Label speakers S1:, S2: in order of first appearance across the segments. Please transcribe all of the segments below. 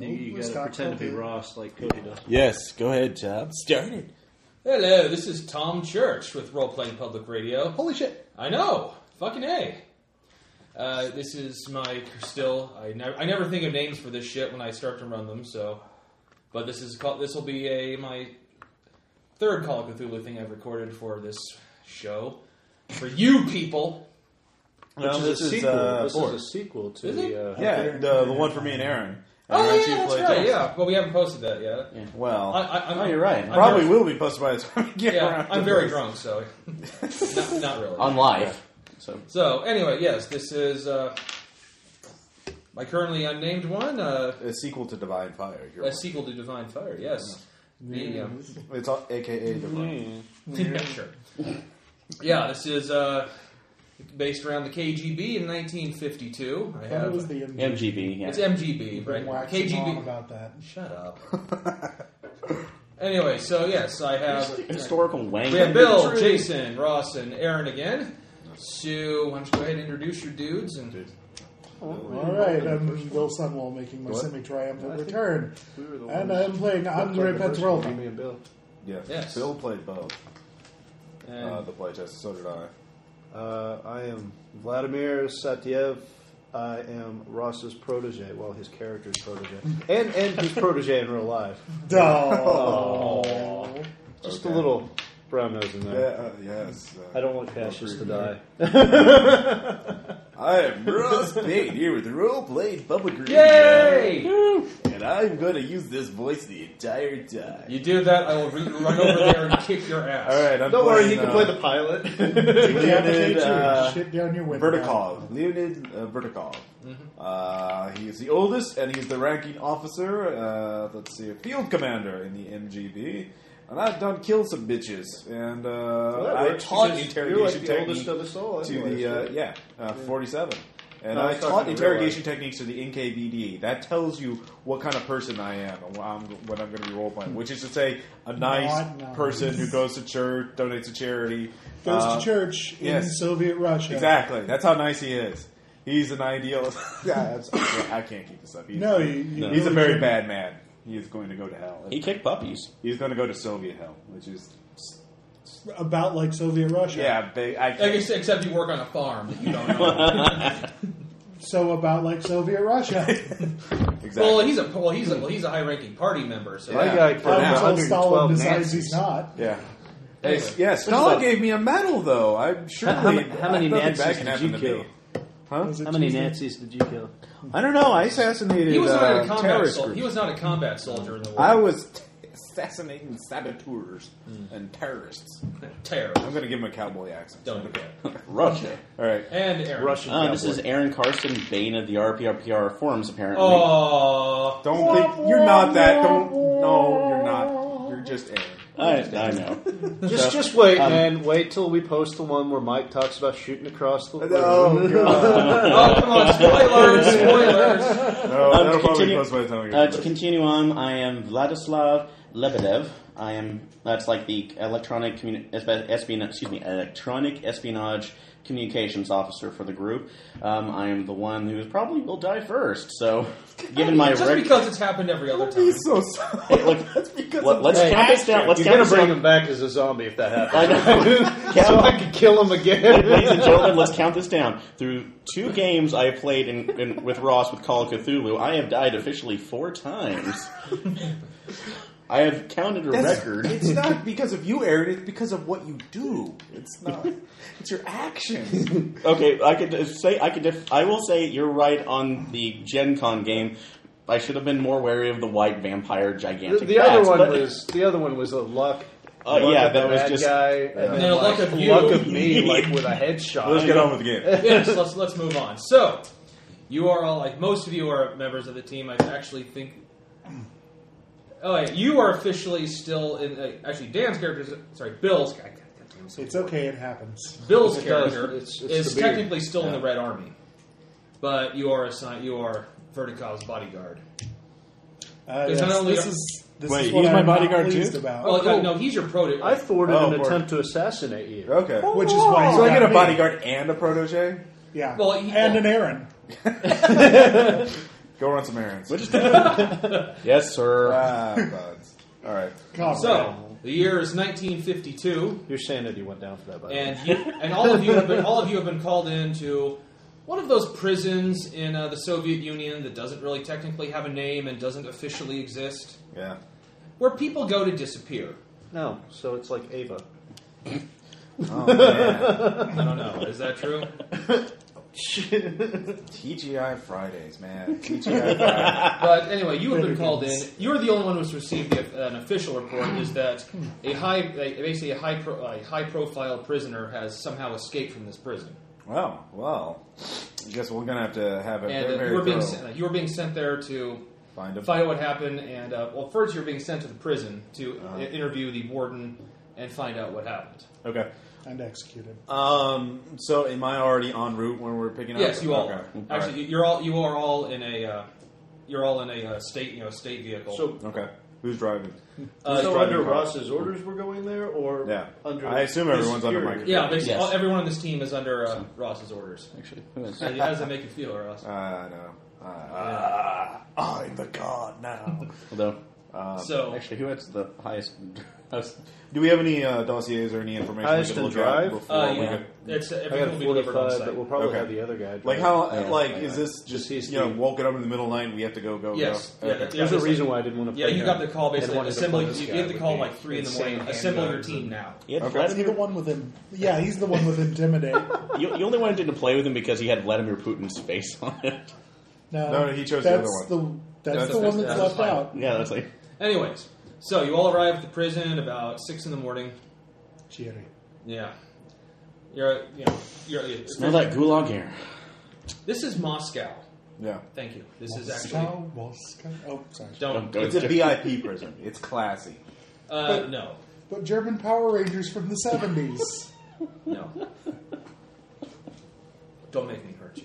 S1: you
S2: was
S1: gotta
S2: Scott
S1: pretend to be
S2: Colton.
S1: Ross like Cody does.
S3: Yes, go ahead, Job. Start it.
S4: Hello, this is Tom Church with Role Playing Public Radio.
S2: Holy shit!
S4: I know. Fucking A. Uh, this is my still. I never. I never think of names for this shit when I start to run them. So, but this is called. This will be a my third Call of Cthulhu thing I've recorded for this show. For you people,
S3: No,
S1: This is a sequel. this
S3: uh, four.
S1: is a sequel to
S4: Is it?
S1: the. Uh,
S3: yeah, the, the one for me and Aaron.
S4: oh
S3: Aaron,
S4: yeah,
S3: she
S4: that's
S3: played
S4: right.
S3: Jack.
S4: Yeah, well, we haven't posted that yet.
S3: Well,
S4: I, I, I'm,
S1: Oh, you're right.
S4: I'm
S3: probably
S4: very-
S3: will be posted by the time we get
S4: Yeah,
S3: around.
S4: I'm
S3: to
S4: very
S3: this.
S4: drunk, so not, not really.
S5: on live.
S3: So
S4: So anyway, yes, this is uh, my currently unnamed one, uh,
S3: a sequel to Divine Fire. You're
S4: a
S3: right.
S4: sequel to Divine Fire. Yes, The, um,
S3: It's all, AKA
S4: Mm-hmm.
S3: Divine.
S4: yeah, sure. Yeah, this is uh, based around the KGB in 1952. I
S2: That
S4: have
S2: was the MG.
S5: MGB. Yeah.
S4: it's MGB, right?
S2: KGB
S4: KGB.
S2: about that.
S4: Shut up. anyway, so yes, I have.
S5: Historical wank.
S4: We have Bill, Jason, Ross, and Aaron again. So why don't you go ahead and introduce your dudes and.
S1: Oh,
S2: All right, I'm Will Sunwall making my
S3: What?
S2: semi-triumphant return,
S1: We were the
S2: and
S1: ones-
S2: I'm playing Andre
S1: Like the first one,
S2: Petrov.
S1: Me and Bill.
S3: Yeah.
S4: Yes.
S3: Bill played both
S4: and
S3: uh, the playtest. So did I.
S1: Uh, I am Vladimir Satyev. I am Ross's protege. Well, his character's protege, and and his protege in real life.
S2: Duh.
S1: Just
S3: Okay.
S1: a little brown nose in
S3: Yeah.
S1: there.
S3: Uh, yes. Uh,
S1: I don't want Cassius to die.
S3: I am Ross Payne here with the role played public radio.
S4: Yay!
S3: And I'm going to use this voice the entire time.
S4: You do that, I will re- run over there and kick your ass.
S3: All right. I'm
S1: Don't worry,
S3: playing,
S1: he can
S3: uh,
S1: play the pilot.
S3: Leonid
S2: Decapitate
S3: uh,
S2: you. Shit down your window.
S3: Vertikov. Leonid uh, Vertikov. Uh, he is the oldest, and he's the ranking officer. Uh, let's see, field commander in the MGB. And I've done killed some bitches, and uh,
S1: That
S3: I
S1: works,
S3: taught
S1: because
S3: interrogation
S1: you're like the
S3: technique
S1: oldest of us all.
S3: to
S1: anyways.
S3: the uh, yeah, uh, forty-seven. And
S1: No, I
S3: I
S1: was talking
S3: taught
S1: in real
S3: interrogation techniques to the NKVD. E. That tells you what kind of person I am and what I'm, what I'm going to be role playing, which is to say, a nice,
S2: Not nice.
S3: person who goes to church, donates to charity,
S2: Goes
S3: uh,
S2: to church in
S3: yes.
S2: Soviet Russia.
S3: Exactly. That's how nice he is. He's an idealist. yeah, that's, I can't keep this up. He's,
S2: No, you, you
S3: he's a
S2: really
S3: very
S2: shouldn't.
S3: bad man. He is going to go to hell.
S5: He kicked puppies.
S3: He's going to go to Soviet hell, which is
S2: About like Soviet Russia.
S3: yeah. They, I
S4: Like,
S3: can't,
S4: ex- Except you work on a farm that you don't know.
S2: So about like Soviet Russia.
S3: exactly.
S4: well, he's a well, he's a well, he's a high-ranking party member. So
S1: My
S3: Yeah.
S1: guy
S3: For now.
S1: killed
S2: Until Stalin
S1: 112
S2: decides
S1: Nazis.
S2: he's not.
S3: yeah.
S4: Anyway.
S3: Yes, yeah, Stalin gave me a medal, though. I'm sure.
S6: How- how many- how many Nazis did you kill?
S3: Huh?
S2: Was it
S6: How many
S2: Tuesday?
S6: Nazis did you kill?
S3: I don't know. I assassinated
S4: he was not
S3: uh,
S4: a combat
S3: terrorist
S4: soldier.
S3: groups.
S4: He was not a combat soldier in the war.
S3: I was t- assassinating saboteurs
S6: Hmm.
S3: and terrorists.
S4: terror.
S3: I'm going to give him a cowboy accent.
S4: Don't do that.
S5: Russia.
S3: All right.
S4: And Aaron.
S1: Russian
S5: Uh, this
S1: cowboy.
S5: is Aaron Carson, Bane of the RPRPR forums, apparently.
S4: Oh,
S3: Don't think you're not that. Don't. No, you're not. You're just Aaron.
S5: I, I know.
S1: Just, just wait,
S3: um,
S1: man. Wait till we post the one where Mike talks about shooting across the.
S3: Oh god.
S4: oh, come on! Spoilers, spoilers.
S3: No,
S5: Um,
S3: that'll
S5: to
S3: probably
S5: continue-
S3: post by the time we
S5: Uh,
S3: get
S5: to
S3: to this.
S5: continue on, I am Vladislav Lebedev. I am that's like the electronic communi- espionage, excuse me, electronic espionage communications officer for the group. Um, I am the one who probably will die first. So, given my
S4: Just
S5: rec-
S4: because it's happened every other time.
S3: He's so sorry.
S5: Hey, look,
S3: That's because
S5: let,
S3: of
S5: us
S1: Hey,
S5: count this down. Let's
S1: You're
S5: count
S1: gonna
S5: this
S1: bring
S5: down.
S1: him back as a zombie if that happens.
S5: I know.
S1: so I could kill him
S5: Ladies
S1: again.
S5: and gentlemen, let's count this down. Through two games I played in, in, with Ross with Call of Cthulhu, I have died officially four times. I have counted a
S3: That's-
S5: record.
S3: It's not because of you, Aaron. It's because of what you do. It's not. it's your actions.
S5: Okay, I could uh, say I could. Def- I will say you're right on the Gen Con game. I should have been more wary of the white vampire
S1: the
S5: gigantic.
S1: the other
S5: bats,
S1: one
S5: but-
S1: was the other one was a luck.
S5: Uh,
S1: luck
S5: yeah,
S1: of the
S5: that was
S1: bad
S5: just-
S1: guy, and then
S4: No,
S1: like,
S4: luck of you.
S1: luck of me, like with a headshot.
S3: Let's get on with the game.
S4: yes, let's let's move on. So, you are all like most of you are members of the team. I actually think. Oh, yeah, you are officially still in. Uh, actually, Dan's character is sorry. Bill's. God, God, God damn, I'm so
S2: It's
S4: bored.
S2: okay. It happens.
S4: Bill's
S1: It does.
S4: character
S1: It's- it's
S4: is
S1: the beard.
S4: technically still in
S1: Yeah.
S4: the Red Army, but you are assigned. You are Vertikov's bodyguard.
S2: Uh, yes,
S4: It's not only-
S2: this is this
S3: Wait,
S2: is what
S3: he's my
S2: I'm not
S3: bodyguard
S2: pleased
S3: too?
S2: About,
S4: well,
S1: Oh, cool.
S4: no, no, he's your prototype.
S1: I thwarted
S3: Oh,
S1: an
S3: boy.
S1: attempt to assassinate you.
S3: Okay. Oh,
S2: which is why. he
S3: So I
S2: got
S3: get a
S2: me.
S3: bodyguard and a protege.
S2: Yeah.
S4: Well, he-
S2: and an Aaron.
S3: Go run some errands.
S5: Yes, sir.
S3: ah, buds. All right.
S2: God,
S4: So the year is 1952,
S1: Your sanity went down for that, by the way.
S4: and you, and all of you have been all of you have been called into one of those prisons in uh, the Soviet Union that doesn't really technically have a name and doesn't officially exist,
S3: Yeah.
S4: where people go to disappear.
S1: No, so it's like Ava.
S3: Oh man.
S4: I don't know. Is that true?
S3: TGI Fridays, man. TGI Fridays.
S4: But anyway, you have been called in. You're the only one who's received the, an official report. Is that a high, a, basically a high, pro, a high profile prisoner has somehow escaped from this prison,
S3: Well, well. I guess we're gonna have to have a
S4: and
S3: very,
S4: uh,
S3: very
S4: you were being
S3: thorough
S4: sent, you were being sent there to
S3: find of
S4: find out what happened. And uh, well, first you're being sent to the prison to
S1: Uh-huh.
S4: i- interview the warden and find out what happened.
S3: Okay.
S2: and executed.
S3: Um. So, am I already en route when we're picking up?
S4: Yes, you all
S3: Okay.
S4: are. Actually, you're all you are all in a uh, you're all in a uh, state you know state vehicle.
S1: So,
S3: All right. Okay. Who's driving?
S4: Uh,
S1: so
S3: driving
S1: under
S3: car.
S1: Ross's orders, we're going there, or
S3: Yeah.
S1: under?
S3: I assume
S1: his
S3: everyone's under my
S1: superior?
S4: yeah, basically,
S5: Yes.
S4: all- everyone on this team is under uh, Ross's orders.
S5: Actually, who is?
S4: So How does that make you feel, Ross?
S3: Uh, no. Uh, uh, I'm the god now. Um,
S5: Although,
S1: um,
S4: So
S5: actually, who has the highest?
S3: Do we have any uh, dossiers or any information
S1: Highest
S3: we can
S1: in
S3: look
S1: drive?
S3: at before
S4: uh,
S3: we
S4: yeah,
S3: could-
S4: it's
S1: I
S4: everything
S1: got
S4: will
S1: a
S4: be delivered on
S1: forty-five,
S4: site.
S1: but we'll probably
S3: Okay.
S1: have the other guy.
S3: Like
S1: drive.
S3: how?
S5: Yeah,
S3: like
S5: like
S3: is
S5: that.
S3: this just
S1: Just he's
S3: you know
S1: the-
S3: woken up in the middle of the night? We have to go go.
S4: Yes,
S3: Go.
S4: yeah,
S3: Okay.
S4: yeah.
S1: There's a reason why I didn't want to.
S4: Yeah,
S1: play
S4: you
S1: that.
S4: got the call
S1: And
S4: basically.
S1: wanted to
S4: Assembly,
S1: play this
S4: you
S1: guy
S4: get the
S1: would
S4: call
S1: be
S4: like three in the morning.
S1: insane
S4: Assemble your
S1: handguards
S4: team
S1: and-
S4: now.
S5: You, had
S3: Okay.
S2: He's the
S5: Vladimir,
S2: one with him. Yeah, he's the one with intimidate.
S5: you, you only wanted to play with him because he had Vladimir Putin's face on it.
S2: No,
S3: No, he chose the
S2: that's
S3: other
S2: one. The, that's,
S3: That's-
S2: the one
S4: that's-
S2: that's,
S4: that's
S2: left
S4: fine.
S2: out.
S5: Yeah, that's like
S4: Anyways, so you all arrive at the prison about six in the morning.
S2: Jerry.
S4: Yeah, you're you know you're. it's-
S5: smell that gulag air.
S4: This is Moscow.
S3: Yeah.
S4: Thank you. This is actually
S2: Moscow, Moscow. Oh, sorry.
S4: don't.
S5: Don't-
S3: It's a VIP prison. It's classy.
S4: Uh, no,
S2: But German Power Rangers from the 70s.
S4: no. Don't make me hurt you.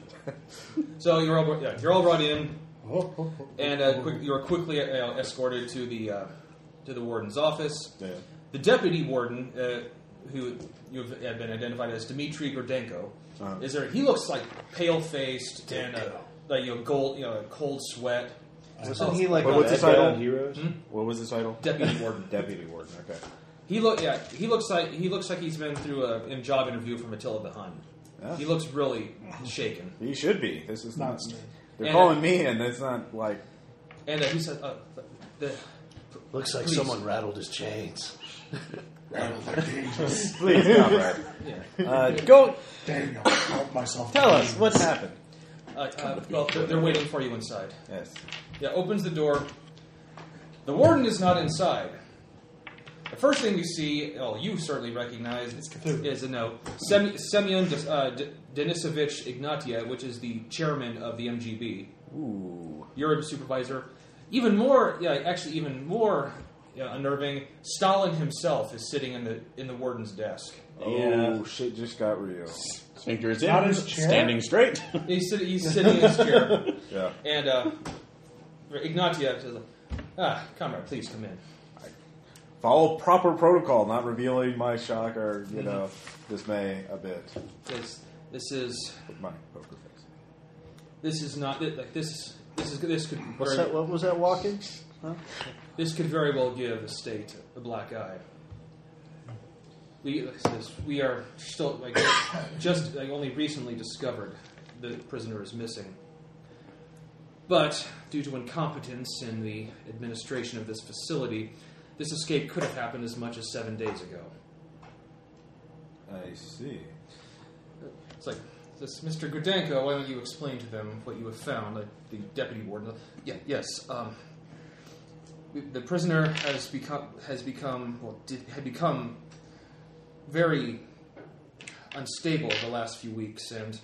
S4: So you're all yeah, you're all brought in.
S2: oh, oh, oh.
S4: and uh, quick, you are quickly uh, escorted to the uh, to the warden's office.
S3: Yeah.
S4: The deputy warden, uh, who you have been identified as Dmitry Gordenko,
S3: Uh-huh.
S4: is there. He looks like pale faced and uh, like you know, gold, you know, a cold sweat. Oh,
S1: Wasn't he like
S3: But
S1: on
S3: what's
S1: Dead
S3: the title?
S1: Guy Heroes?
S4: Hmm?
S3: What was his title?
S4: Deputy warden.
S3: Deputy warden. Okay.
S4: He look yeah. He looks like he looks like he's been through a, a job interview from Attila the Hun.
S3: Yeah.
S4: He looks really shaken,
S3: He should be. This is not.
S2: Not me.
S3: They're
S4: Mm-hmm. And-
S3: calling me, and it's not like.
S4: and uh, he said, uh, the,
S7: Looks like
S4: Please.
S7: someone rattled his chains.
S3: Please, comrade.
S4: yeah.
S3: Uh, go
S2: Dang, I help myself.
S3: tell us what's happened.
S4: Uh, uh, well, they're, they're waiting for you inside."
S3: Yes.
S4: Yeah, opens the door. The warden is not inside. The first thing you see, oh, you certainly recognize, is a note. Sem- Semyon De- uh, De- Denisovich Ignatiev, which is the chairman of the MGB,
S3: Ooh.
S4: your supervisor. Even more, yeah, actually, even more yeah, unnerving. Stalin himself is sitting in the in the warden's desk.
S3: Oh shit! Just got real.
S5: Sphincter is
S2: Not
S5: in,
S2: his chair?
S5: standing straight.
S4: He's, sit- he's sitting in his chair,
S3: Yeah.
S4: and uh, Ignatiev says, "Ah, comrade, please come in."
S3: Follow proper protocol, not revealing my shock or you know dismay a bit
S4: This this is
S3: with my poker face.
S4: this is not thi- like this this is this could
S1: What's
S4: very,
S1: that? What was that walking? Huh?
S4: this could very well give the state a black eye. We like this, we are still like just like only recently discovered the prisoner is missing. But due to incompetence in the administration of this facility, this escape could have happened as much as seven days ago.
S3: I see.
S4: It's like, this, Mr. Gudenko, why don't you explain to them what you have found? Like, the deputy warden. Yeah, yes. Um, we- the prisoner has become has become well did, had become very unstable the last few weeks, and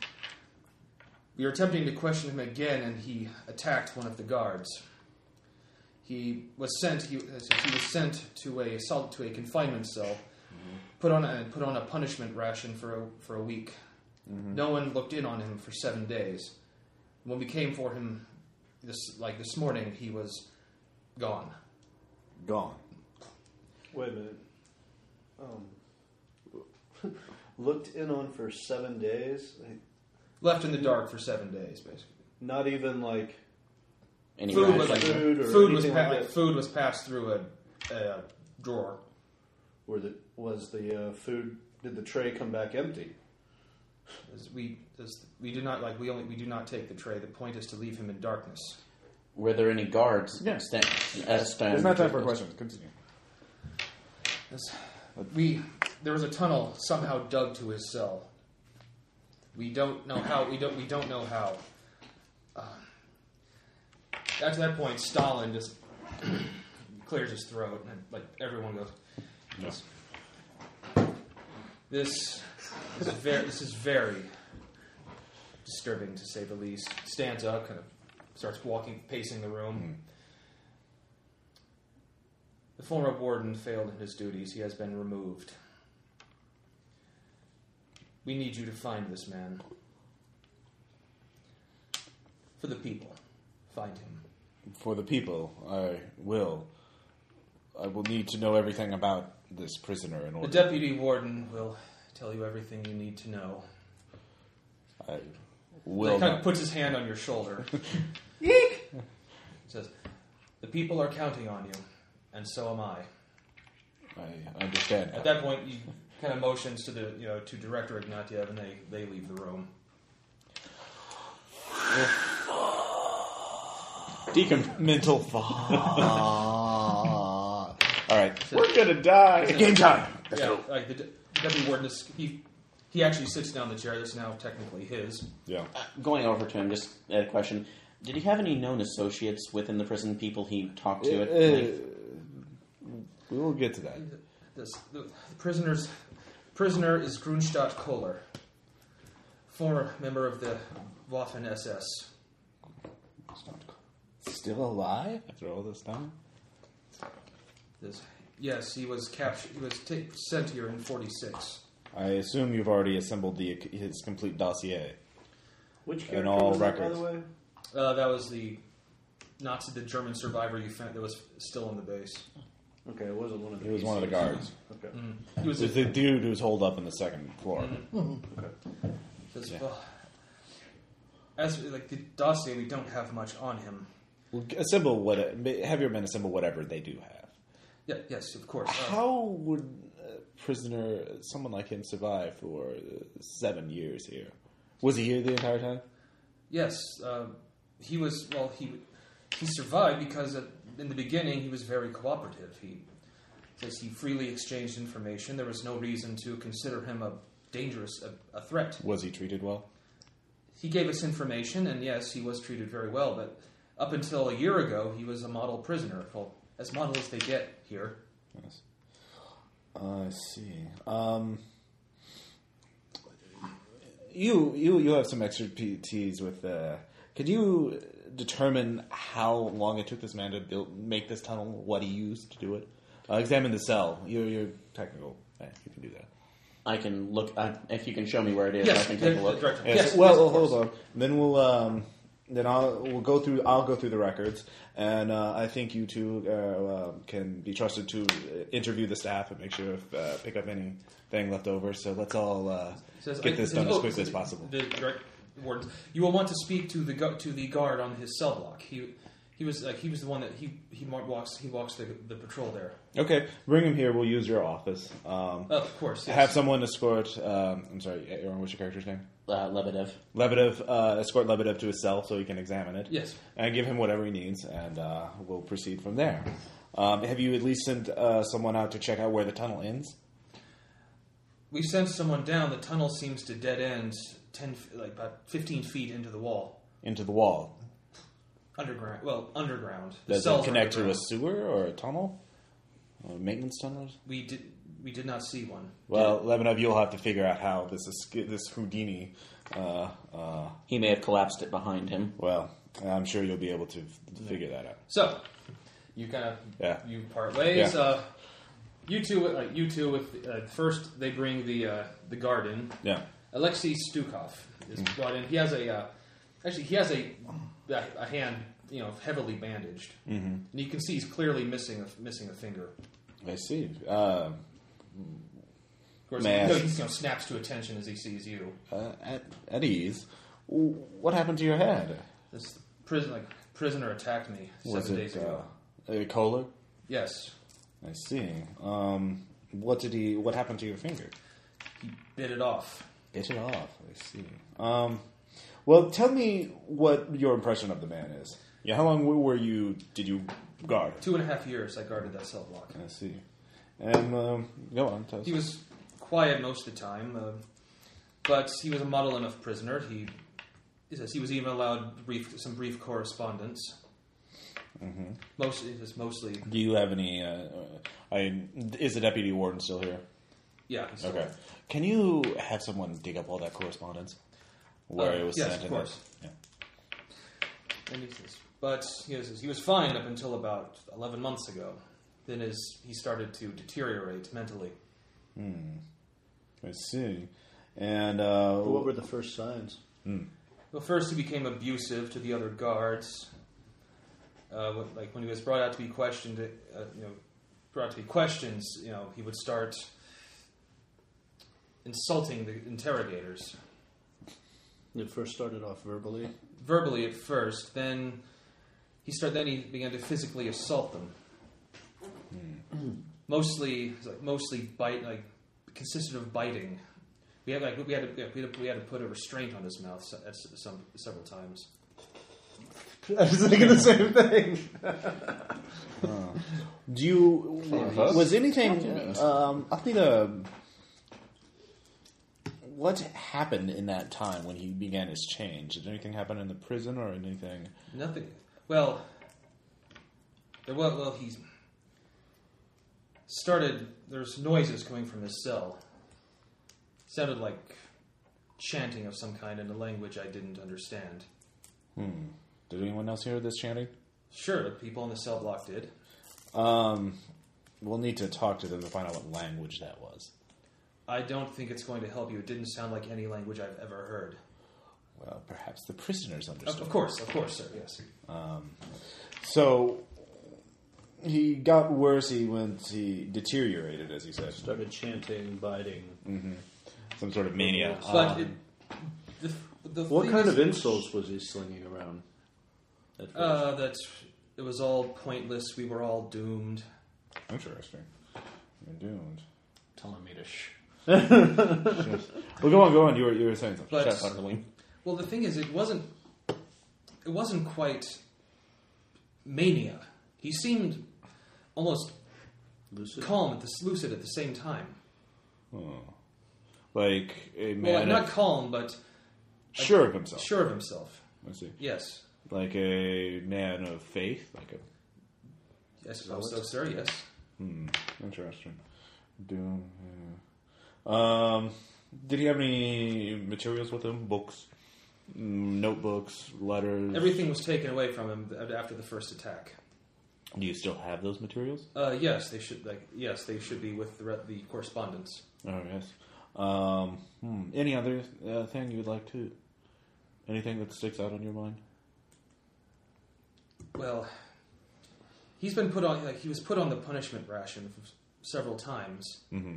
S4: we were attempting to question him again, and he attacked one of the guards. He was sent. He, he was sent to a sol- to a confinement cell, put on a put on a punishment ration for a, for a week. No one looked in on him for seven days. When we came for him, this like this morning, he was gone.
S3: Gone.
S1: Wait a minute. Um, looked in on for seven days. Like,
S4: Left in the dark for seven days, basically.
S1: Not even like
S5: Any
S4: Food was
S5: ration?
S4: like
S1: Food or
S4: food was
S1: anything
S4: pa-
S1: like that.
S4: food was passed through a, a drawer.
S1: Were the, was the uh, food? Did the tray come back empty?
S4: As we as we do not like we only we do not take the tray. The point is to leave him in darkness.
S5: Were there any guards?
S3: Yeah.
S5: Sta- uh, stand-
S3: There's not time for questions. Continue.
S4: This- we there was a tunnel somehow dug to his cell. We don't know how. We don't. We don't know how. Uh, at that point, Stalin just clears his throat, and like everyone goes. This, this is very. This is very disturbing to say the least. Stands up, kind of starts walking, pacing the room. The former warden failed in his duties. He has been removed. We need you to find this man. For the people, find him.
S3: For the people, I will. I will need to know everything about this prisoner in
S4: The
S3: order.
S4: deputy warden will tell you everything you need to know.
S3: I
S4: he
S3: will.
S4: kind of
S3: not-
S4: puts his hand on your shoulder. Says, "The people are counting on you, and so am I."
S3: I understand.
S4: At that point, he kind of motions to the you know to Director Ignatiev, and they they leave the room.
S5: Decom-
S3: mental fog.
S8: Ah,
S3: All right.
S5: We're gonna die.
S3: Game time.
S4: yeah, like the, de- the deputy warden is he he actually sits down in the chair that's now technically his.
S3: Yeah.
S5: Going over to him, just a question. Did he have any known associates within the prison? People he talked
S3: Uh,
S5: to? at length?
S3: we will get to that.
S4: This, the, the prisoner's prisoner is Grunstadt Kohler, former member of the Waffen SS.
S3: Still alive after all this time?
S4: This, yes, he was captured. He was ta sent here in '46.
S3: I assume you've already assembled the his complete dossier.
S1: Which
S3: In
S1: character
S3: all
S1: was that, by
S3: records.
S1: the way?
S4: Uh, that was the Nazi, the German survivor you found that was still in the base.
S1: Okay, it wasn't one of the.
S3: It was one of the guards.
S1: Okay.
S4: He was
S3: It was the dude who's holed up in the second floor.
S4: Says,
S3: Yeah.
S4: well, as like the dossier, we don't have much on him.
S3: Well, Assemble what? Have your men assemble whatever they do have.
S4: Yeah, yes, of course. Uh,
S3: How would a prisoner, someone like him, survive for uh, seven years here? Was he here the entire time?
S4: Yes, uh, he was. Well, he he survived because at, in the beginning he was very cooperative. He says he freely exchanged information. There was no reason to consider him a dangerous, a, a threat.
S3: Was he treated well?
S4: He gave us information, and yes, he was treated very well. But up until a year ago, he was a model prisoner. Well, as model as they get here.
S3: Yes. I see. Um, you you you have some expertise with. Uh, could you determine how long it took this man to build, make this tunnel? What he used to do it? Uh, examine the cell. You're, you're technical. Eh, you can do that.
S5: I can look. I, if you can show me where it is,
S4: Yes,
S5: I can take a
S4: the-
S5: look.
S4: the director.
S3: Yes.
S4: Yes,
S3: well,
S4: yes, of
S3: hold on. Then we'll um, then I'll we'll go through. I'll go through the records, and uh, I think you two uh, um, can be trusted to uh, interview the staff and make sure if uh, pick up anything left over. So let's all uh,
S4: Says,
S3: get
S4: I-
S3: this
S4: says,
S3: done as
S4: oh,
S3: quickly as
S4: the-
S3: possible.
S4: The direct warden, you will want to speak to the gu- to the guard on his cell block. He he was like he was the one that he he mar- walks he walks the, the patrol there.
S3: Okay, bring him here. We'll use your office. Um,
S4: Oh, of course, yes.
S3: Have someone escort. Um, I'm sorry, Aaron. What's your character's name?
S5: Uh, Lebedev.
S3: Lebedev, uh, escort Lebedev to his cell so he can examine it.
S4: Yes.
S3: And give him whatever he needs, and uh, we'll proceed from there. Um, have you at least sent uh, someone out to check out where the tunnel ends?
S4: We sent someone down. The tunnel seems to dead end ten f- like about fifteen feet into the wall
S3: Into the wall.
S4: underground. Well, underground. The
S3: Does it
S4: cell's
S3: connect to a
S4: underground.
S3: sewer or a tunnel? Or maintenance tunnels?
S4: We did we did not see one.
S3: Well, Lebedev, you'll have to figure out how this is, this Houdini. Uh, uh,
S5: He may have collapsed it behind him.
S3: well, I'm sure you'll be able to f- figure that out.
S4: So you kind of
S3: Yeah.
S4: you part ways.
S3: Yeah.
S4: Uh, you two, uh, you two. With uh, first, they bring the uh, the guard in.
S3: Yeah.
S4: Alexei Stukov is
S3: Hmm.
S4: brought in. He has a uh, actually he has a a a hand you know heavily bandaged, mm-hmm. and you can see he's clearly missing a missing a finger.
S3: I see. Um,
S4: Of course,
S3: May I
S4: he,
S3: ask-
S4: he you know, snaps to attention as he sees you.
S3: uh, at, at ease. W- What happened to your head?
S4: This prison like prisoner attacked me seven
S3: Was
S4: days
S3: it
S4: ago.
S3: uh, a Kohler?
S4: Yes,
S3: I see. Um, what did he? What happened to your finger?
S4: he bit it off.
S3: Get it off. I see. Um, well, tell me what your impression of the man is. Yeah, how long were you? Did you guard?
S4: Two and a half years I guarded that cell block.
S3: I see. And um, go on. Tell us.
S4: He was quiet most of the time, uh, but he was a model enough prisoner. He, he says he was even allowed brief, some brief correspondence. Mm-hmm. Most it was mostly
S3: Do you have any? Uh, I is the deputy warden still here?
S4: yeah. he's-
S3: Okay. Can you have someone dig up all that correspondence where
S4: Uh,
S3: it was
S4: yes,
S3: sent?
S4: of
S3: and that-
S4: course.
S3: Yeah.
S4: and he says- But he says he was fine up until about eleven months ago. Then his he started to deteriorate mentally.
S3: I see. And uh,
S1: What were the first signs?
S4: Well, first he became abusive to the other guards. Uh, when- like when he was brought out to be questioned, uh, you know, brought to be questions, you know, he would start insulting the interrogators
S1: It first started off verbally.
S4: verbally at first. Then he start. Then he began to physically assault them. mostly, it's like mostly bite. Like consisted of biting. We had like we had to, we had to, we had to put a restraint on his mouth se- at s- some several times.
S1: I was thinking the same thing.
S3: do you was anything? Um, I need a. What happened in that time when he began his change? Did anything happen in the prison or anything?
S4: Nothing. Well, there was, well, he started. There's noises coming from his cell. Sounded like chanting of some kind in a language I didn't understand.
S3: Did anyone else hear this chanting?
S4: Sure, the people in the cell block did.
S3: Um, we'll need to talk to them to find out what language that was.
S4: I don't think it's going to help you. It didn't sound like any language I've ever heard.
S3: Well, perhaps the prisoners
S4: Of,
S3: understood.
S4: of course, of course, sir. Yes.
S3: So he got worse. He went. He deteriorated, as you said.
S1: Started chanting, biting.
S3: Some sort of mania. Uh,
S4: But it, the, the
S1: Um, What
S4: thing
S1: kind
S4: is-
S1: of insults was he slinging around? At first?
S4: Uh, that it was all pointless. We were all doomed.
S3: Interesting. You're doomed.
S9: Telling me to shh.
S3: Well, go on, go on. You were you were saying something.
S4: But-
S3: Shut up, Arlene.
S4: Well, the thing is, it wasn't. It wasn't quite mania. He seemed almost
S1: Lucid?
S4: calm at the lucid at the same time.
S3: like a man,
S4: Well, like,
S3: not
S4: not calm, but
S3: sure of himself.
S4: sure of himself.
S3: I see.
S4: Yes,
S3: Like a man of faith. Like a
S4: I suppose so, sir. Yes.
S3: interesting. Doom. yeah. Um, did he have any materials with him? Books, Mm, notebooks, letters.
S4: Everything was taken away from him after the first attack.
S3: Do you still have those materials?
S4: Uh, yes, they should. Like, yes, they should be with the, re- the correspondence.
S3: Oh yes. Um, hmm. Any other uh, thing you would like to? Anything that sticks out on your mind?
S4: Well, he's been put on. Like, he was put on the punishment ration f- several times,
S3: Mm-hmm.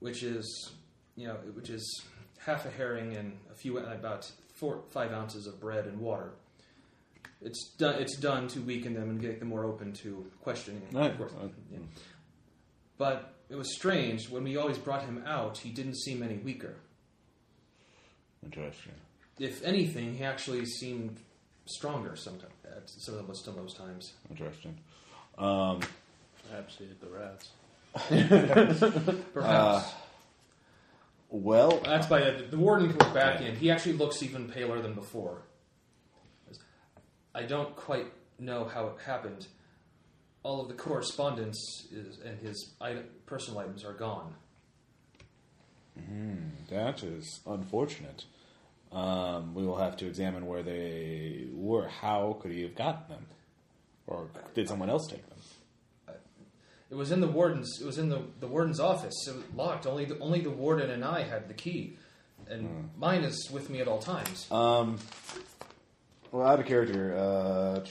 S4: which is, you know, which is half a herring and a few about four five ounces of bread and water. It's done. It's done to weaken them and get them more open to questioning. of
S3: Right.
S4: course.
S3: Uh,
S4: Yeah. But it was strange when we always brought him out. He didn't seem any weaker.
S3: Interesting.
S4: If anything, he actually seemed stronger sometimes at some of those, some of those times.
S3: Interesting. Um,
S1: Perhaps he ate the rats.
S3: Uh,
S4: Perhaps.
S3: well,
S4: That's by the, the warden comes back in. He actually looks even paler than before. I don't quite know how it happened. All of the correspondence is, and his item, personal items are gone.
S3: that is unfortunate. Um, we will have to examine where they were. How could he have gotten them, or did someone else take them?
S4: It was in the warden's. It was in the, the warden's office. It was locked. Only the, only the warden and I had the key, and mine is with me at all times.
S3: Hmm. Um, well, out of character. Uh,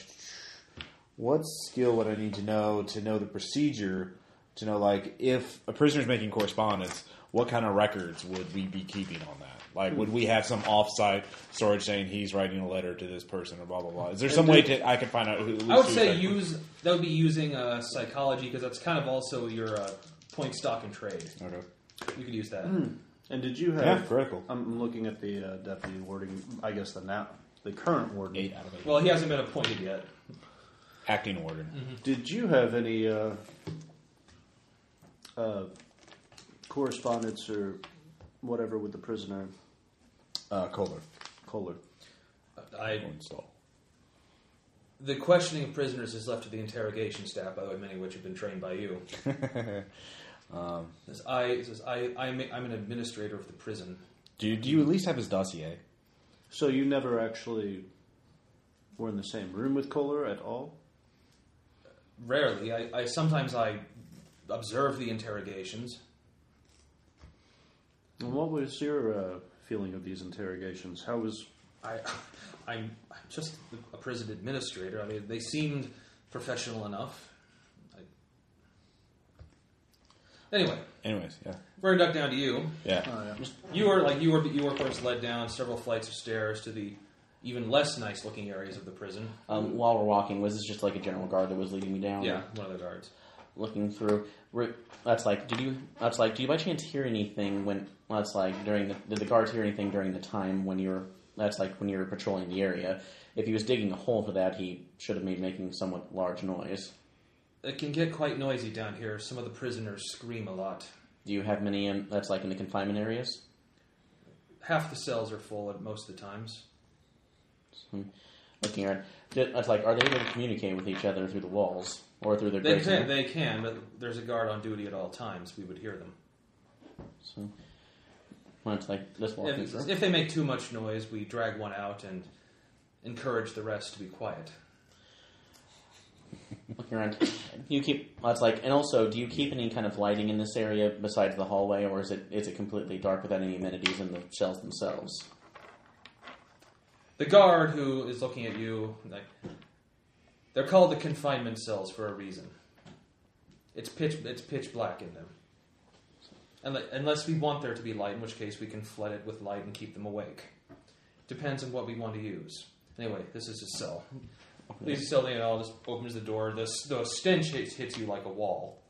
S3: what skill would I need to know to know the procedure? To know, like, if a prisoner's making correspondence, what kind of records would we be keeping on that? Like, would we have some offsite storage saying he's writing a letter to this person or blah blah blah? Is there some way to I can find out who? at least
S4: I would
S3: who's
S4: say
S3: that-
S4: use that would be using uh, psychology because that's kind of also your uh, point stock and trade.
S3: Okay.
S4: You could use that.
S1: And did you have?
S3: Yeah, critical.
S1: I'm looking at the uh, deputy wording. I guess the now the current warden.
S3: Eight out of eight.
S4: Well, he hasn't been appointed yet.
S3: Acting warden.
S1: Did you have any uh, uh, correspondence or whatever with the prisoner
S3: Uh, Kohler.
S1: Kohler?
S4: I
S3: Install.
S4: the questioning of prisoners is left to the interrogation staff, by the way, many of which have been trained by you. Says I it says I I'm, I'm an administrator of the prison.
S3: Do you, do you at least have his dossier?
S1: So you never actually were in the same room with Kohler at all.
S4: Rarely, I, I sometimes I observe the interrogations.
S1: And what was your uh, feeling of these interrogations? How was
S4: I, I'm, I'm just a prison administrator. I mean, they seemed professional enough. I... Anyway,
S3: Anyways, yeah,
S4: we're duck down to you.
S3: yeah.
S4: You were like you were you were of course led down several flights of stairs to the even less nice looking areas of the prison.
S5: Um, while we're walking, was this just like a general guard that was leading me down?
S4: Mm. Yeah, one of the guards.
S5: Looking through, Re- that's like, did you? That's like, do you by chance hear anything when? That's like during the did the guards hear anything during the time when you were? That's like when you were patrolling the area. If he was digging a hole for that, he should have made making somewhat large noise.
S4: It can get quite noisy down here. Some of the prisoners scream a lot.
S5: Do you have many? In, that's like in the confinement areas.
S4: Half the cells are full at most of the times.
S5: Looking around, did, that's like, are they able to communicate with each other through the walls or through their
S4: They
S5: grating?
S4: can, they can, but there's a guard on duty at all times. We would hear them.
S5: So, well, it's like this walking through.
S4: If, if they make too much noise, we drag one out and encourage the rest to be quiet.
S5: looking around. Do you keep well, it's like, and also, do you keep any kind of lighting in this area besides the hallway, or is it is it completely dark without any amenities in the cells themselves?
S4: The guard who is looking at you, like, they're called the confinement cells for a reason. It's pitch, it's pitch black in them. Unle- Unless we want there to be light, in which case we can flood it with light and keep them awake. Depends on what we want to use. Anyway, this is his cell. Leaves the cell and all just opens the door. The, s- the stench hits, hits you like a wall.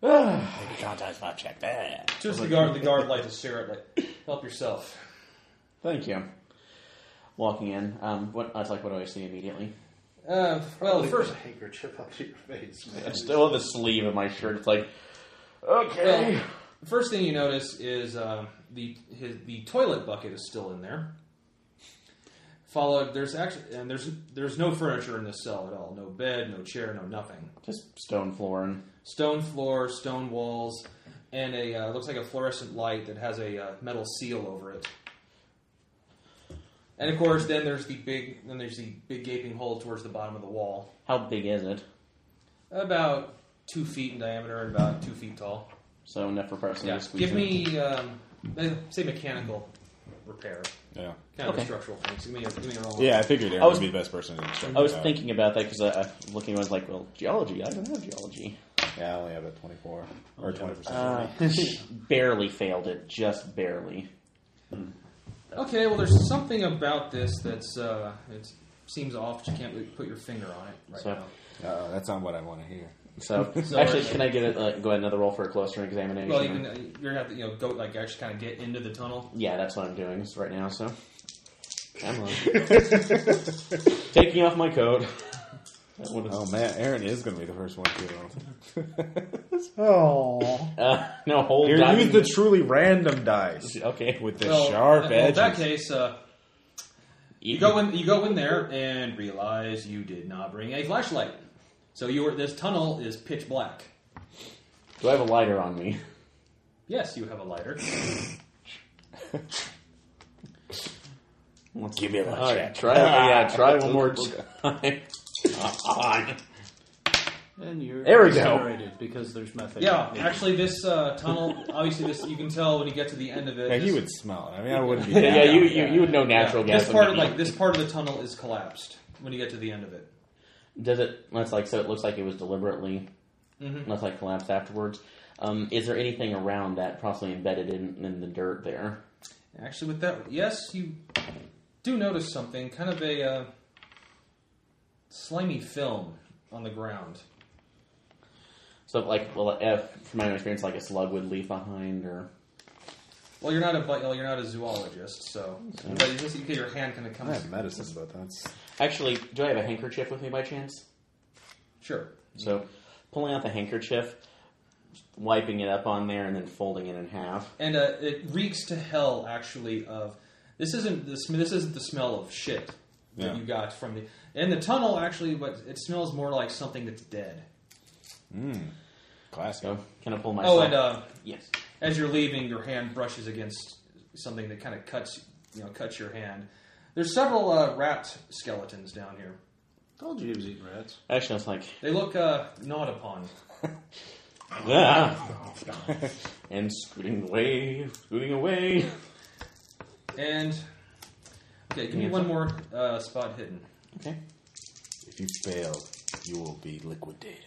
S3: Sometimes not check that.
S4: Just the guard, the guard lights a cigarette, like, help yourself.
S5: Thank you. Walking in, um, what I was like, what do I see immediately?
S4: Uh, well, the first,
S1: handkerchief up to your face,
S5: I
S1: man.
S5: just still have the sleeve of my shirt. It's like, okay,
S4: Well, the first thing you notice is um, the his, the toilet bucket is still in there. Followed, there's actually and there's there's no furniture in this cell at all. No bed, no chair, no nothing.
S5: just stone floor and
S4: Stone floor, stone walls, and a uh, looks like a fluorescent light that has a uh, metal seal over it. And of course, then there's the big then there's the big gaping hole towards the bottom of the wall,
S5: how big is it?
S4: about two feet in diameter and about two feet tall.
S5: So enough for a person
S4: Yeah,
S5: to squeeze.
S4: give
S5: in.
S4: me um, eh, say mechanical repair,
S3: Yeah,
S4: kind of
S5: Okay.
S4: a structural thing. So give me a, give me a roll.
S3: yeah. I figured Aaron
S5: I was-
S3: would be the best person to check.
S5: I was
S3: that out.
S5: thinking about that because I, I looking. I was like, well, geology. I don't have geology.
S3: Yeah, I only have it twenty four or twenty percent.
S5: Uh, barely failed it, just barely.
S4: Okay. Well, there's something about this that's uh, it seems off. But you can't really put your finger on it right
S5: So-
S4: now.
S3: Uh, that's not what I want to hear.
S5: So,
S4: So-
S5: actually, can I give it uh, go ahead another roll for a closer examination?
S4: Well, even uh, you're gonna have to you know go like actually kind of get into the tunnel.
S5: yeah, that's what I'm doing s- right now. So I'm uh, taking off my coat. That would've-
S3: Oh man, Aaron is going to be the first one to.
S10: Oh,
S5: Uh, no, hold
S3: Here,
S5: on.
S3: use the truly random dice
S5: okay,
S3: with the
S4: Well,
S3: sharp
S4: uh, well,
S3: edges.
S4: in that case, uh, you go in you go in there and realize you did not bring a flashlight. So you were this tunnel is pitch black.
S5: Do I have a lighter on me?
S4: Yes, you have a lighter.
S3: Give me a
S5: All right, try it. Oh, Yeah, try one more time. Come on.
S1: And you're
S5: There we go.
S1: incinerated because there's methane.
S4: Yeah, actually, this uh, tunnel. Obviously, this you can tell when you get to the end of it.
S3: Yeah,
S4: this,
S3: he would smell it. I mean, I wouldn't be.
S5: Yeah,
S3: down.
S5: you, you you would know
S4: yeah,
S5: natural gas.
S4: This part of
S5: would be-
S4: like this part of the tunnel is collapsed when you get to the end of it.
S5: does it? That's like so. It looks like it was deliberately
S4: Mm-hmm.
S5: unless I collapse afterwards. Um, is there anything around that possibly embedded in, in the dirt there?
S4: Actually, with that, yes, you do notice something kind of a uh, slimy film on the ground.
S5: So, like, well, if, from my own experience, like a slug would leave behind, or
S4: Well, you're not a bi- well, you're not a zoologist, so but you just you get your hand kind of
S3: I
S4: comes.
S3: have medicine, but that's
S5: actually, do I have a handkerchief with me by chance?
S4: Sure.
S5: So, pulling out the handkerchief, wiping it up on there, and then folding it in half.
S4: and uh, it reeks to hell actually of this isn't the sm- this isn't the smell of shit
S3: Yeah.
S4: that you got from the and the tunnel actually but it smells more like something that's dead
S11: Classic.
S5: So, can I pull myself?
S4: oh and uh,
S5: yes.
S4: as you're leaving your hand brushes against something that kind of cuts you know cuts your hand there's several uh, rat skeletons down here
S1: Told you he was eating rats.
S5: Actually, I was like,
S4: they look uh, gnawed upon Oh,
S5: ah, and scooting away, scooting away.
S4: and okay give me one more uh, spot hidden
S5: Okay.
S3: if you fail, you will be liquidated.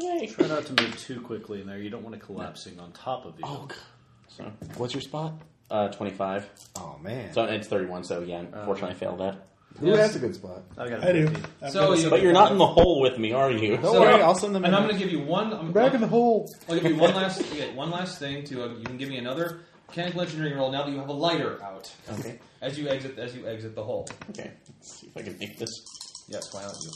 S5: Away.
S1: Try not to move too quickly in there. You don't want it collapsing on top of you.
S5: Oh, God. so
S3: What's your spot?
S5: uh, twenty-five.
S3: Oh man,
S5: So it's thirty-one. So yeah,
S4: Oh.
S5: unfortunately, I failed that.
S3: who
S4: Yes.
S3: has a good spot?
S1: I got
S2: I do. I've
S4: so
S2: got a-
S4: you-
S5: But you're not in the hole with me, are you?
S3: Don't
S4: So-
S3: worry, I'll send them.
S4: and
S3: in.
S4: I'm going to give you one. I'm,
S3: back in the hole.
S4: I'll give you one last okay, one last thing to uh, you can give me another mechanical engineering roll now that you have a lighter out
S5: Okay.
S4: as you exit as you exit the hole.
S5: Okay. Let's see if I can make this.
S4: Yes, why don't you?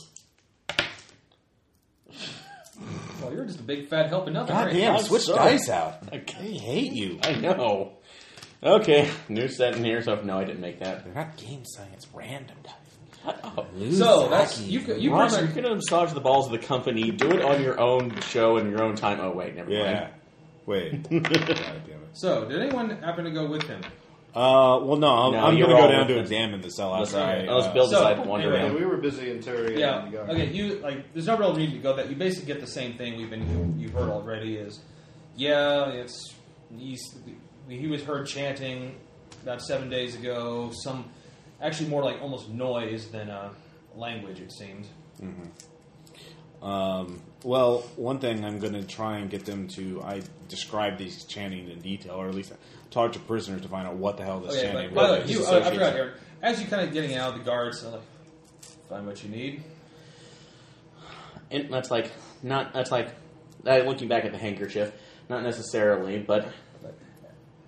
S4: Well, you're just a big fat helping nothing.
S11: God
S4: right?
S11: damn,
S5: I'm
S11: switch
S5: sorry.
S11: dice out.
S5: I,
S11: They hate you.
S5: I know. Okay. New set in here, so no, I didn't make that.
S11: They're not game science, random dice.
S5: Oh.
S4: So that's you. c- You
S5: Ross,
S4: pretty
S5: you're
S4: much-
S5: gonna massage the balls of the company. Do it on your own show and your own time. Oh wait, never
S3: Yeah.
S5: mind.
S3: Wait. God damn it.
S4: So did anyone happen to go with him?
S3: Uh, well, no, I'm,
S5: No,
S3: I'm
S5: you're
S3: going to
S5: all
S3: go down
S5: with
S3: to
S5: us.
S3: examine the cell
S5: Let's,
S3: outside.
S5: let's
S3: uh,
S5: build
S4: so-
S5: aside one
S4: anyway,
S5: round.
S1: we were busy interrogating.
S4: Yeah.
S1: the guy.
S4: Okay. You like. There's no real need to go that. You basically get the same thing we've been. You've heard already. Is yeah. It's he's, he was heard chanting about seven days ago. Some actually more like almost noise than uh, language. It seemed.
S3: Um, well, one thing I'm going to try and get them to I describe these chanting in detail, or at least talk to prisoners to find out what the hell this
S4: Okay.
S3: chanting
S4: Oh, But by the way,
S3: was.
S4: you.
S3: Just
S4: Uh, I
S3: associate
S4: forgot,
S3: it.
S4: Eric. As you kind of getting out, the guards are like, find what you need.
S5: And that's like not. That's like uh, looking back at the handkerchief. Not necessarily, but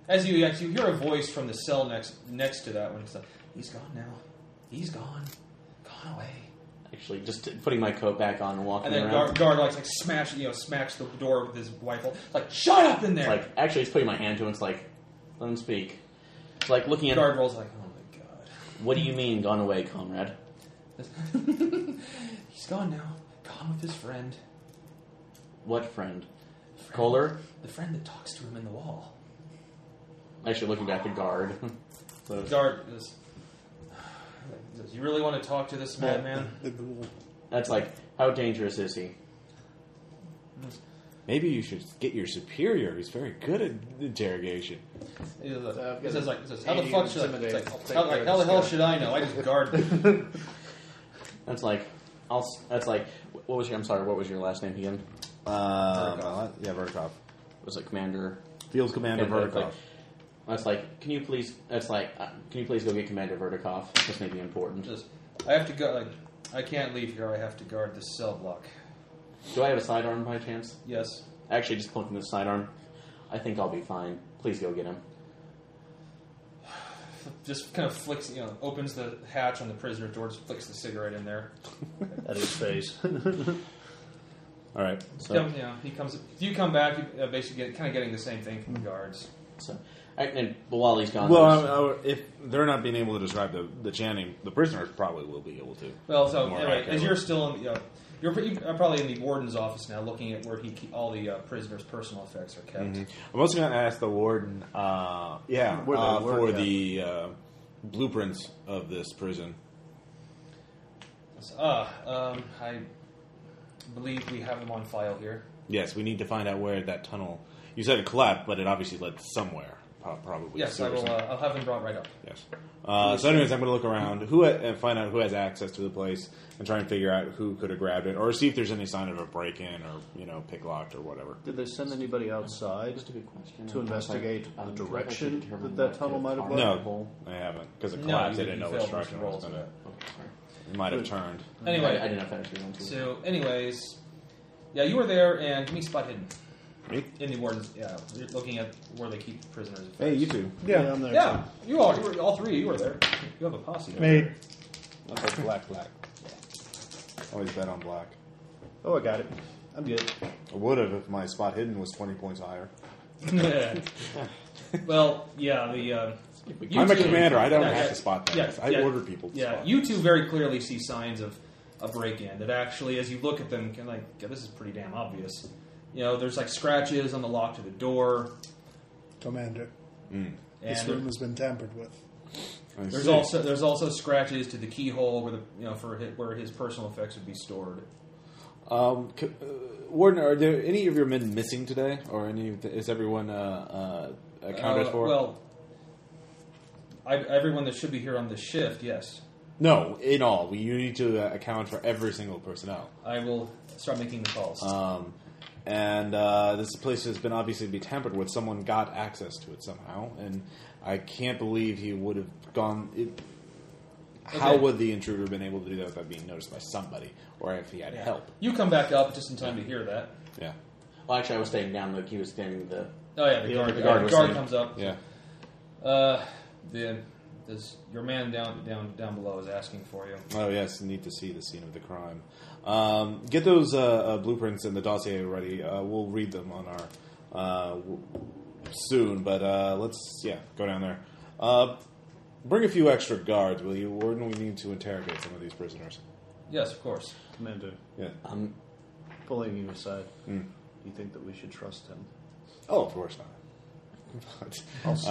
S4: As you as you hear a voice from the cell next next to that one. It's like, he's gone now. He's gone. Gone away.
S5: actually, just putting my coat back on and walking
S4: And then
S5: around.
S4: guard, guard like, like smash, you know, smacks the door with his rifle. Like, shut up in there.
S5: It's like actually, he's putting my hand to him. It's like let him speak. It's like looking at.
S4: guard rolls like, oh my god,
S5: What do you mean, gone away, comrade?
S4: he's gone now. Gone with his friend,
S5: What friend? Kohler?
S4: the friend that talks to him in the wall.
S5: Actually, looking back at guard.
S4: Guard is. Says, you really want to talk to this madman?
S2: the ghoul.
S5: That's like, how dangerous is he?
S3: Maybe you should get your superior, who's very good at interrogation.
S4: He says,
S1: I've
S4: he
S1: got
S4: says, like, he says, how the
S1: eighty
S4: fuck should I? It's
S1: intimidate.
S4: like,
S1: I'll take
S4: how,
S1: care
S4: like,
S1: of
S4: how the
S1: this
S4: hell
S1: guy.
S4: should I know? I just guard.
S5: That's like, I'll, s- that's like, what was your, I'm sorry, what was your last name again?
S3: Um, uh, yeah, Verkov.
S5: Was it Commander?
S3: Field Commander
S5: Commander,
S3: Verkov.
S5: like- That's like, can you please, that's like, uh, can you please go get Commander Vertikov? This may be important.
S4: Says, I have to go. Like, I can't leave here. I have to guard this cell block.
S5: Do I have a sidearm by chance?
S4: Yes.
S5: Actually, just pointing the sidearm. I think I'll be fine. Please go get him.
S4: Just kind of flicks, you know, opens the hatch on the prisoner door, just flicks the cigarette in there.
S1: At his face.
S3: All right.
S5: So,
S4: Come- yeah, he comes. If you come back, you uh, basically get kind of getting the same thing from the guards.
S5: so, I, and but while he's gone,
S3: Well,
S5: there's-
S3: I, I, if they're not being able to describe the, the chanting, the prisoners probably will be able to.
S4: Well, so
S3: More
S4: anyway,
S3: accurate.
S4: as you're still in, you know, you're pre- you're probably in the warden's office now, looking at where he keep, all the uh, prisoners' personal effects are kept.
S3: I'm also going to ask the warden, uh, yeah,
S1: Where they
S3: uh,
S1: work
S3: for
S1: at.
S3: the uh, blueprints of this prison.
S4: So, uh, um, I believe we have them on file here.
S3: Yes, we need to find out where that tunnel. You said it collapsed, but it obviously led somewhere. po- probably.
S4: Yes, I
S3: sewer
S4: will.
S3: something.
S4: Uh, I'll have them brought right up.
S3: Yes. Uh, so, anyways, I'm going to look around who uh, and find out who has access to the place and try and figure out who could have grabbed it, or see if there's any sign of a break-in or you know picklocked or whatever.
S1: Did they send anybody outside
S2: That's a good question.
S1: to investigate
S2: Um,
S1: the
S2: could I
S1: direction
S2: determine
S1: that
S2: what
S1: that
S2: the
S1: tunnel might have
S2: car-
S1: led?
S3: No, I haven't because it
S4: No,
S3: collapsed.
S4: you-
S3: I didn't
S4: you
S3: know
S4: failed
S3: which direction it
S4: Mr.
S3: was
S4: Rolls.
S3: going to.
S2: Oh, sorry.
S3: It might have turned.
S4: Anyway,
S2: I, I didn't have that experience.
S4: So, anyways, yeah, you were there, and give me spot hidden
S3: Me?
S4: in the wardens. Yeah, you're looking at where they keep prisoners.
S3: Hey, you two.
S10: Yeah, I'm there.
S4: Yeah, you all, you were, all three. of You were there. You have a posse. down
S10: Mate,
S4: there.
S3: Okay, black, black. Always bet on black.
S1: Oh, I got it. I'm good.
S3: I would have if my spot hidden was 20 points higher.
S4: well, yeah, the. Um, you
S3: I'm a
S4: two-
S3: commander. I don't
S4: yeah,
S3: have
S4: yeah,
S3: to spot things.
S4: yeah,
S3: I
S4: yeah,
S3: order people to
S4: Yeah,
S3: spot
S4: you two very clearly see signs of a break-in. That actually, as you look at them, can like "Yeah, this is pretty damn obvious. You know, there's like scratches on the lock to the door,
S10: Commander,
S4: and
S10: this room has been tampered with.
S3: I
S4: there's
S3: see.
S4: also there's also scratches to the keyhole where the you know for his, where his personal effects would be stored.
S3: Um, c- uh, Warden, are there any of your men missing today, or any? Of the, is everyone uh, uh, accounted
S4: Uh,
S3: for?
S4: Well, I, everyone that should be here on this shift, yes.
S3: no. In all, we, you need to uh, account for every single personnel.
S4: I will start making the calls.
S3: Um, and uh, this place has been obviously be tampered with. Someone got access to it somehow, and I can't believe he would have gone. It, How
S4: Okay.
S3: would the intruder been able to do that without being noticed by somebody, or if he had
S4: Yeah.
S3: help?
S4: You come back up just in time to hear that.
S3: Yeah,
S5: Well, actually, I was staying down. Luke, he was standing the.
S4: Oh yeah, the,
S5: The-
S4: guard.
S5: the
S4: The
S5: guard
S4: guard,
S5: was saying-
S4: comes up.
S3: yeah.
S4: Uh, the this, your man down down down below is asking for you.
S3: Oh yes, need to see the scene of the crime. Um, get those uh, uh, blueprints and the dossier ready. Uh, we'll read them on our uh, w- soon, but uh, let's yeah go down there. Uh, bring a few extra guards, will you, Warden? We need to interrogate some of these prisoners.
S4: Yes, of course.
S1: Commander,
S3: Yeah.
S5: Um,
S1: pulling you aside,
S3: Hmm.
S1: you think that we should trust him?
S3: Oh, of course not. But-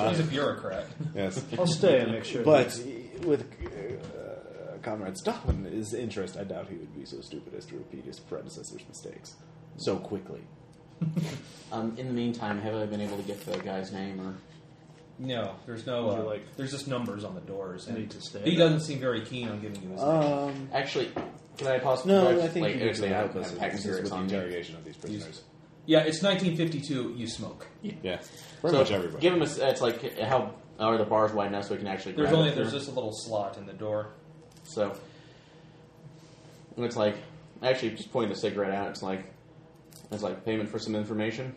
S4: He's a bureaucrat.
S3: yes,
S1: I'll stay and make sure.
S3: but with uh, Comrade Stalin's interest, I doubt he would be so stupid as to repeat his predecessor's mistakes so quickly.
S5: um, in the meantime, have I been able to get the guy's name or?
S4: No, there's no
S1: Would
S4: uh,
S1: you like-
S4: there's just numbers on the doors,
S1: Need
S4: and
S1: to stay.
S4: he doesn't seem very keen on giving you his name.
S3: Um.
S5: Actually, can I pause?
S3: No,
S5: can
S3: I think
S5: like,
S3: you
S5: actually,
S3: can
S5: I
S3: help
S5: have
S3: us
S5: a
S3: with
S5: pack of
S3: this-
S5: cigarettes
S3: with the
S5: on me.
S3: interrogation of these prisoners.
S4: Yeah, it's 1952. You smoke.
S3: Yeah, pretty
S5: So,
S3: much everybody.
S5: Give him a. s- It's like how are the bars wide enough so we can actually.
S4: There's
S5: grab
S4: only
S5: it
S4: there's
S5: through?
S4: just a little slot in the door.
S5: So looks like actually just pointing the cigarette out. It's like it's like payment for some information.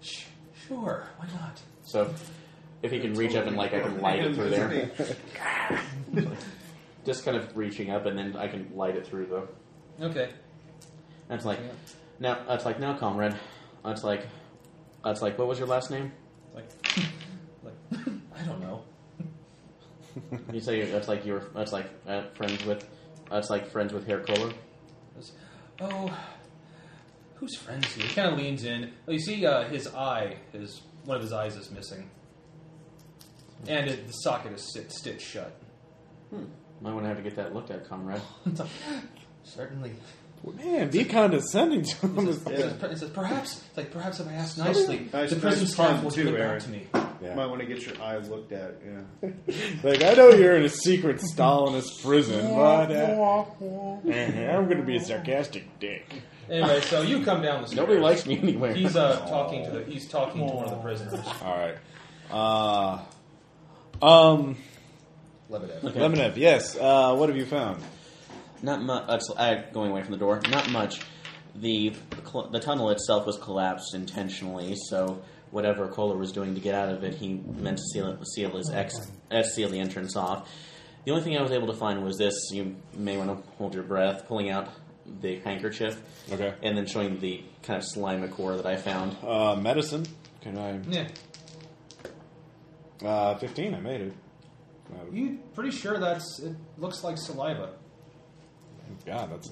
S4: Sh- sure, why not?
S5: So if he can reach up and like I can light it through there, just kind of reaching up and then I can light it through the.
S4: Okay.
S5: That's like now. That's like now, comrade. That's like that's like what was your last name?
S4: Like, like I don't know.
S5: You say that's like you were that's like uh, friends with that's like friends with hair color.
S4: It's, oh, who's friends here? He kind of leans in. Oh, you see, uh, his eye, his one of his eyes is missing, and it, the socket is sit, stitched shut.
S5: Might want to have to get that looked at, comrade.
S4: Certainly,
S3: Man, be condescending to him.
S4: it, says, it says, perhaps, it's like perhaps if I ask nicely,
S1: Nice-
S4: the prison
S1: nice
S4: staff
S1: pun
S4: will
S1: too,
S4: give it back
S1: Aaron.
S4: to me.
S1: might want to get your eye looked at. Yeah.
S3: Like I know you're in a secret Stalinist prison, but uh, eh, I'm going to be a sarcastic dick.
S4: Anyway, so you come down the stairs.
S5: Nobody likes me anywhere.
S4: He's uh, talking to the he's talking to one of the prisoners.
S3: All right. Uh, um,
S4: Lebedev.
S5: Okay.
S3: Lemonev, yes. Uh, what have you found?
S5: Not much. Uh, I, going away from the door. Not much. The cl- the tunnel itself was collapsed intentionally, so whatever Kohler was doing to get out of it, he meant to seal it, seal his ex, uh, seal the entrance off. The only thing I was able to find was this. You may want to hold your breath, pulling out the handkerchief,
S3: Okay.
S5: and then showing the kind of slime core that I found.
S3: Uh, medicine. Can
S4: Yeah,
S3: I? Uh, Fifteen. I made it. Uh,
S4: you pretty sure that's it? Looks like saliva.
S3: God, that's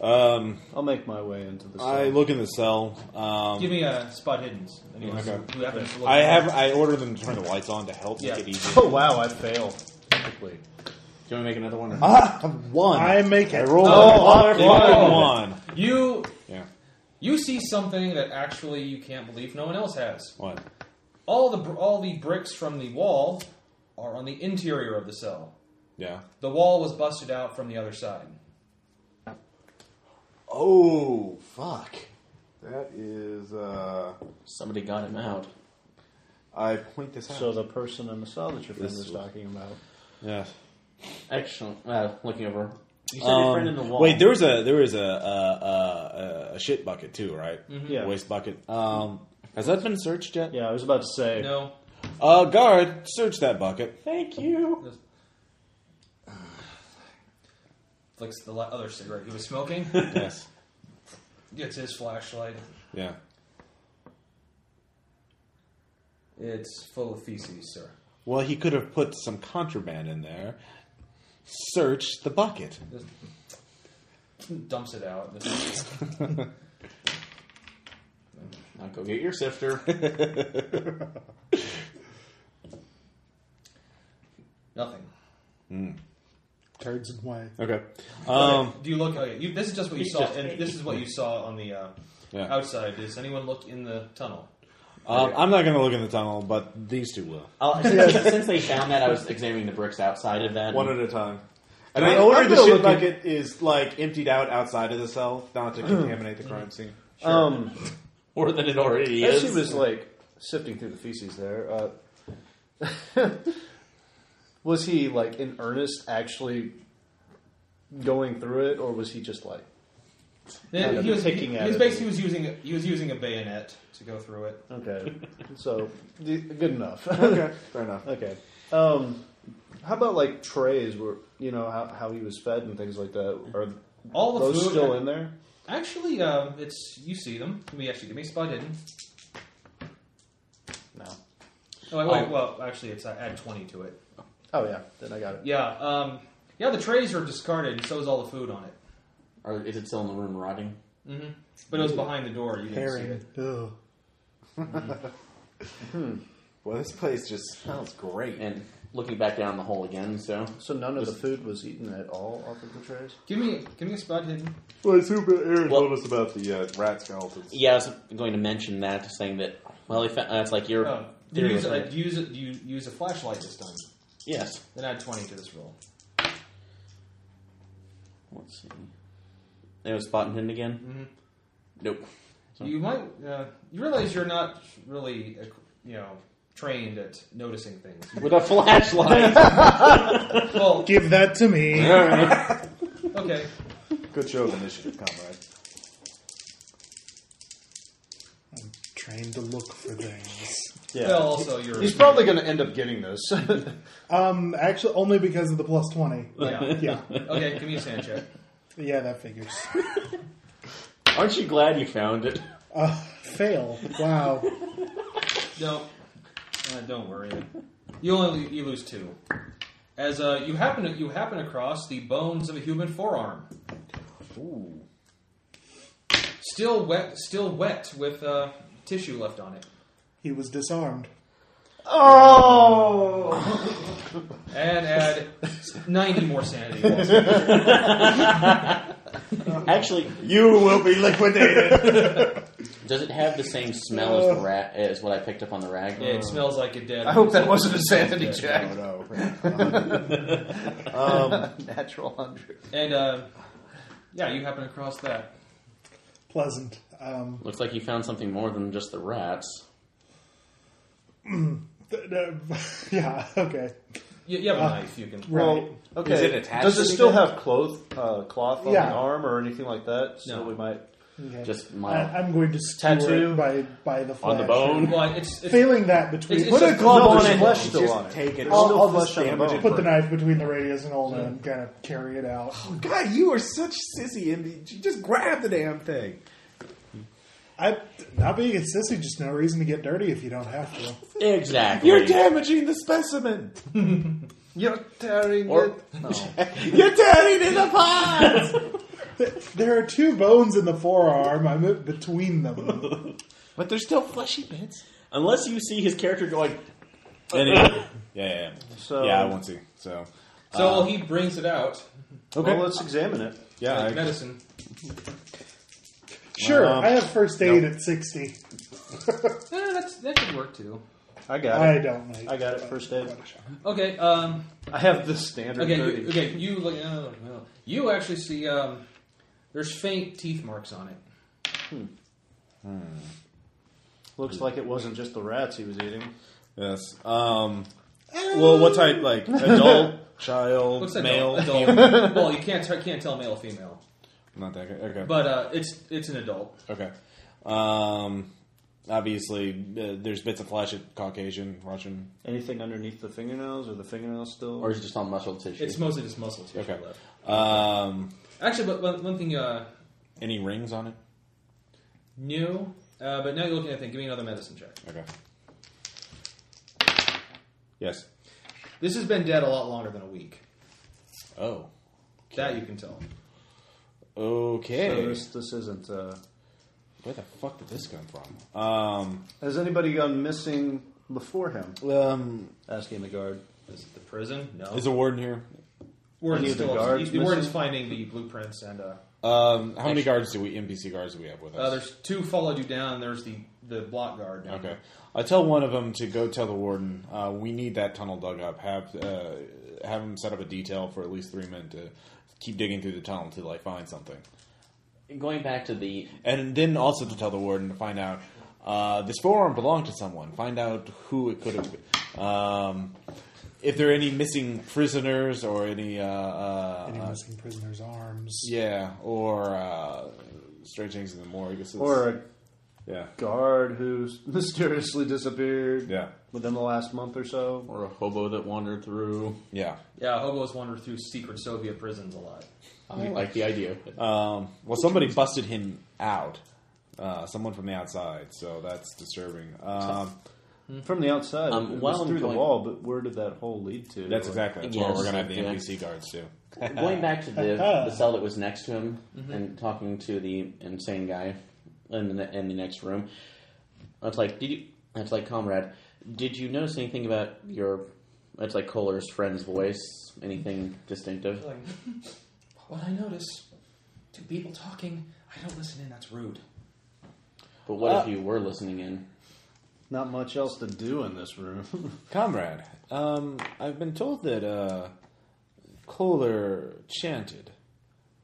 S3: a. Um,
S1: I'll make my way into the.
S3: I
S1: cell.
S3: look in the cell. Um,
S4: Give me a spot hidden. Anyone who-
S3: Okay.
S4: who happens to look
S3: I
S4: at
S3: have.
S4: it.
S3: I ordered them to turn the lights on to help
S4: Yeah.
S3: make it easier.
S1: Oh wow! I fail. Typically.
S5: Do you want me to make another one? Or?
S3: Ah, one.
S10: I make
S3: I
S10: it.
S3: rolled
S4: Oh,
S3: a motherfucking
S4: oh.
S3: one.
S4: You
S3: Yeah.
S4: You see something that actually you can't believe no one else has.
S3: What?
S4: All the br- all the bricks from the wall are on the interior of the cell.
S3: Yeah.
S4: The wall was busted out from the other side.
S12: Oh, fuck. That is. Uh,
S5: Somebody got him out.
S12: I point this out.
S1: So the person in the cell that your friend was talking about.
S3: Yeah.
S5: Excellent. Uh, looking over. You said your
S3: Um,
S5: friend in the wall.
S3: Wait, there was a there was a a, a, a shit bucket too, right?
S1: Yeah.
S3: Waste bucket. Um, has that been searched yet?
S1: Yeah, I was about to say.
S4: No,
S3: Uh, guard, search that bucket.
S5: Thank you.
S4: flicks the la- other cigarette he was smoking.
S3: yes.
S4: Gets his flashlight.
S3: Yeah.
S4: It's full of feces, sir.
S3: Well, he could have put some contraband in there. Search the bucket.
S4: Dumps it out.
S5: Now go get your sifter.
S4: Nothing.
S10: Turds and white.
S3: Okay. Um,
S4: Do you look? Okay, you, this is just what you saw, and this is what you saw on the uh,
S3: Yeah.
S4: outside. Does anyone look in the tunnel?
S3: um, I'm not going to look in the tunnel, but these two will.
S5: I'll- Oh, since, since they found that, I was examining the bricks outside of that.
S12: One
S5: and-
S12: at a time.
S3: And
S12: I
S3: I ordered
S12: I'm
S3: the
S12: gonna
S3: shit
S12: look at-
S3: bucket is like emptied out outside of the cell, not to contaminate the crime scene.
S1: Um,
S5: more than it already
S1: as
S5: is.
S1: he was like sifting through the feces there, uh, was he like in earnest actually going through it, or was he just like
S4: Yeah,
S1: they're
S4: he was
S1: picking
S4: he,
S1: at
S4: he was
S1: it.
S4: basically was using he was using a bayonet to go through it.
S1: okay? so d- good enough.
S12: Okay, fair enough.
S1: okay. Um, how about like trays? Where you know how, how he was fed and things like that. Are
S4: All the
S1: those
S4: food
S1: still in there?
S4: Actually, uh, it's you see them. Let me actually give me a spot hidden.
S1: No.
S4: Oh, wait, wait, well, actually, it's I add twenty to it.
S1: Oh yeah, then I got it.
S4: Yeah, um, yeah. The trays are discarded, and so is all the food on it.
S5: Or is it still in the room rotting?
S4: But it was behind the door. You didn't see
S10: Herring.
S4: it.
S10: Ugh.
S12: Well, this place just sounds great.
S5: And looking back down the hole again, so.
S1: So none of the food was eaten at all off of the trays.
S4: Give me, give me a spot hidden.
S12: Well, it's super Aaron
S5: Well-
S12: told us about the uh, rat skeletons.
S5: Yeah, I was going to mention that, saying that, well, they found, that's like your
S4: Oh, do you
S5: theory
S4: use,
S5: was
S4: a,
S5: right.
S4: do you use, a, do you use a flashlight this time?
S5: Yes.
S4: Then add twenty to this roll.
S5: Let's see. It was spot and hidden again? Nope.
S4: You might. Uh, you realize you're not really, uh, you know, trained at noticing things.
S5: With a flashlight!
S4: well,
S10: Give that to me.
S4: okay.
S12: Good show of initiative, comrade.
S10: I'm trained to look for things.
S1: Yeah.
S4: Well, also you're.
S1: He's probably going to end up getting this.
S10: Um, actually, only because of the plus 20.
S4: Yeah.
S10: Yeah.
S4: Okay, give me a sand check.
S10: Yeah, that figures.
S5: Aren't you glad you found it?
S10: Uh, fail. Wow.
S4: No, uh, don't worry. You only you lose two. As uh, you happen to, you happen across the bones of a human forearm. Ooh. Still wet, still wet with uh, tissue left on it,
S10: He was disarmed.
S1: Oh!
S4: and add ninety more sanity. rolls.
S5: Actually,
S3: You will be liquidated.
S5: does it have the same smell as the rat, as what I picked up on the rag?
S4: It smells like a dead.
S1: I hope that wasn't a sanity check.
S12: Oh
S1: Natural hundred.
S4: And uh, yeah, you happen across that.
S10: Pleasant. Um,
S5: Looks like you found something more than just the rats.
S10: th- th- yeah, okay.
S4: You, you have a
S1: Uh,
S4: knife. You can.
S1: Well, okay.
S12: Is it attached
S1: Does
S12: to
S1: it
S12: the
S1: still
S12: gun?
S1: have cloth, uh, cloth on
S10: Yeah.
S1: the arm or anything like that? So
S4: No.
S1: we might.
S10: okay.
S5: Just mild.
S10: I, I'm going to
S1: Tattoo?
S10: tattoo by by the flash.
S5: the bone?
S4: Well, it's, it's
S10: Failing that between,
S4: It's-
S10: put
S4: it's
S10: a
S4: a-
S10: glove
S1: no,
S10: on
S1: there's
S10: it.
S1: flesh still on it.
S12: Take it.
S1: There's
S10: I'll-
S1: still
S10: I'll
S1: flesh
S10: just
S1: on the
S12: damage
S1: bone.
S12: it.
S10: Put the knife between the radius and ulna and kind of carry it out.
S12: God, you are such sissy, MDG. Just grab the damn thing.
S10: I not being a sissy, just no reason to get dirty if you don't have to.
S5: Exactly.
S12: You're damaging the specimen.
S1: You're tearing
S5: Or-
S1: it.
S12: You're tearing it apart.
S10: There are two bones in the forearm. I'm in between them.
S12: but there's still fleshy bits.
S5: Unless you see his character going,
S3: anyway, yeah, yeah, yeah.
S1: So-
S3: yeah, I won't see. So,
S4: so he brings it out. uh,
S1: Okay. Well, let's examine it.
S3: yeah,
S4: like
S3: I,
S4: medicine.
S10: Sure,
S3: Um,
S10: I have first aid at 60.
S4: Eh, that's, that could work too.
S1: I got
S10: I
S1: it.
S10: don't like
S1: I got it first aid.
S4: Okay. Um.
S1: I have the standard
S4: Okay.
S1: thirty.
S4: You, okay. You look. No, no. You actually see. Um. There's faint teeth marks on it.
S1: Looks like it wasn't just the rats he was eating.
S3: Yes. Um, well, what type? Like adult, child,
S4: Looks like
S3: male?
S4: an adult. well, you can't t- can't tell male female,
S3: Not that. good. Okay.
S4: but uh, it's it's an adult.
S3: okay. Um, obviously, uh, there's bits of flesh at Caucasian, Russian.
S1: Anything underneath the fingernails? Are the fingernails still?
S5: Or is it just on muscle tissue?
S4: It's mostly just muscle tissue
S3: Okay.
S4: left.
S3: Um,
S4: Actually, but one, one thing uh,
S3: any rings on it?
S4: new, uh, but now you're looking at thing. Give me another medicine check.
S3: Okay. Yes.
S4: This has been dead a lot longer than a week.
S3: Oh.
S4: That you can tell.
S1: So
S3: Okay.
S1: this, this isn't. Uh,
S3: Where the fuck did this come from? Um,
S1: has anybody gone missing before him?
S3: um,
S1: Asking the guard.
S4: Is it the prison? No.
S3: is a warden here?
S1: any
S4: warden's
S1: of the
S4: still
S1: guards
S4: the warden's
S1: missing?
S4: finding the blueprints and uh,
S3: Um, how many guards do we NPC guards do we have with us?
S4: uh, there's two followed you down. There's the the block guard. Down
S3: Okay. I tell one of them to go tell the warden uh, we need that tunnel dug up. Have uh, have him set up a detail for at least three men to keep digging through the tunnel until they find something,
S5: Going back to the
S3: and then also to tell the warden to find out uh, this forearm belonged to someone. Find out who it could have. been. Um, if there are any missing prisoners or any, uh, uh,
S10: Any
S3: uh,
S10: missing prisoners' arms.
S3: yeah, or uh, strange things in the morgue. This is-
S1: Or a
S3: yeah,
S1: guard who's mysteriously disappeared
S3: yeah,
S1: within the last month or so.
S5: or a hobo that wandered through.
S3: yeah.
S4: Yeah, hobos wander through secret Soviet prisons a lot.
S5: I like the idea.
S3: Um, well, somebody busted him out. Uh, someone from the outside, so that's disturbing. Um,
S1: From the outside,
S5: Um,
S1: it
S5: while
S1: was
S5: I'm
S1: through
S5: going-
S1: the wall, but where did that hole lead to?
S3: that's
S1: Like,
S3: exactly that's where we're gonna have the
S5: Yes, yeah.
S3: NPC guards too.
S5: Going back to the, the cell that was next to him and talking to the insane guy in the, in the next room, it's like, did you? It's like, comrade, did you notice anything about your? It's like Kohler's friend's voice. Anything distinctive?
S4: Like, what I notice, two people talking. I don't listen in. That's rude.
S5: But what if you were listening in?
S1: Not much else to do in this room.
S3: Comrade, um, I've been told that uh, Kohler chanted.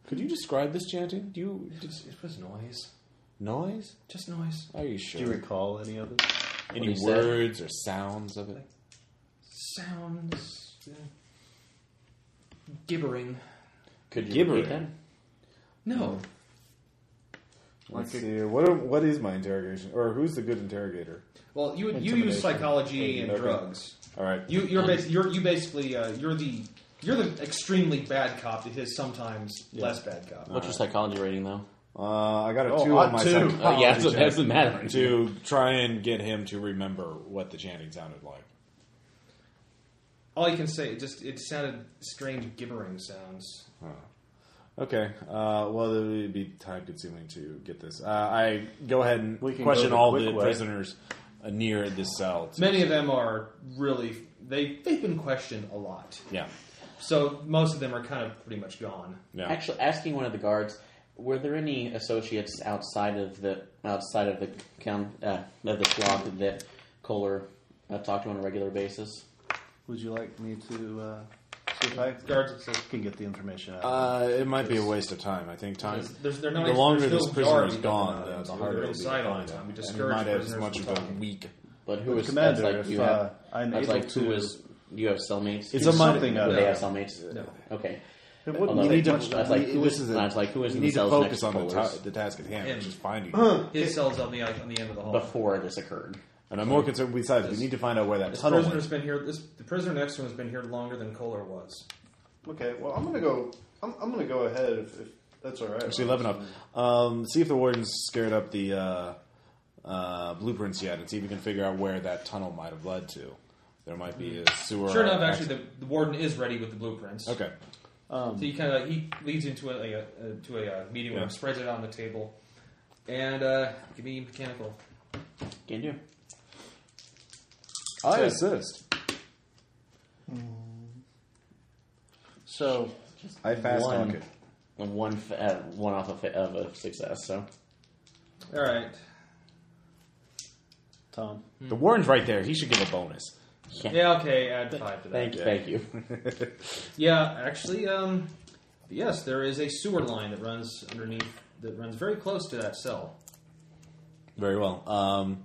S3: Could you describe this chanting? Do you
S4: It was, it was noise.
S3: noise?
S4: Just noise.
S3: Are you
S1: do you
S3: sure?
S1: recall any of it?
S3: Any
S5: What he said?
S3: words or sounds of it?
S4: Sounds. Uh, gibbering.
S5: Could you
S3: Gibbering.
S5: repeat that?
S4: No.
S3: Let's see. What what is my interrogation, or who's the good interrogator?
S4: Well, you you use psychology and
S3: Okay.
S4: drugs.
S3: All right.
S4: You you're bas- you're you basically uh, you're the you're the extremely bad cop to his sometimes less bad cop.
S3: Uh-huh.
S5: What's your psychology rating, though?
S3: Uh, I got a
S1: Oh,
S3: two
S1: hot
S3: on my
S1: two.
S3: psychology
S5: Uh, yeah, so
S3: check.
S5: it doesn't matter.
S3: to try and get him to remember what the chanting sounded like.
S4: All I can say, it just it sounded strange gibbering sounds.
S3: Okay, uh, well, it would be time consuming to get this. Uh, I go ahead and
S1: We can go
S3: question
S1: the
S3: all
S1: quick
S3: the
S1: way.
S3: prisoners uh, near this cell. to-
S4: Many of them are really they they've been questioned a lot,
S3: yeah,
S4: so most of them are kind of pretty much gone.
S3: yeah.
S5: Actually, asking one of the guards, were there any associates outside of the outside of the count uh, of the flock that Kohler uh, talked to on a regular basis?
S1: Would you like me to uh, see if I
S4: Guards, it's
S1: can get the information out?
S3: uh, it might be a waste of time. I think time.
S4: There's, there's, they're not
S3: the longer
S4: there's
S3: this
S4: no
S3: prisoner
S4: guard uh,
S3: is
S4: we
S3: gone,
S4: got them
S3: the,
S4: out.
S3: the
S4: They're
S3: harder it will be. to
S4: inside all
S3: find
S4: the time.
S3: them. And
S4: We discourage
S3: might have as
S4: prisoners
S3: much
S4: from
S3: of a
S4: talking.
S3: week.
S5: But who
S1: But
S5: was
S1: Commander,
S5: that's like
S1: if,
S5: you
S1: uh,
S5: have
S1: I'm
S5: that's
S1: able
S5: like who
S1: to-
S5: was do you have cellmates?
S3: It's
S1: Do
S3: a minor.
S1: something out
S5: Do
S1: of
S5: they
S1: it.
S5: have cellmates?
S4: No.
S5: Okay.
S1: It
S5: Although
S1: wouldn't
S5: they-
S1: need much
S5: that's like who
S3: this
S5: is
S3: is a-
S5: that's like who is
S3: You
S5: in the
S3: need to
S5: cells
S3: focus
S5: next
S3: on the,
S5: to
S3: ta-
S5: Kohler's
S3: the task at hand,
S4: Him.
S3: which is finding.
S4: His cell's on the on the end of the hall.
S5: before this occurred.
S3: And I'm more concerned. Besides, we need to find out where that
S4: This
S3: tunnel
S4: prisoner's
S3: is.
S4: been here. This the prisoner next to him has been here longer than Kohler was.
S1: Okay, well, I'm gonna go. I'm, I'm gonna go ahead if, if that's all right.
S3: Actually, eleven up. Um, see if the warden's scared up the uh, uh, blueprints yet, and see if we can figure out where that tunnel might have led to. There might be a sewer.
S4: Sure enough, actually, the, the warden is ready with the blueprints.
S3: okay.
S4: So
S1: Um,
S4: he kind of he leads into a, a, a to a, uh meeting
S3: Yeah.
S4: room, spreads it out on the table, and uh, give me mechanical.
S5: Can do.
S3: I assist.
S1: So
S3: I fast
S5: One.
S3: talk it.
S5: And One f- uh, one off of, of a success. So
S4: All right.
S1: Tom.
S3: The Warren's right there. He should give a bonus.
S4: Yeah. Okay. Add five to that.
S5: Thank you, thank you.
S4: Yeah. Actually, um, yes, there is a sewer line that runs underneath that runs very close to that cell.
S3: Very well. Um,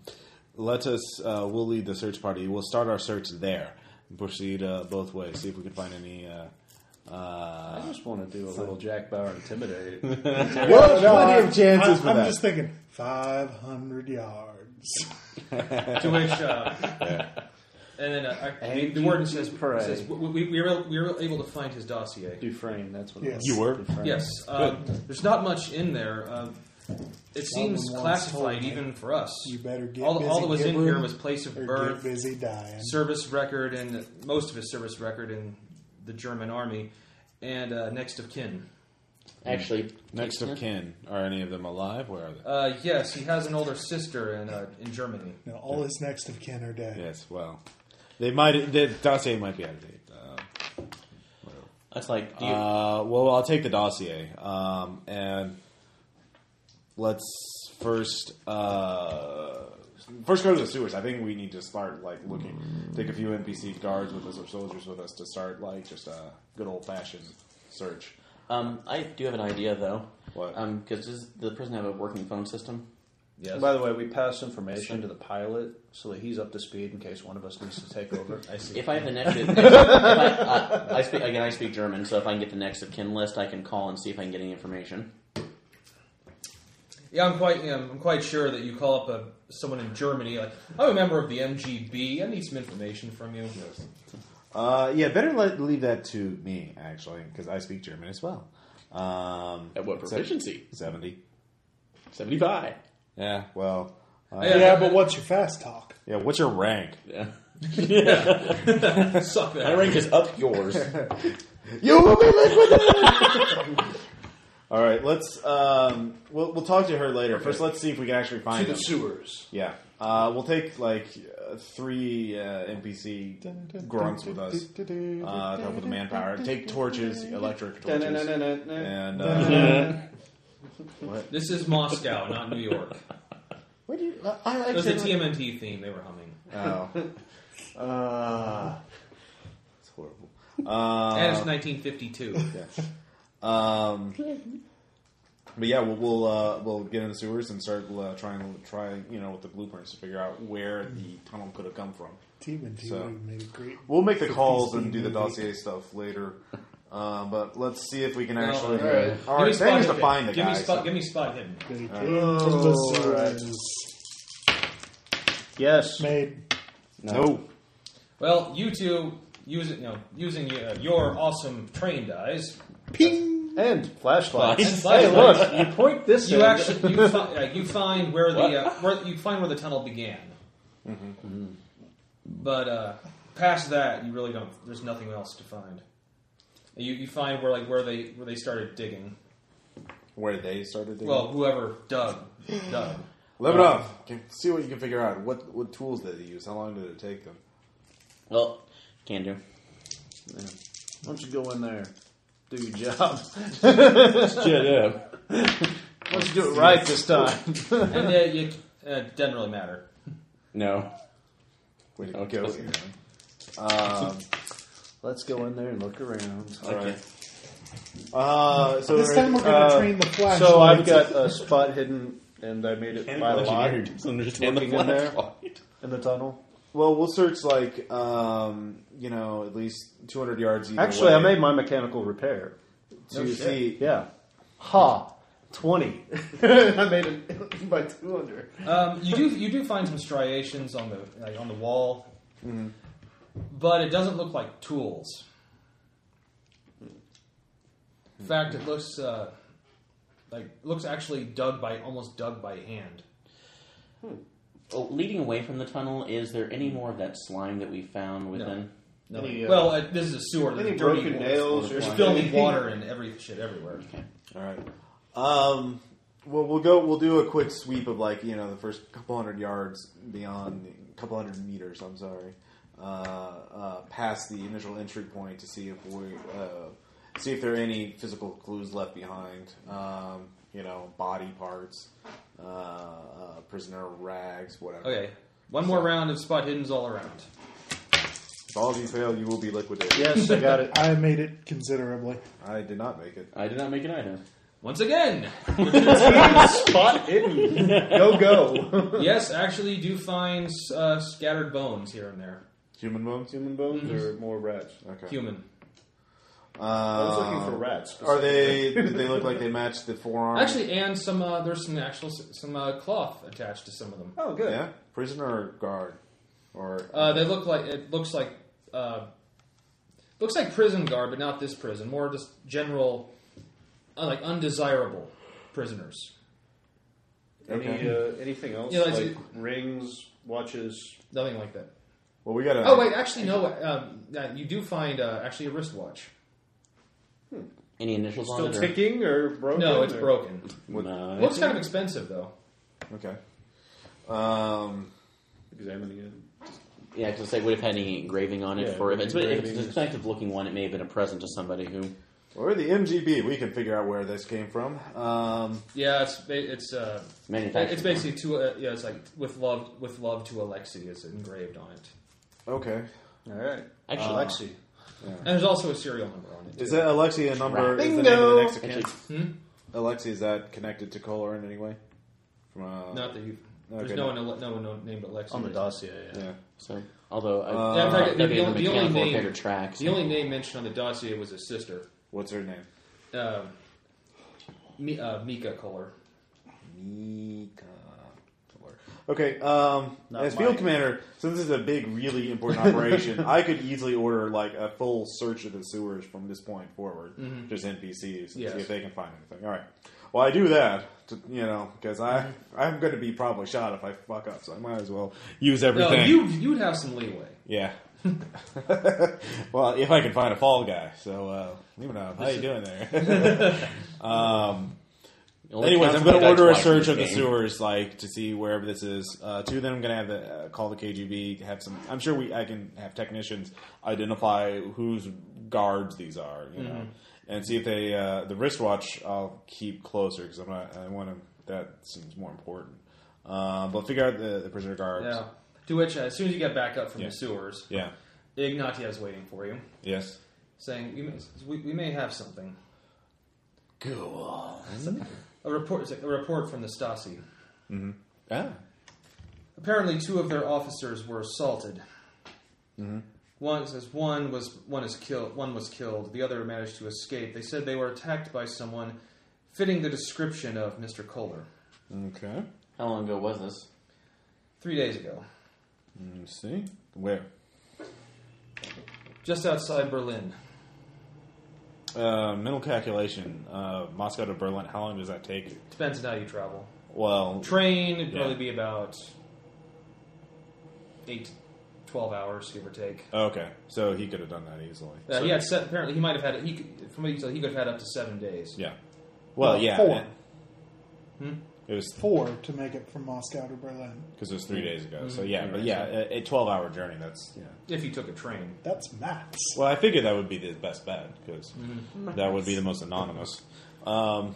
S3: let us. Uh, we'll lead the search party. We'll start our search there. and Proceed uh, both ways. See if we can find any. Uh,
S1: I
S3: uh,
S1: just want to do a little Jack Bauer intimidate.
S3: well,
S10: I-
S3: plenty of chances
S10: I,
S3: for
S10: I'm
S3: that.
S10: just thinking 500 yards.
S4: To which, uh, and then uh, I,
S1: And
S4: the warden
S1: you
S4: says,
S1: pray.
S4: says we, we, we, were, we were able to find his dossier.
S1: Dufresne, that's what it
S10: Yes.
S1: was.
S3: You were?
S1: Dufresne.
S4: Yes, um, there's not much in there. Uh, it seems
S10: once
S4: classified
S10: told me,
S4: even for us.
S10: You better get
S4: all,
S10: busy
S4: all that was in
S10: gibbering
S4: here was place of
S10: or
S4: birth,
S10: get busy dying.
S4: service record, and most of his service record in the German army, and uh, next of kin.
S5: Actually,
S3: next of kin. Are any of them alive? Where are they?
S4: Uh, yes, he has an older sister in uh, in Germany.
S10: Now, all his next of kin are dead.
S3: Yes. Well, they might. The dossier might be out of date. Uh,
S5: that's like do you,
S3: Uh, well, I'll take the dossier. Um, and let's first uh, first go to the sewers. I think we need to start like looking, take a few NPC guards with us or soldiers with us to start like just a good old fashioned search.
S5: um, I do have an idea though.
S3: What?
S5: Um, because does the prison have a working phone system?
S4: Yes,
S1: By the way, we passed information to the pilot so that he's up to speed in case one of us needs to take over.
S4: I see.
S5: If I have the next, if I, uh, I speak again. I speak German, so if I can get the next of kin list, I can call and see if I can get any information.
S4: Yeah, I'm quite yeah, I'm quite sure that you call up a, someone in Germany. Like, I'm a member of the MGB. I need some information from you.
S3: Uh, yeah, better let, leave that to me actually because I speak German as well. Um,
S13: At what
S3: se-
S13: proficiency?
S3: Seventy.
S13: 75.
S3: Yeah. Well. Uh,
S4: Yeah.
S3: yeah.
S10: Yeah, but what's your fast talk?
S3: What's your rank?
S13: Yeah.
S4: Suck that.
S13: My rank is up yours.
S3: You will be liquidated. All right, let's. Um, we'll, we'll talk to her later. First, let's see if we can actually
S1: to
S3: find
S1: the
S3: them.
S1: sewers.
S3: Yeah, uh, we'll take like uh, three uh, NPC grunts with us. Uh, help with the manpower. Take torches, electric torches, and uh,
S4: This is Moscow, not New York.
S1: What do you? I
S4: It
S1: like
S4: was a TMNT theme they were humming,
S3: oh,
S1: Uh,
S3: it's horrible. Uh,
S4: and it's 1952.
S3: Um, but yeah, we'll we'll, uh, we'll get in the sewers and start uh, trying try you know with the blueprints to figure out where the tunnel could have come from.
S10: Team and team
S3: So-
S10: would have made a great.
S3: We'll make the calls
S10: 50s
S3: and do the
S10: movie.
S3: dossier stuff later. Uh, but let's see if we can
S4: No,
S3: actually.
S4: all
S1: right.
S3: All right, thing
S4: Give me spot
S3: is to
S4: hidden.
S3: find the
S4: give
S3: guy.
S4: Me spot, give me spot hidden.
S10: They came
S1: Oh,
S10: from the sewers.
S1: yes.
S10: Made
S3: no.
S4: Well, you two using you know, using uh, your awesome trained eyes,
S10: ping.
S1: And flashlights.
S4: And
S1: Hey,
S4: flashlights.
S1: look! You point this.
S4: you
S1: end.
S4: actually you, fi- uh, you find where the uh, where you find where the tunnel began.
S3: Mm-hmm.
S4: Mm-hmm. But uh, past that, you really don't. There's nothing else to find. You, you find where like where they where they started digging.
S3: Where they started. Digging.
S4: Well, uh, whoever dug dug.
S3: Lebedev, can see what you can figure out. What what tools did they use? How long did it take them?
S5: Well, can do.
S1: Yeah. Why don't you go in there, do your job?
S13: Shut up.
S1: Let's do it right this time.
S4: And uh, you, uh, it doesn't really matter.
S13: No.
S3: Way to
S13: Okay.
S3: go, Aaron. Um,
S1: Let's go in there and look around.
S3: all right. Uh, so
S10: This time we're going to
S1: Uh,
S10: train the flashlight.
S1: So I've got a spot hidden, and I made it by a lot
S13: Engineer doesn't understand the
S1: Working in there.
S13: flashlight.
S1: in the tunnel.
S3: well, we'll search like um, you know at least 200 yards. Either
S1: Actually, I
S3: way
S1: made my mechanical repair.
S3: to
S4: No shit.
S3: see.
S1: Yeah. Ha. 20. I made it by 200.
S4: Um, you do you do find some striations on the like, on the wall,
S1: Mm-hmm.
S4: but it doesn't look like tools. In fact, it looks uh, like it looks actually dug by almost dug by hand.
S5: Well, Oh, leading away from the tunnel, is there any more of that slime that we found within?
S1: Any, uh,
S4: Well, uh, this is a sewer. There's
S1: any
S4: dirty
S1: broken
S4: walls.
S1: nails or
S4: There's
S1: something?
S4: filthy water and every shit everywhere.
S3: All right. Um, well, we'll go. We'll do a quick sweep of like you know the first couple hundred yards beyond, the couple hundred meters. I'm sorry, uh, uh, past the initial entry point to see if we uh, see if there are any physical clues left behind. Um, you know, body parts, uh, uh, prisoner rags, whatever.
S4: Okay. One more round of spot hiddens all around.
S3: If all of you fail, you will be liquidated.
S1: Yes, I got it.
S2: I made it considerably.
S3: I did not make it.
S14: I did not make it either.
S4: Once again,
S1: Spot hidden. Go go.
S4: yes, actually, you do find uh, scattered bones here and there.
S3: Human bones?
S1: Human bones or more rats?
S3: Okay.
S4: Human.
S3: Uh,
S1: I was looking for rats.
S3: Are they? Did they look like they match the forearm?
S4: Actually, and some uh, there's some actual some uh, cloth attached to some of them.
S1: Oh, good.
S3: yeah. Prisoner or guard, or
S4: Uh, they look like it looks like uh, looks like prison guard, but not this prison. More just general, uh, like undesirable prisoners.
S1: Any, uh, anything else?
S4: Yeah, like-
S1: like, rings, watches.
S4: Nothing like that.
S3: well, we got a.
S4: Oh wait, actually no. Um, uh, you do find uh, actually a wristwatch.
S5: Any initials
S1: Still
S5: on it? or-
S1: ticking or broken?
S4: No, it's
S1: or-
S4: broken.
S5: No,
S4: Looks
S5: it's-
S4: kind of expensive though.
S3: Okay. Um,
S1: Examining it.
S5: Yeah, because they would have had any engraving on it
S1: Yeah,
S5: for if it's, but if it's a
S1: engraving.
S5: distinctive looking one, it may have been a present to somebody who.
S3: well, we're the MGB. We can figure out where this came from. Um,
S4: Yeah, it's ba- it's uh,
S5: Manufactured
S4: It's basically to uh, yeah, it's like with love with love to Alexi is engraved on it,
S3: okay.
S1: All right. Uh,
S5: Actually-
S1: Alexi.
S4: and there's also a serial number on it.
S3: Is that Alexi a number? Is the name of
S1: Bingo!
S3: the next account?
S5: Actually,
S3: Alexi is that connected to Kohler in any way? From uh,
S4: Not that you. There's
S3: Okay,
S4: no
S3: no.
S4: one ale- no one known- named Alexi.
S1: On the dossier, yeah.
S3: Yeah.
S5: so, although I,
S3: Uh,
S4: Yeah, in fact, the,
S5: that'd be
S4: the,
S5: in
S4: only,
S5: the
S4: the only
S5: mechanical
S4: name
S5: repair tracks.
S4: the only name mentioned on the dossier was his sister,
S3: What's her name?
S4: uh, Mi- uh, Mika Kohler.
S3: Mika. Okay, um,
S1: Not
S3: as field
S1: Mike.
S3: commander, since this is a big, really important operation, I could easily order like a full search of the sewers from this point forward, just NPCs, and
S4: Mm-hmm. Yes.
S3: see if they can find anything. All right. Well, I do that, to, you know, because I
S4: Mm-hmm.
S3: I'm going to be probably shot if I fuck up, so I might as well use
S4: No,
S3: everything.
S4: you you'd have some leeway.
S3: Yeah. well, if I can find a fall guy, so uh, leave it up. How you doing there? Anyways, I'm going to order a search of the sewers, like to see wherever this is. Uh, two of them, I'm going to have the, uh, call the KGB. Have some. I'm sure we. I can have technicians identify whose guards these are, you know, and see if they. Uh, the wristwatch I'll keep closer because I'm not. I want to. That seems more important. Uh, but figure out the, the prisoner guards.
S4: Yeah. To which, uh, as soon as you get back up from
S3: Yeah.
S4: the sewers,
S3: yeah.
S4: Ignatia's waiting for you,
S3: Yes.
S4: saying, "We may, we, we may have something."
S3: Go on.
S4: A report, it's like a report from the Stasi.
S3: Ah.
S4: Apparently, two of their officers were assaulted. One says one was one is killed, one was killed. The other managed to escape. They said they were attacked by someone fitting the description of Mister Kohler
S3: Okay.
S5: How long ago was this?
S4: three days ago,
S3: Let's see. Where?
S4: just outside Berlin.
S3: Uh, mental calculation. Uh, Moscow to Berlin. How long does that take?
S4: Depends on how you travel.
S3: Well,
S4: Train would
S3: Yeah.
S4: probably be about eight, to twelve hours, give or take.
S3: Oh, okay. So he could have done that easily.
S4: Uh,
S3: So-
S4: he had se- apparently he might have had he could, from what he, told, he could have had up to seven days.
S3: Yeah. Well, yeah.
S2: four.
S3: and-
S4: Hmm?
S3: It was
S2: Four to make it from Moscow to Berlin.
S3: because it was three days ago.
S4: Mm-hmm.
S3: So yeah, but yeah, a, a twelve-hour journey. That's yeah.
S4: If you took a train,
S2: That's max.
S3: Well, I figured that would be the best bet because
S4: Mm-hmm.
S3: that would be the most anonymous. Um,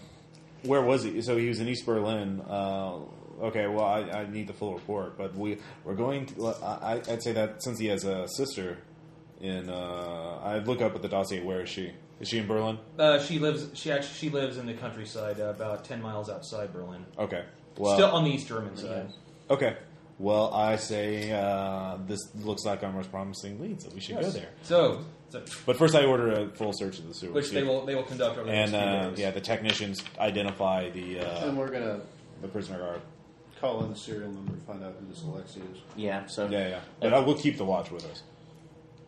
S3: where was he? So he was in East Berlin. Uh, okay, well, I, I need the full report, but we we're going to. well, I, I'd say that since he has a sister, in uh, I'd look up at the dossier. Where is she? Is she in Berlin?
S4: uh, she lives. She actually she lives in the countryside, uh, about ten miles outside Berlin,
S3: Okay. Well,
S4: still on the East German side.
S3: okay. Well, I say uh, this looks like our most promising lead, so we should go there.
S4: So, so-
S3: But first, I order a full search of the sewer,
S4: which they
S3: see-
S4: will they will conduct over the
S3: and
S4: next few
S3: uh,
S4: days.
S3: yeah, the technicians identify the uh,
S1: And we're going to
S3: the prisoner guard.
S1: call in the serial number and find out who this Alexi is.
S5: Yeah, so
S3: Yeah, yeah. But I, we'll keep the watch with us.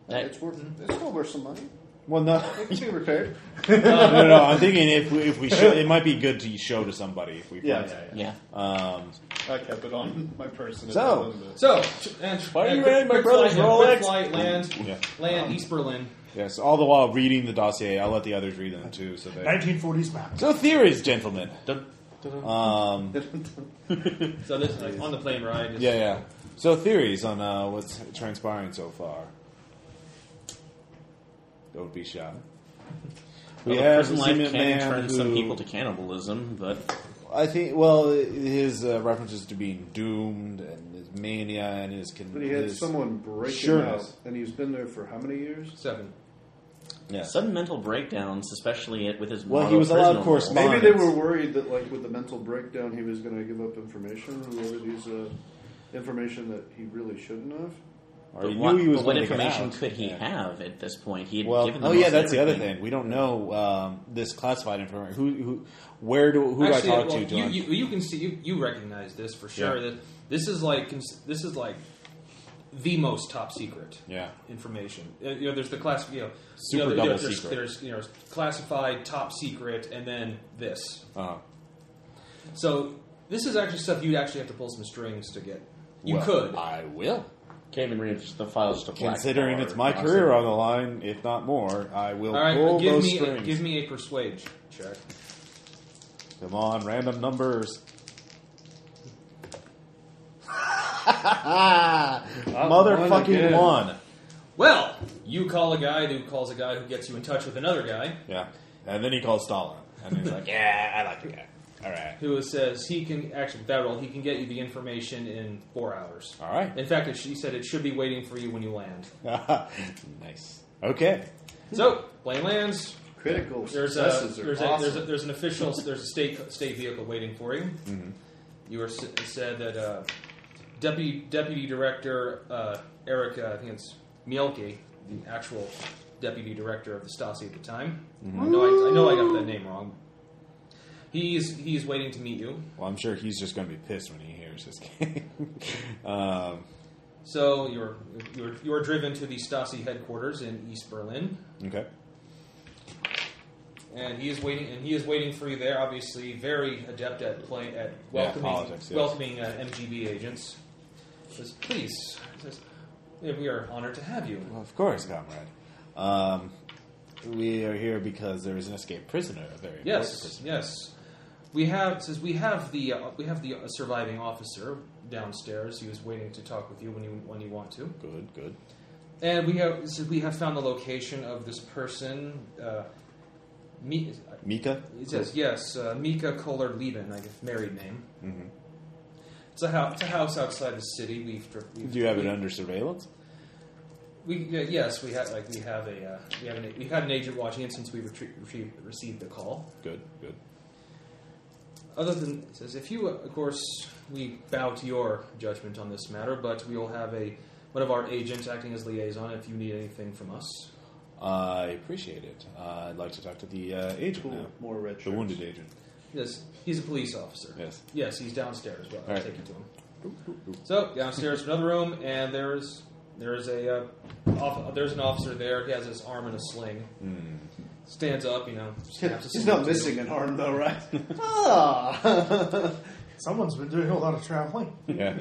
S5: That-
S1: It's worth.
S4: Mm-hmm.
S1: It's still worth some money.
S3: Well, no,
S1: It can be repaired.
S3: no, no, no. I'm thinking if we, if we show, it might be good to show to somebody if we.
S1: Yeah,
S3: find-
S1: yeah, yeah.
S5: yeah.
S3: Um,
S1: I kept it on my person.
S3: So-
S4: So, and
S3: Why are
S4: and
S3: you
S4: quick-
S3: wearing my
S4: quick
S3: brother's
S4: flight, yeah, quick
S3: Rolex?
S4: flight, land,
S3: yeah.
S4: land, East Berlin.
S3: Yes. All the while reading the dossier, I'll let the others read them too. So they.
S2: 1940s max.
S3: So theories, gentlemen. Um,
S4: So this like, on the plane ride. it's-
S3: yeah, yeah. So theories on uh, what's transpiring so far. Don't be shy.
S5: Well,
S3: We
S5: the
S3: have
S5: prison
S3: the
S5: life
S3: cement
S5: can
S3: man
S5: turn
S3: who-
S5: some people to cannibalism, but
S3: I think. Well, his uh, references to being doomed and his mania and his. Con-
S1: But he had
S3: his-
S1: someone break him out,
S3: sureness.
S1: and he's been there for how many years?
S4: Seven.
S3: Yeah.
S5: Sudden mental breakdowns, especially it- with his.
S3: Well, he
S5: model
S3: was allowed
S5: prison
S3: correspondence.
S1: Maybe they were worried that, like, with the mental breakdown, he was going to give up information. Whoever these uh, information that he really shouldn't have.
S3: Or
S5: But
S3: he
S5: what,
S3: knew he was
S5: but what
S3: gonna get
S5: information
S3: out.
S5: could he
S3: Yeah.
S5: have at this point? He had
S3: Well,
S5: given them
S3: oh yeah,
S5: most
S3: that's the other
S5: everything.
S3: thing. We don't know um, this classified information. Who, who, where do who
S4: Actually,
S3: do I talk
S4: well,
S3: to? John?
S4: You, you, you can see you, you recognize this for sure.
S3: Yeah.
S4: That this is like cons- this is like the most top secret
S3: yeah,
S4: information. Uh, You know, there's the class. You know,
S3: Super
S4: you know,
S3: double
S4: there's, there's-
S3: secret.
S4: There's you know classified, top secret, and then this.
S3: uh,
S4: So this is actually stuff you'd actually have to pull some strings to get. You
S3: well,
S4: could.
S3: I will.
S13: Can't even read the files to black
S3: Considering
S13: bar.
S3: it's my
S13: Awesome.
S3: career on the line, if not more, I will
S4: All right,
S3: pull
S4: give
S3: those
S4: me a,
S3: strings.
S4: give me a persuade check.
S3: Come on, random numbers. Motherfucking one.
S4: Well, you call a guy who calls a guy who gets you in touch with another guy
S3: Yeah, and then he calls Stalin, and he's like, "Yeah, I like the guy. All right,
S4: who says he can actually with that roll he can get you the information in four hours.
S3: all right."
S4: In fact, it, she said it should be waiting for you when you land.
S3: nice. Okay.
S4: So, plane lands.
S1: Critical
S4: There's a
S1: successes are
S4: there's, a
S1: awesome.
S4: there's a there's an official there's a state state vehicle waiting for you. You were s- said that uh, deputy deputy director uh, Eric uh, I think it's Mielke, the actual deputy director of the Stasi at the time. I, know I, I know I got that name wrong. He's he's waiting to meet you.
S3: Well, I'm sure he's just going to be pissed when he hears this game. um,
S4: So you're you're you're driven to the Stasi headquarters in East Berlin.
S3: okay.
S4: and he is waiting and he is waiting for you there. Obviously, very adept at play at welcoming
S3: politics, yes.
S4: welcoming uh, MGB agents. Says, please, says, "Yeah, we are honored to have you.
S3: Well, of course, comrade. Um, we are here because there is an escaped prisoner, a very important
S4: Yes,
S3: prisoner.
S4: yes. We have says we have the uh, we have the uh, surviving officer downstairs. He was waiting to talk with you when you when you want to.
S3: Good, good.
S4: And we have says, we have found the location of this person. Uh, me,
S3: Mika?
S4: It says yes, uh, Mika Kohler Lieben, I guess married name. Mm-hmm. It's a house. It's a house outside the city. We've, dri- we've
S3: Do you have
S4: we,
S3: it under surveillance?
S4: We yeah, yes, we have like we have a uh, we have an we've had an agent watching it since we retrie- retrieved, received the call.
S3: Good, good.
S4: Other than it says if you uh, of course we bow to your judgment on this matter, but we will have a one of our agents acting as liaison if you need anything from us.
S3: I appreciate it. Uh, I'd like to talk to the uh, agent
S1: Cool.
S3: now.
S1: More red
S3: The
S1: shirts.
S3: wounded agent.
S4: Yes, he's a police officer.
S3: Yes.
S4: Yes, he's downstairs. Well, I'll
S3: All right.
S4: take you to him. So downstairs to another room, and there's there's a uh, off, there's an officer there. He has his arm in a sling.
S3: Hmm.
S4: Stands up, you know. Snaps a
S1: He's not
S4: salute to you.
S1: missing an arm though, right? ah.
S10: Someone's been doing a lot of traveling.
S3: Yeah.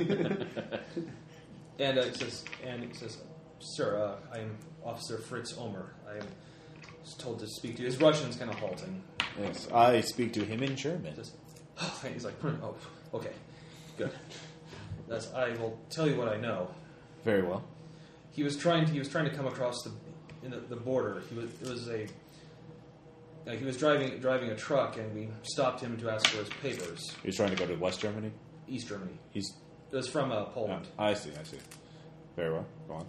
S4: And uh, it says, and it says, sir, uh, I am Officer Fritz Omer. I am just told to speak to you. His Russian's kind of halting.
S3: yes. I speak to him in German.
S4: Just, and he's like, "Hmm, oh, okay, good. That's, I will tell you what I know.
S3: Very well.
S4: he was trying to he was trying to come across the in the, the border. He was it was a like he was driving driving a truck, and we stopped him to ask for his papers.
S3: He's trying to go to West Germany?
S4: East Germany.
S3: He's. oh,
S4: It was from uh, Poland.
S3: I see, I see. Very well. Go on.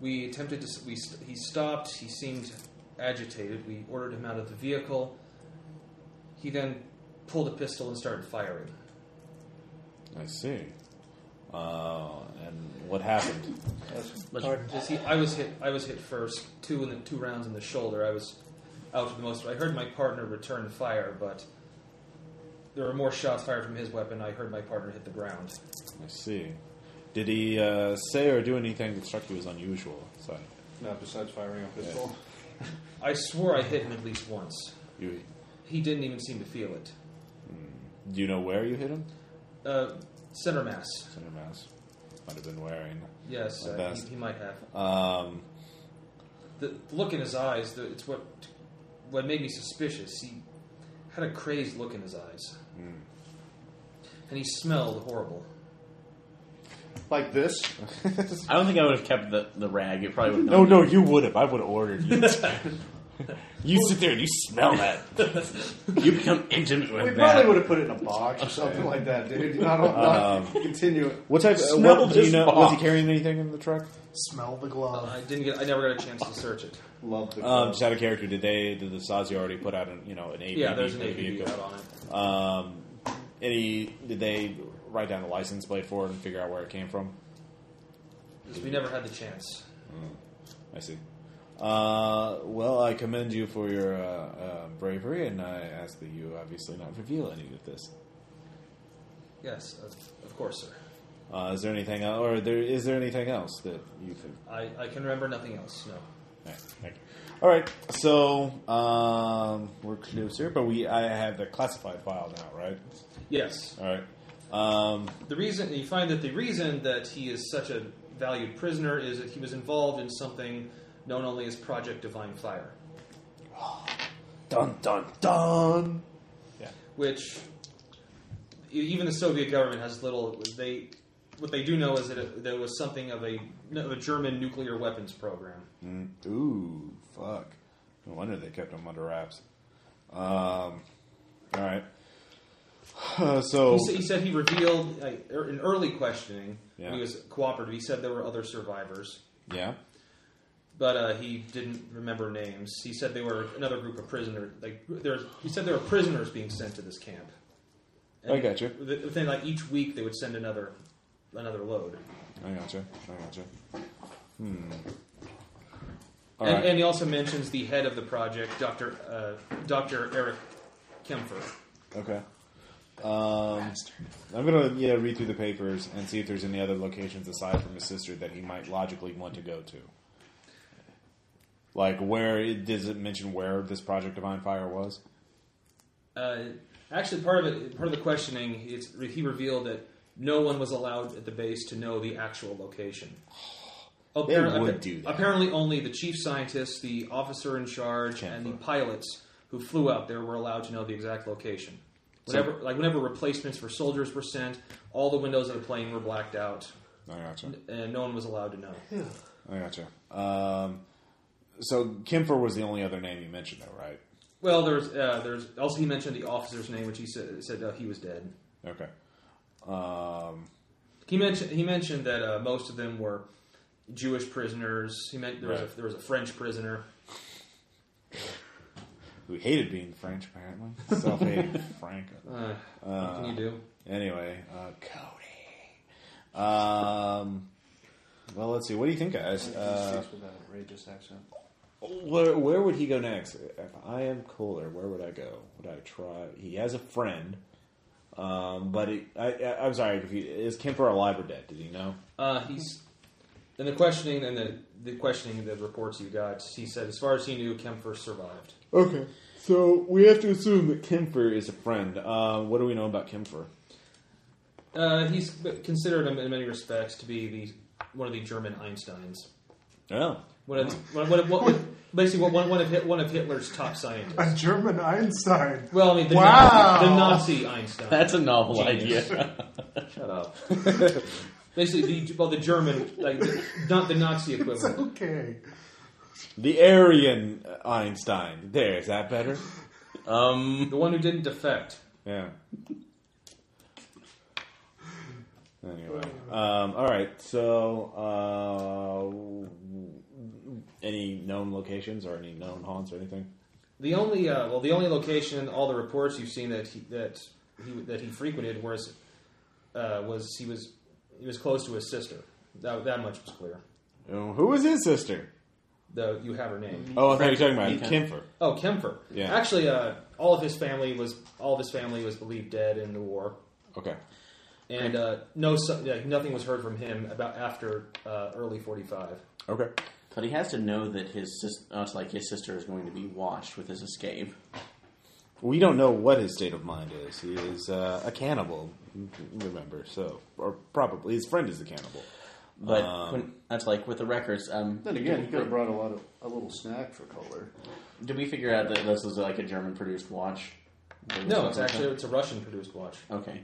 S4: We attempted to s- we st- he stopped. He seemed agitated. We ordered him out of the vehicle. He then pulled a pistol and started firing.
S3: I see. Uh, and what happened?
S5: Let's-
S4: As he, I was hit. I was hit first. Two in the two rounds in the shoulder. I was out for the most. I heard my partner return fire, but there were more shots fired from his weapon. I heard my partner hit the ground.
S3: I see. Did he uh, say or do anything that struck you as unusual? Sorry.
S1: Not besides firing a pistol.
S4: I swore I hit him at least once.
S3: You,
S4: He didn't even seem to feel it.
S3: do you know where you hit him?
S4: Uh, center mass.
S3: Center mass. Might have been wearing.
S4: Yes,
S3: My
S4: uh,
S3: best.
S4: he, he might have.
S3: Um,
S4: The, the look in his eyes. The, it's what what made me suspicious. He had a crazed look in his eyes,
S3: Hmm.
S4: and he smelled horrible.
S1: Like this.
S5: I don't think I would have kept the, the rag. It probably would.
S3: no, no, you would have. I would have ordered you.
S13: You sit there and you smell that.
S5: You become intimate
S1: We
S5: with
S1: probably
S5: that.
S1: would have put it in a box or something like that, dude. I don't not continue it.
S3: What type? Uh,
S13: Smell
S3: what, do
S13: this
S3: you know,
S13: box.
S3: was he carrying anything in the truck?
S2: Smell the glove.
S4: I didn't get. I never got a chance to search it.
S1: Love the
S3: Um, just out of character, did they? Did the Sazi already put out an you know an APB
S4: Yeah, there's
S3: for
S4: an
S3: the
S4: APB
S3: vehicle?
S4: out on it.
S3: Um, any? Did they write down the license plate for it and figure out where it came from?
S4: 'Cause We never had the chance.
S3: I see. Uh, well, I commend you for your uh, uh, bravery, and I ask that you obviously not reveal any of this.
S4: Yes, of, of course, sir.
S3: Uh, is there anything, el- or there is there anything else that you think?
S4: I, I can remember nothing else. No.
S3: All right, thank you. All right, so um, we're closer, but we I have the classified file now, right?
S4: Yes.
S3: All right. Um,
S4: The reason you find that the reason that he is such a valued prisoner is that he was involved in something known only as Project Divine Fire,
S13: Dun dun dun.
S4: which e- even the Soviet government has little. They what they do know is that it, there was something of a, of a German nuclear weapons program.
S3: Mm, Ooh, fuck. No wonder they kept him under wraps. Um, all right. so
S4: He, sa- he said he revealed uh, er- in early questioning
S3: Yeah.
S4: when he was cooperative. He said there were other survivors.
S3: yeah,
S4: but uh, he didn't remember names. He said they were another group of prisoners. Like there, he said there were prisoners being sent to this camp.
S3: I gotcha.
S4: th- Within like each week, they would send another another load,
S3: I gotcha. I gotcha. Hmm. All
S4: and,
S3: right.
S4: and he also mentions the head of the project, Doctor uh, Doctor Eric Kempfer.
S3: okay. Um, I'm gonna yeah read through the papers and see if there's any other locations aside from his sister that he might logically want to go to. Like where it, does it mention where this Project Divine Fire was?
S4: Uh, actually, part of it, part of the questioning, it's, he revealed that no one was allowed at the base to know the actual location. Appar-
S3: would
S4: appa-
S3: do that.
S4: Apparently, only the chief scientist, the officer in charge, and the pilots who flew out there were allowed to know the exact location. Whenever, like whenever replacements for soldiers were sent, all the windows of the plane were blacked out,
S3: I gotcha.
S4: and no one was allowed to know.
S3: I gotcha. Um, so Kimfer was the only other name you mentioned, though, right?
S4: Well, there's uh, there's also he mentioned the officer's name, which he said, said uh, he was dead.
S3: Okay. Um,
S4: He mentioned he mentioned that uh, most of them were Jewish prisoners. He meant there was
S3: Right.
S4: a, there was a French prisoner.
S3: who hated being French, apparently. Self-hating Frank.
S4: Uh, what can you do?
S3: Anyway, uh, Cody. Um, well, let's see. What do you think, guys? Uh,
S1: with that outrageous accent.
S3: where, where would he go next? If I am cooler, where would I go? Would I try? He has a friend. Um, but it, I, I, I'm sorry. If he, is Kimfer alive or dead? Did he know?
S4: Uh, he's in the questioning and the the questioning the reports you got. He said as far as he knew, Kempfer survived.
S3: Okay, so we have to assume that Kimfer is a friend. Uh, what do we know about Kimfer?
S4: Uh, he's considered in many respects to be the one of the German Einsteins.
S3: Oh,
S4: One of, one of, one of, one basically one, one of Hit- one of Hitler's top scientists.
S10: A German Einstein.
S4: Well, I mean, the,
S10: Wow.
S4: Nazi, the Nazi Einstein.
S13: That's a novel
S4: Genius.
S13: idea.
S4: Shut up. Basically, the, well, the German, like, the, not the Nazi equivalent.
S10: Okay.
S3: the Aryan Einstein. There, is that better?
S13: Um,
S4: The one who didn't defect.
S3: Yeah. Anyway, um, all right. So, uh, any known locations or any known haunts or anything?
S4: The only, uh, well, the only location in all the reports you've seen that he, that he that he frequented was uh, was he was he was close to his sister. That, that much was clear.
S3: Uh, who was his sister?
S4: Though you have her name.
S3: Oh, I thought you were talking about Kimfer.
S4: Oh, Kempfer.
S3: Yeah.
S4: Actually, uh, all of his family was all of his family was believed dead in the war,
S3: Okay.
S4: and uh, no, so, like, nothing was heard from him about after uh, early forty five.
S3: Okay.
S5: But he has to know that his sis- uh, it's like his sister is going to be watched with his escape.
S3: We don't know what his state of mind is. He is uh, a cannibal, remember? So, or probably his friend is a cannibal.
S5: But
S3: Um.
S5: when, that's like with the records. Um,
S1: Then again, he could have brought a lot of a little snack for Kohler.
S5: did we figure out that this was like a German produced watch?
S4: No, it's actually it's a Russian produced watch.
S5: Okay.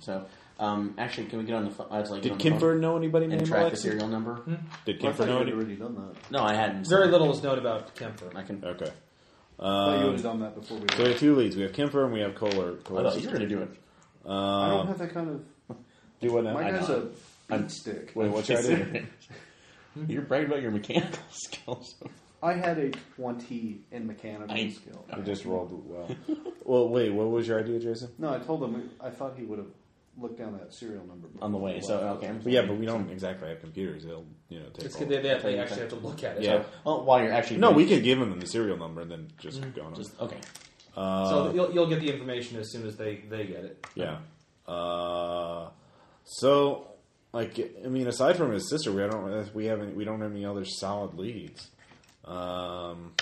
S5: So, Um, actually, can we get on the phone? I was like, get
S3: Hmm. Did
S5: on the phone
S3: Kinfer know anybody
S5: and
S3: named
S5: track the
S3: Alexis? Hmm?
S5: serial number?
S1: I
S3: Did Kinfer
S1: thought you
S3: know
S1: had
S3: anybody?
S1: already done that.
S5: No, I hadn't.
S4: Very little is known about Kemper.
S5: I can.
S3: Okay.
S1: I thought you would
S3: Um,
S1: have done that before we.
S3: so we have two leads. We have Kinfer and we have Kohler.
S5: I thought you were gonna do it.
S1: I don't
S3: Um,
S1: have that kind of.
S3: do what now?
S1: My guy's a
S5: I'm-
S1: beat stick.
S3: Wait, what's your idea?
S5: You're bragging about your mechanical skills.
S1: I had a twenty in mechanical
S5: I-
S1: skill.
S3: You just rolled well. well, wait, what was your idea, Jason?
S1: No, I told him. I thought he would have looked down that serial number
S5: on the way. So okay. I'm
S3: But yeah, but we don't exactly have computers. They'll, you know, take
S4: It's
S3: all-
S4: good they, they, have- they actually have to look at it.
S3: Yeah.
S5: Well, while you're actually
S3: No, we can give them the serial number and then just
S1: Mm-hmm.
S3: go on.
S5: just okay.
S3: uh,
S4: So you'll, you'll get the information as soon as they, they get it.
S3: yeah. Uh, so, like, I mean, aside from his sister, we don't uh, we haven't we don't have any other solid leads. Um,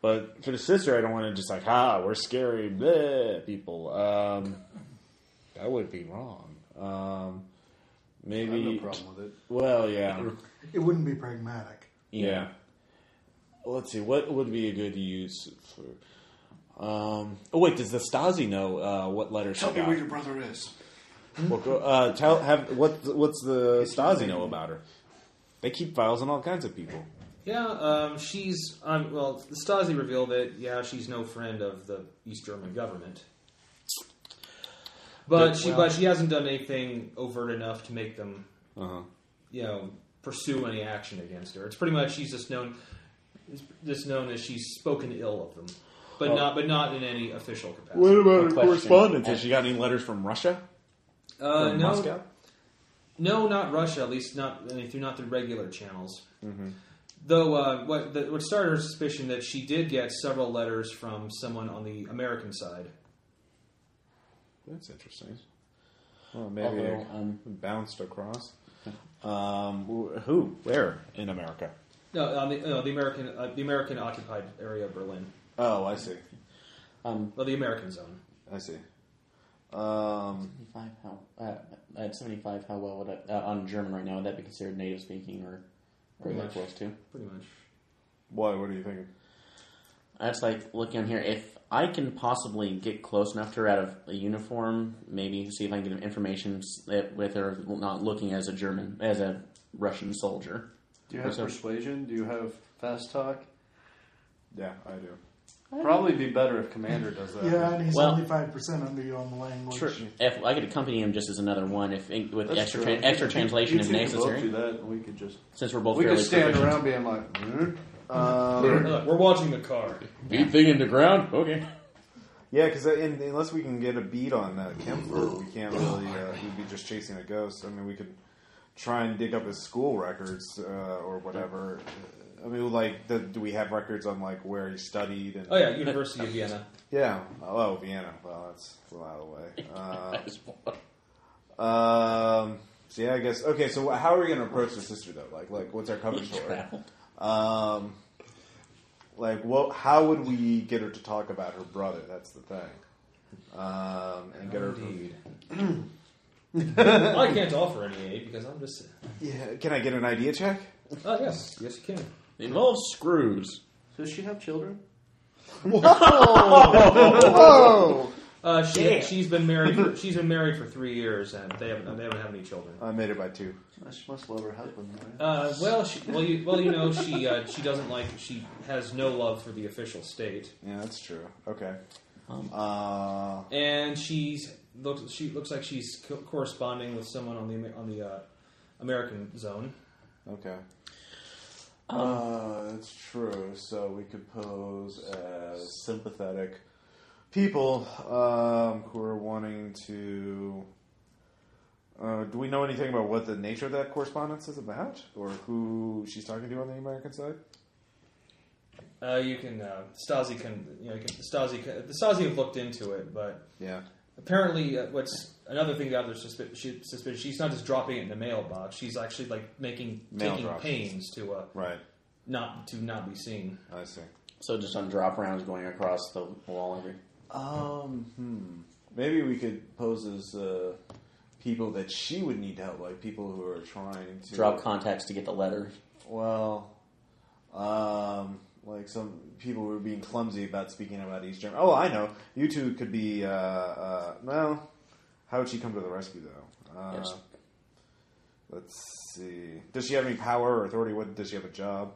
S3: but for the sister, I don't want to just like, ha, we're scary bleh, people. Um, that would be wrong. Um,
S1: I have
S3: maybe.
S1: no problem with it.
S3: Well, yeah.
S2: It wouldn't be pragmatic.
S3: Yeah. Let's see. What would be a good use for? Um, oh wait, does the Stasi know uh, what letters she got?
S1: brother is.
S3: Well, go- uh, tell have what what's the Stasi know about her? They keep files on all kinds of people.
S4: Yeah, um, she's um, well. The Stasi revealed that yeah, she's no friend of the East German government, but she but she hasn't done anything overt enough to make them
S3: Uh-huh.
S4: you know pursue any action against her. It's pretty much she's just known it's just known as she's spoken ill of them, but not but not in any official capacity.
S3: about
S5: her question. correspondence?
S3: Has she got any letters from Russia?
S4: uh,
S3: From
S4: no,
S3: Moscow?
S4: No, not Russia. At least not I mean, through not the regular channels. Though uh, what the, what started her suspicion that she did get several letters from someone on the American side.
S3: That's interesting. Well, maybe it
S5: Although, um,
S3: bounced across. Um, wh- who? Where in America?
S4: No, on the, no, the American uh, the American occupied area of Berlin.
S3: Oh, I see.
S5: Um,
S4: Well, the American zone.
S3: I see. Um,
S5: seventy-five. How uh, at seventy-five? How well would I, uh, on German right now? Would that be considered native speaking or or
S4: Pretty
S5: that
S4: much.
S5: close to?
S4: Pretty much.
S3: why? What are you thinking?
S5: That's like looking on here. If I can possibly get close enough to her out of a uniform, maybe see if I can get information s- that with her not looking as a German, as a Russian soldier.
S1: Do you have
S5: What's up?
S1: persuasion? Do you have fast talk?
S3: Yeah, I do.
S1: Probably be better if Commander does that.
S2: Yeah, and he's
S5: Well-
S2: only five percent under you on the language.
S5: If I could accompany him just as another one, if in- with
S1: That's
S5: extra
S1: true.
S5: tran extra translation
S1: You
S5: if
S1: two could both do
S5: necessary,
S1: that, and we could just
S5: since we're both
S1: we
S5: fairly
S1: could stand
S5: proficient.
S1: around being like, "Hmm?" um,
S4: Look, we're watching the car.
S5: Deep thing in the ground. Okay.
S3: Yeah, because unless we can get a beat on uh, Kemper, we can't really. Uh, we'd be just chasing a ghost. I mean, we could try and dig up his school records uh, or whatever. I mean, like, the, do we have records on like where he studied? And
S4: Oh yeah, University of Vienna.
S3: yeah. Oh, Vienna. Well, that's a lot away. Uh, um, so yeah, I guess. Okay, so how are we going to approach the sister though? Like, like, what's our coverage for? her? Um, like, what? How would we get her to talk about her brother? That's the thing. Um, and get her.
S4: Indeed. I can't offer any aid because I'm just.
S3: Yeah, can I get an idea check?
S4: Oh yes, yes you can.
S5: It involves screws.
S1: does she have children?
S4: Uh, she, she's been married. For, she's been married for three years, and they haven't. They haven't had any children.
S3: I made it by two.
S1: She must love her husband. Right?
S4: Uh, well, she, well, you, well, you know, she uh, she doesn't like. She has no love for the official state,
S3: Yeah, that's true. Okay. Uh,
S4: and she's looks. She looks like she's co- corresponding with someone on the Amer- on the uh, American zone.
S3: okay. Uh, that's true. So we could pose as sympathetic people um, who are wanting to. Uh, do we know anything about what the nature of that correspondence is about, or who she's talking to on the American side?
S4: Uh, you can uh, Stasi can you know you can, Stasi can, the Stasi have looked into it, but
S3: Yeah.
S4: apparently uh, what's another thing the other suspi- she, suspicious. She's not just dropping it in the mailbox. She's actually like making
S3: Mail
S4: taking
S3: drops.
S4: pains to uh,
S3: Right.
S4: not to not be seen.
S3: I see.
S5: So just on drop rounds going across the wall every.
S3: Um, hmm. Maybe we could pose as uh, people that she would need help, like people who are trying to
S5: Drop contacts to get the letter.
S3: Well, um, like some people who are being clumsy about speaking about East German. Oh, I know. You two could be. Uh, uh, well,
S12: How would she come to the rescue, though? Uh,
S5: Yes.
S12: Let's see. Does she have any power or authority? What does she have a job?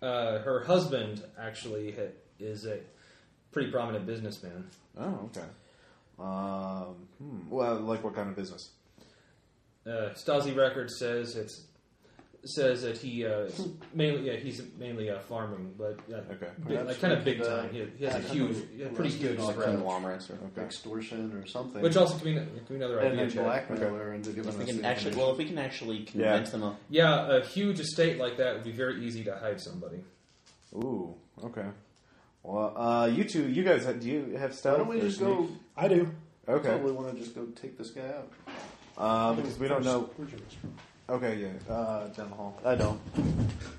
S4: Uh, her husband actually ha- is a pretty prominent businessman.
S12: Oh, okay. Um, hmm. Well, like what kind of business?
S4: Uh, Stasi Records says it's says that he uh, is mainly yeah he's mainly uh, farming, but uh,
S12: Okay.
S4: big- like kind of big
S5: uh,
S4: time. He, he has a
S1: Yeah,
S4: huge,
S1: kind of-
S4: a pretty huge
S1: like
S4: spread,
S5: conglomerates. Or,
S12: Okay.
S1: extortion or something.
S4: which also could be, could be another
S1: and
S4: idea.
S1: then
S4: Jack.
S1: blackmail her into giving us
S5: if we can
S1: the
S5: actually,
S1: information.
S5: well, if we can actually convince them, of,
S4: Yeah, a huge estate like that would be very easy to hide somebody.
S12: Ooh. Okay. Well, uh, you two, you guys, do you have
S1: Why
S12: stealth?
S1: don't we
S12: or
S1: just
S12: sneak?
S1: go?
S10: I do.
S12: Okay.
S1: Probably want to just go take this guy out.
S12: Uh, because we don't know.
S2: Where's your restroom?
S12: Okay. Yeah. Uh, down the hall.
S1: I don't.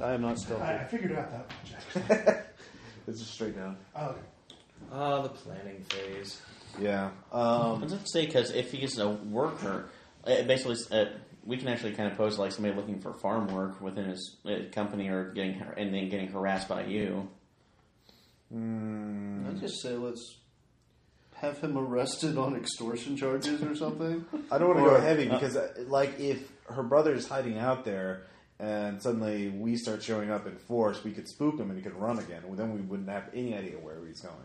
S1: I am not stealthy.
S2: I, I figured out that much. actually.
S12: It's just straight down.
S2: Oh, okay.
S4: Ah, the planning phase.
S12: Yeah. Um,
S5: I was going to say because if he's a worker, it basically, uh, we can actually kind of pose like somebody looking for farm work within his uh, company or getting har- and then getting harassed by you.
S12: Mm,
S1: I just say let's have him arrested on extortion charges or something.
S12: I don't want to
S1: Or-
S12: go heavy because, uh, like, if her brother is hiding out there and suddenly we start showing up in force, we could spook him and he could run again. Well, then we wouldn't have any idea where he's going.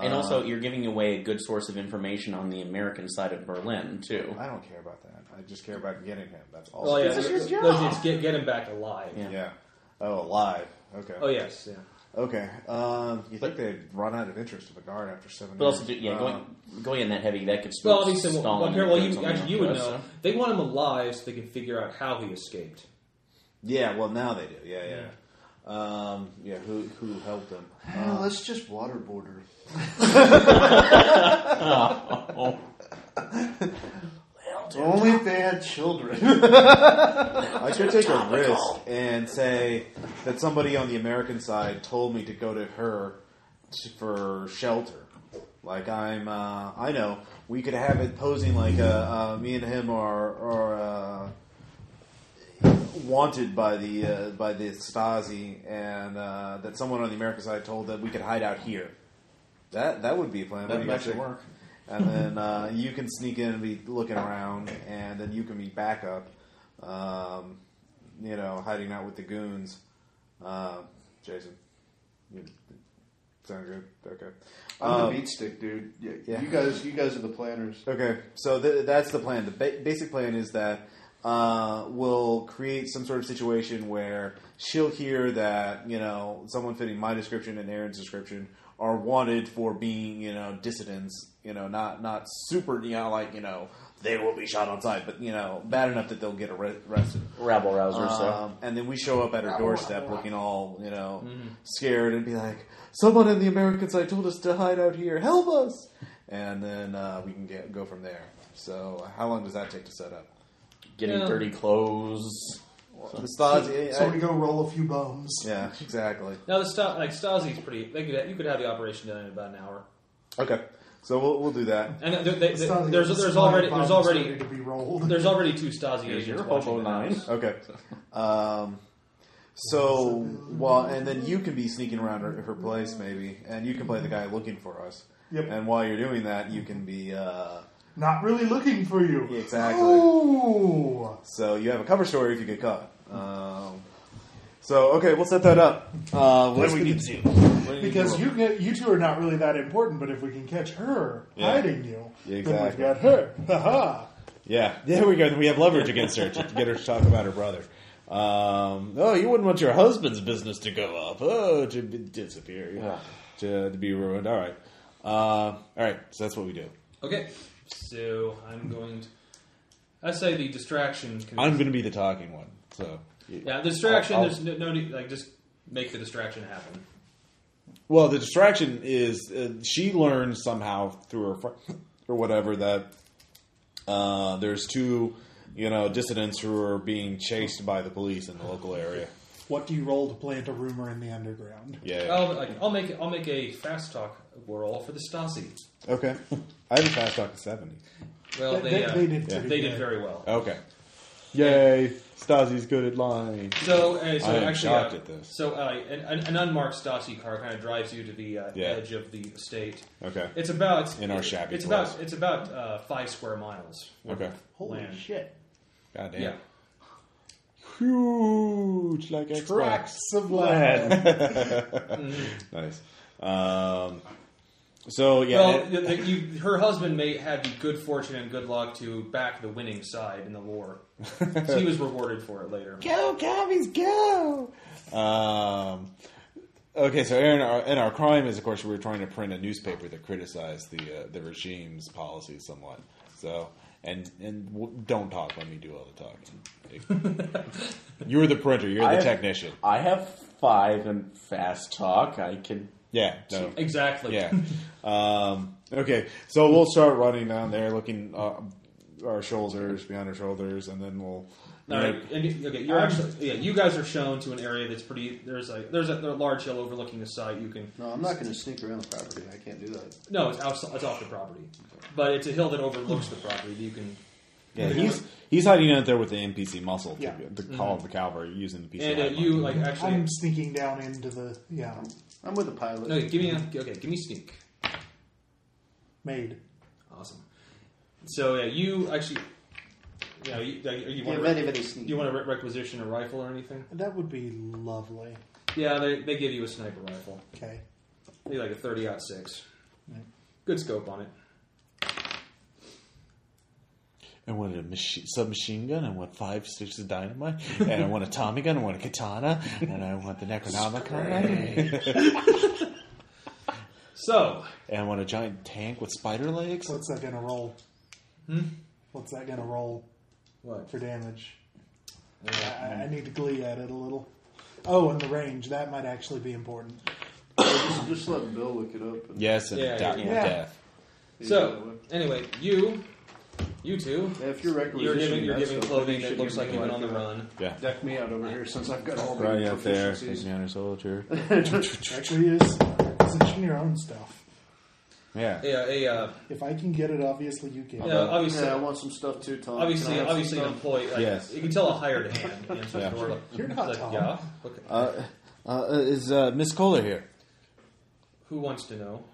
S5: And also, you're giving away a good source of information on the American side of Berlin too.
S12: I don't care about that. I just care about getting him. That's all.
S4: Well, Oh, yeah,
S5: This is your
S4: those
S5: job.
S4: dudes get get him back alive.
S5: Yeah.
S12: Yeah. Oh, alive. Okay.
S4: Oh yes, yeah.
S12: Okay. Um, you think they'd run out of interest with a guard after seven?
S5: But also,
S12: years.
S5: do, yeah,
S12: Uh,
S5: going going in that heavy that could spook
S4: Well, obviously, well,
S5: Stalin.
S4: apparently- well,
S5: and
S4: you,
S5: something
S4: actually, you
S5: like
S4: would
S5: that,
S4: know. They want him alive so they can figure out how he escaped.
S12: Yeah. Well, now they do. Yeah. Yeah. Um, yeah. Who who helped him?
S1: Yeah, let's just waterboard her. Only if they had children.
S12: I should take a risk and say that somebody on the American side told me to go to her t- for shelter. Like I'm, uh, I know we could have it posing like uh, uh, me and him are, are uh, wanted by the uh, by the Stasi, and uh, that someone on the American side told that we could hide out here. That that would be a plan. What do
S5: That
S12: you
S5: would
S12: guys
S5: actually
S12: think?
S5: work.
S12: and then uh, you can sneak in and be looking around, and then you can be backup, um, you know, hiding out with the goons. Uh, Jason, you sound good. Okay,
S1: I'm
S12: Um,
S1: the meat stick, dude. Yeah,
S12: yeah.
S1: You guys, you guys are the planners.
S12: Okay, so th- that's the plan. The ba- basic plan is that uh, we'll create some sort of situation where she'll hear that you know someone fitting my description and Aaron's description are wanted for being you know dissidents. You know, not not super you know like you know they will be shot on sight, but you know bad enough that they'll get arre- arrested.
S5: so. rabble
S4: Uh,
S5: rouser. so
S12: Um, and then we show up at her doorstep looking all, you know,
S2: Mm-hmm.
S12: scared and be like, someone in the American side told us to hide out here. Help us! And then uh, we can get go from there. So, how long does that take to set up?
S5: getting
S4: Yeah.
S5: dirty clothes.
S12: The Stasi.
S2: So we go roll a few bones.
S12: yeah, exactly.
S4: Now the Sta- like Stasi's pretty. They could you could have the operation done in about an hour.
S12: Okay. So we'll, we'll do that.
S4: And they, they,
S2: It's
S4: they-
S2: not like
S4: there's
S2: it's
S4: there's
S2: not
S4: already
S2: like
S4: there's
S2: bombs
S4: already
S2: ready to be rolled.
S4: there's already two Stasi agents
S5: your
S4: watching
S5: hobo
S4: the house.
S12: Okay. Um, so, well, and then you can be sneaking around her, her place maybe, and you can play the guy looking for us.
S2: Yep.
S12: And while you're doing that, you can be. Uh,
S2: Not really looking for you.
S12: Exactly.
S2: Oh,
S12: So you have a cover story if you get caught. Um, so okay, we'll set that up. Uh, what do we need to do? What do we
S2: because
S12: need
S2: you get, you two are not really that important. But if we can catch her hiding you,
S12: Yeah,
S2: then we've
S12: exactly.
S2: got her. Ha ha.
S3: Yeah, there we go. Then we have leverage against her to get her to talk about her brother. Um, oh, you wouldn't want your husband's business to go up. Oh, to be- disappear, yeah. to, to be ruined. All right, uh, all right. So that's what we do.
S4: Okay, so I'm going. to... I say the distraction. Can,
S3: I'm going to be the talking one. So,
S4: yeah, the distraction.
S3: I'll-
S4: there's no, no need- like just make the distraction happen.
S3: well, the distraction is uh, she learned somehow through her fr- or whatever that uh, there's two, you know, dissidents who are being chased by the police in the local area.
S2: What do you roll to plant a rumor in the underground?
S3: Yeah.
S4: I'll, like, I'll make I'll make a fast talk roll for the Stasi.
S3: Okay. I have a fast talk to seventy.
S4: Well,
S2: They-
S4: they
S2: they-
S4: uh,
S2: they did pretty
S4: they
S2: good.
S4: did very well.
S3: Okay. Yay. Stasi's good at lying.
S4: So, uh, so
S3: I am
S4: actually,
S3: shocked
S4: uh,
S3: at this.
S4: so uh, an, an an unmarked Stasi car kind of drives you to the uh,
S3: Yeah.
S4: edge of the estate.
S3: Okay.
S4: It's about
S3: In our
S4: it-
S3: shabby
S4: It's
S3: clothes.
S4: about it's about uh, five square miles. worth
S3: Okay.
S4: of
S5: Holy
S4: land.
S5: shit.
S3: God damn.
S4: Yeah.
S3: Huge, like Xbox.
S10: Tracks of land.
S3: Nice. Um, so yeah,
S4: Well,
S3: it-
S4: the, the, you, her husband may have the good fortune and good luck to back the winning side in the war. so he was rewarded for it later.
S3: go Commies, go. Um, okay, so Aaron, our, and our crime is, of course, we were trying to print a newspaper that criticized the uh, the regime's policies somewhat. So. And and w- don't talk. Let me do all the talking. you're the printer. You're the
S13: I-
S3: technician.
S13: I have five and fast talk. I can.
S3: Yeah. No.
S4: Exactly.
S3: Yeah. um, okay, so we'll start running down there, looking uh, our shoulders, behind our shoulders, and then we'll.
S4: All right. And you, okay, you're actually yeah. You guys are shown to an area that's pretty. There's a there's a, there's a large hill overlooking the site. You can
S1: No, I'm not going to sneak around the property. I can't do that.
S4: no, it's outside, it's off the property, but it's a hill that overlooks the property. that You can
S3: Yeah, he's he's hiding out there with the NPC muscle to,
S10: Yeah.
S3: to call the cavalry using the PC.
S4: and uh,
S3: lifeline.
S4: you like actually.
S2: I'm sneaking down into the yeah
S1: I'm with the pilot.
S4: okay, give me a, okay. Give me sneak.
S2: made.
S4: Awesome. So yeah, you actually. Yeah, you, you, you
S1: Yeah,
S4: want
S1: many,
S4: to
S1: many sneak.
S4: you want to re- requisition a rifle or anything?
S2: That would be lovely.
S4: Yeah, they, they give you a sniper rifle.
S2: Okay.
S4: Maybe like a thirty out six. Good scope on it.
S3: I want a machi- submachine gun. I want five sticks of dynamite, and I want a Tommy gun. I want a katana, and I want the Necronomicon,
S4: So
S3: and I want a giant tank with spider legs.
S2: What's that gonna roll? Hmm? What's that gonna roll
S4: what?
S2: for damage? I, I need to glee at it a little. Oh, and the range that might actually be important.
S1: just, just let Bill look it up. And
S3: Yes, and
S4: Yeah,
S3: die-
S4: yeah.
S2: Yeah.
S3: death.
S4: So anyway, you, you two,
S1: Yeah, if you're
S4: you're
S1: requisitioning,
S4: giving you're
S1: that
S4: giving
S1: stuff,
S4: clothing
S1: you should
S4: that looks
S1: give
S4: like
S1: me
S4: you went
S1: like
S4: on the
S1: a-
S4: run.
S3: Yeah,
S1: Deck me out over here since I've got all the
S3: right out there,
S1: proficiencies.
S3: engineer soldier.
S2: Actually, is position your own stuff.
S3: Yeah,
S4: Yeah, a uh,
S2: If I can get it, obviously you can.
S4: yeah, obviously.
S1: Yeah, I want some stuff too, Tom.
S4: Obviously,
S1: Can I have
S4: obviously, an
S1: some stuff?
S4: employee. Like,
S3: Yes.
S4: You can tell a hired hand. answers
S3: Yeah.
S4: the door, like,
S2: You're not
S4: like,
S2: Tom.
S4: Yeah. Okay.
S3: Uh, uh, is uh, Miss Kohler here?
S4: Who wants to know?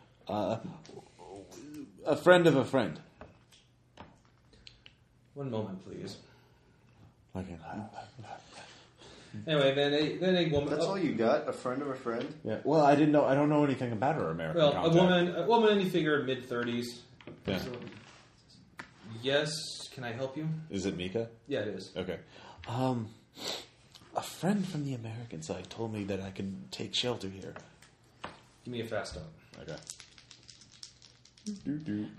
S3: A friend of a friend.
S4: One moment, please.
S3: Like,
S4: Anyway, then a then a woman.
S1: That's
S4: oh,
S1: all you got? A friend of a friend?
S3: yeah. Well, I didn't know. I don't know anything about her American.
S4: well,
S3: contact.
S4: a woman, a woman, you figure mid thirties.
S3: Yeah.
S4: Yes, can I help you?
S3: Is it Mika?
S4: Yeah, it is.
S3: Okay. Um, a friend from the American side told me that I could take shelter here.
S4: Give me a fast talk.
S3: Okay.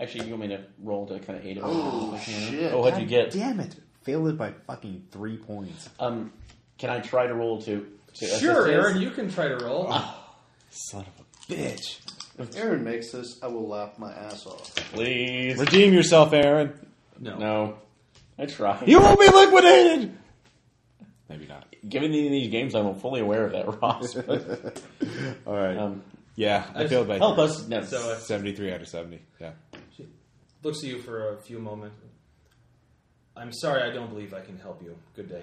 S5: Actually, you want me to roll to kind of aid it?
S1: Oh, shit.
S5: Oh, what'd you get?
S3: Damn it! Failed it by fucking three points.
S5: Um, can I try to roll to? to
S4: Sure,
S5: assist
S4: Aaron,
S5: this?
S4: you can try to roll.
S3: Ah, Son of a bitch!
S1: If Aaron makes this, I will laugh my ass off.
S5: Please.
S3: Redeem yourself, Aaron.
S4: No.
S5: No. I try.
S3: You will be liquidated. Maybe not.
S5: Given any of these games, I'm fully aware of that, Ross. But,
S3: All right.
S5: um,
S3: yeah, I
S4: I
S3: failed by
S5: help us. No.
S4: So uh,
S3: seventy-three out of seventy. Yeah.
S4: looks at you for a few moments. I'm sorry, I don't believe I can help you. Good day.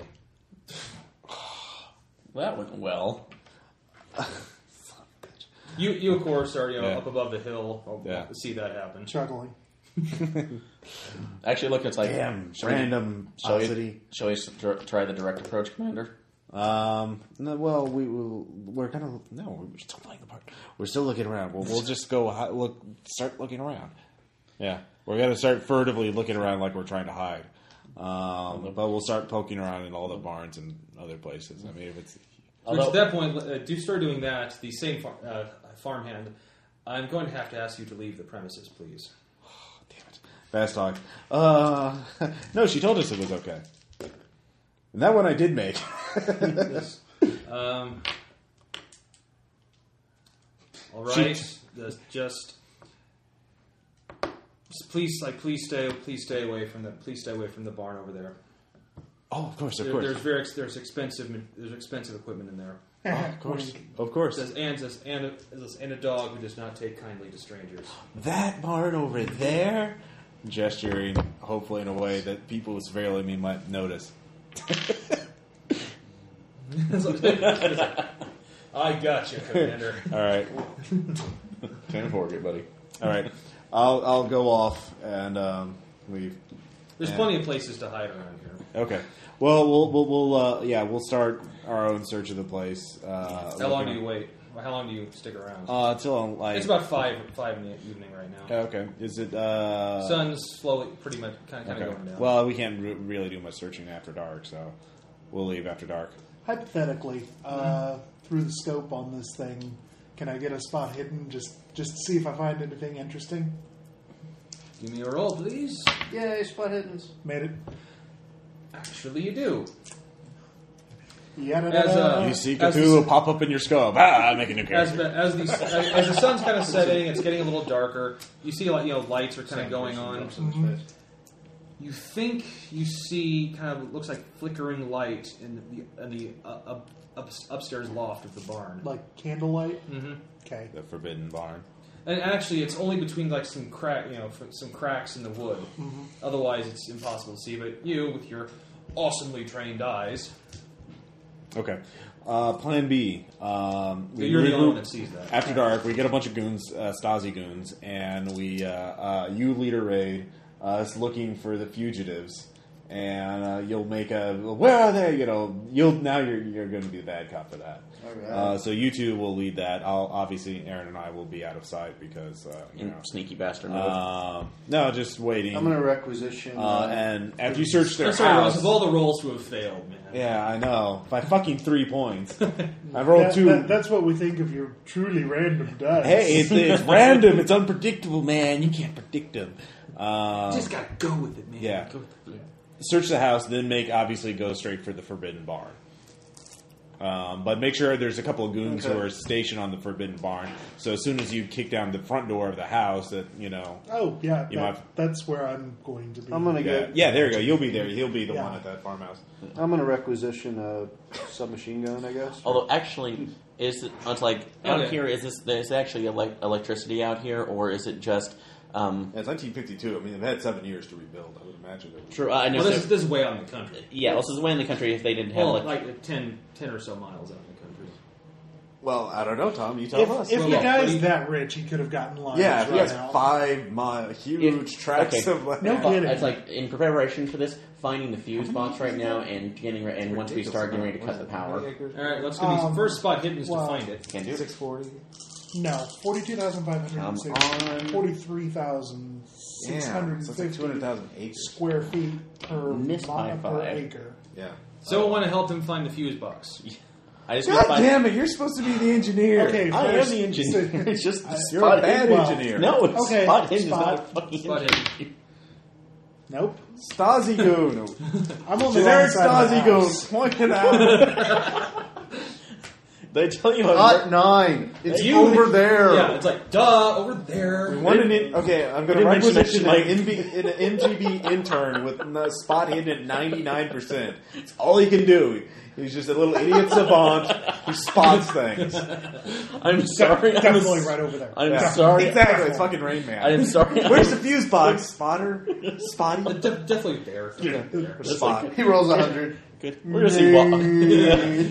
S5: Well, that went well.
S4: You, you of course, are you know,
S3: Yeah.
S4: up above the hill. I'll
S3: Yeah.
S4: See that happen.
S2: Chuckling.
S5: Actually, look, it's like shall we-
S3: random
S5: Shall we, shall we s- dr- try the direct approach, Commander?
S3: Um. No, well, we will. We're gonna. No, we're still playing the part. We're still looking around. We'll, we'll just go hi- look. Start looking around. Yeah, we're gonna start furtively looking around like we're trying to hide. Um, but we'll start poking around in all the barns and other places. I mean, if it's
S4: Which
S5: Although-
S4: at that point, uh, do you start doing that, the same far, uh, farmhand, I'm going to have to ask you to leave the premises, please.
S3: oh, damn it, fast talk. Uh, no, she told us it was okay. And that one I did make.
S4: Um, all right, that's just just please, like, please stay, please stay away from the, please stay away from the barn over there.
S3: oh, of course, of
S4: There-
S3: course,
S4: there's very, ex- there's expensive, ma- there's expensive equipment in there.
S3: of course, of course.
S4: Says and says and a, says, and a dog who does not take kindly to strangers.
S3: that barn over there, gesturing hopefully in a way that people who surveilling me might notice.
S4: I gotcha, Commander.
S3: All right. Can't afford it, buddy. All right. I'll I'll go off and um, leave.
S4: There's plenty of places to hide around here.
S3: Okay. Well, we'll we'll, we'll uh, yeah we'll start our own search of the place. Uh,
S4: How long do
S3: looking-
S4: you wait? Or How long do you stick around?
S3: Uh, till like.
S4: it's about five five in the evening right now.
S3: okay. Is it? Uh,
S4: Sun's slowly, pretty much, kind of, kind
S3: okay.
S4: of going down.
S3: Well, we can't re- really do much searching after dark, so we'll leave after dark.
S2: Hypothetically, uh, through the scope on this thing, can I get a spot hidden just just to see if I find anything interesting?
S4: Give me a roll, please.
S1: Yay, spot hiddens.
S2: Made it.
S4: Actually, you do.
S2: Yada,
S4: As, uh,
S3: You see
S4: As
S3: Cthulhu
S4: the-
S3: pop up in your skull. Ah, I make a new
S4: As
S3: character.
S4: the, as, the, as, as the sun's kind of setting, it's getting a little darker. You see, like you know, lights are kind of going on.
S1: Mm-hmm.
S4: You think you see kind of looks like flickering light in the in the uh, up, up, upstairs loft of the barn.
S2: like candlelight.
S4: hmm
S2: Okay.
S3: The Forbidden Barn.
S4: And actually, it's only between like some crack, you know, fr- some cracks in the wood. Otherwise, it's impossible to see. But you, with your awesomely trained eyes,
S3: Okay. Uh, plan B. Um, we
S4: you're the only
S3: regroup-
S4: one that sees that.
S3: After dark, we get a bunch of goons, uh, Stasi goons, and we uh, uh, you lead a raid. Uh, us looking for the fugitives, and uh, you'll make a where are they? You know, you'll now you're you're going to be the bad cop for that.
S1: Alright.
S3: Uh, so you two will lead that. I'll obviously Aaron and I will be out of sight because uh, you
S4: Mm.
S5: You
S3: know.
S5: sneaky bastard move.
S3: Um no, just waiting.
S1: I'm gonna requisition.
S3: uh, and after you search their
S4: I'm sorry, Ross,
S3: house,
S4: of all the roles who have failed, man.
S3: yeah, I know by fucking three points. I rolled
S2: That-
S3: two.
S2: that- that's what we think of your truly random dice.
S3: Hey, it's, it's random. It's unpredictable, man. You can't predict them. Uh,
S4: Just gotta go with it, man.
S3: Yeah.
S4: Go with it.
S3: search the house, then make obviously go straight for the forbidden barn. Um, but make sure there's a couple of goons who
S1: Okay.
S3: are stationed on the forbidden barn. So as soon as you kick down the front door of the house, that you know,
S2: oh yeah,
S3: You
S2: that-
S3: might-
S2: that's where I'm going to be.
S1: I'm gonna
S3: yeah,
S1: get.
S3: yeah, there you go. You'll be there. He'll be the
S2: Yeah.
S3: one at that farmhouse.
S1: I'm gonna requisition a submachine gun, I guess.
S5: Although, actually, is it, it's like out
S4: Okay.
S5: here? Is this there's actually elec electricity out here, or is it just? Um,
S12: Yeah, it's 1952. I mean, they've had seven years to rebuild. I would imagine. It would.
S5: true, uh, I know.
S4: Well, this is,
S5: so-
S4: this is way out in the country.
S5: yeah, this is way in the country if they didn't have.
S4: Well,
S5: elec-
S4: like, 10, 10 or so miles out in the country.
S12: Well, I don't know, Tom. You tell
S2: If,
S12: us.
S2: if
S4: Well,
S2: the
S4: look,
S2: guy's
S4: we-
S2: that rich, he could have gotten lines
S12: yeah, if he
S2: right
S12: has
S2: now.
S12: five mile huge
S5: Yeah,
S12: tracts
S5: okay.
S12: of land.
S2: No,
S5: But
S2: Get it.
S5: it's like in preparation for this, finding the fuse box right now, and getting re- and once we start getting ready to cut the power,
S4: All right, let's give me
S2: Um,
S4: first spot hidden is
S2: well-
S4: to find it.
S5: can do. it.
S12: Six forty.
S2: No, forty-two thousand five hundred and
S5: Come on.
S2: sixty. Forty-three thousand
S12: Yeah,
S2: six
S12: so
S2: hundred and
S12: it's like
S2: fifty
S12: two hundred thousand acres.
S2: square feet per,
S5: Miss
S2: mi-
S5: by
S2: per
S5: five.
S2: acre.
S12: Yeah.
S4: Someone want to help him find the fuse box.
S5: I just
S12: God
S5: want to find.
S12: damn it! You're supposed to be the engineer.
S2: Okay,
S5: I am
S2: first-
S5: the engineer. It's just the
S12: You're
S5: spot
S12: a bad
S5: hidden.
S2: well,
S12: engineer.
S5: No, it's
S2: Okay,
S5: spot hidden.
S2: spot-
S5: is not a fucking
S4: Spot
S5: engineer.
S2: Nope.
S12: Stasi goon.
S2: I'm on the wrong
S12: Generic
S2: side of the
S12: Stasi goon.
S2: house.
S12: Point it out.
S5: They tell you how.
S1: Not nine. It's over there.
S4: Yeah, it's like, duh, over there.
S12: We want an in- okay, I'm going
S5: We
S12: to
S5: didn't mention that
S12: requisition an,
S5: Mike-
S12: NB- an MGB intern with a spot hidden at 99%. It's all he can do. He's just a little idiot savant who spots things.
S5: I'm sorry. I'm,
S2: Definitely right over there.
S5: I'm
S12: Yeah,
S5: sorry.
S12: Exactly. It's fucking Rain Man.
S5: I'm sorry.
S12: Where's the fuse box? Spotter? Spotty?
S4: De- definitely there. there.
S12: Spot.
S1: He rolls a hundred.
S5: Good. We're gonna see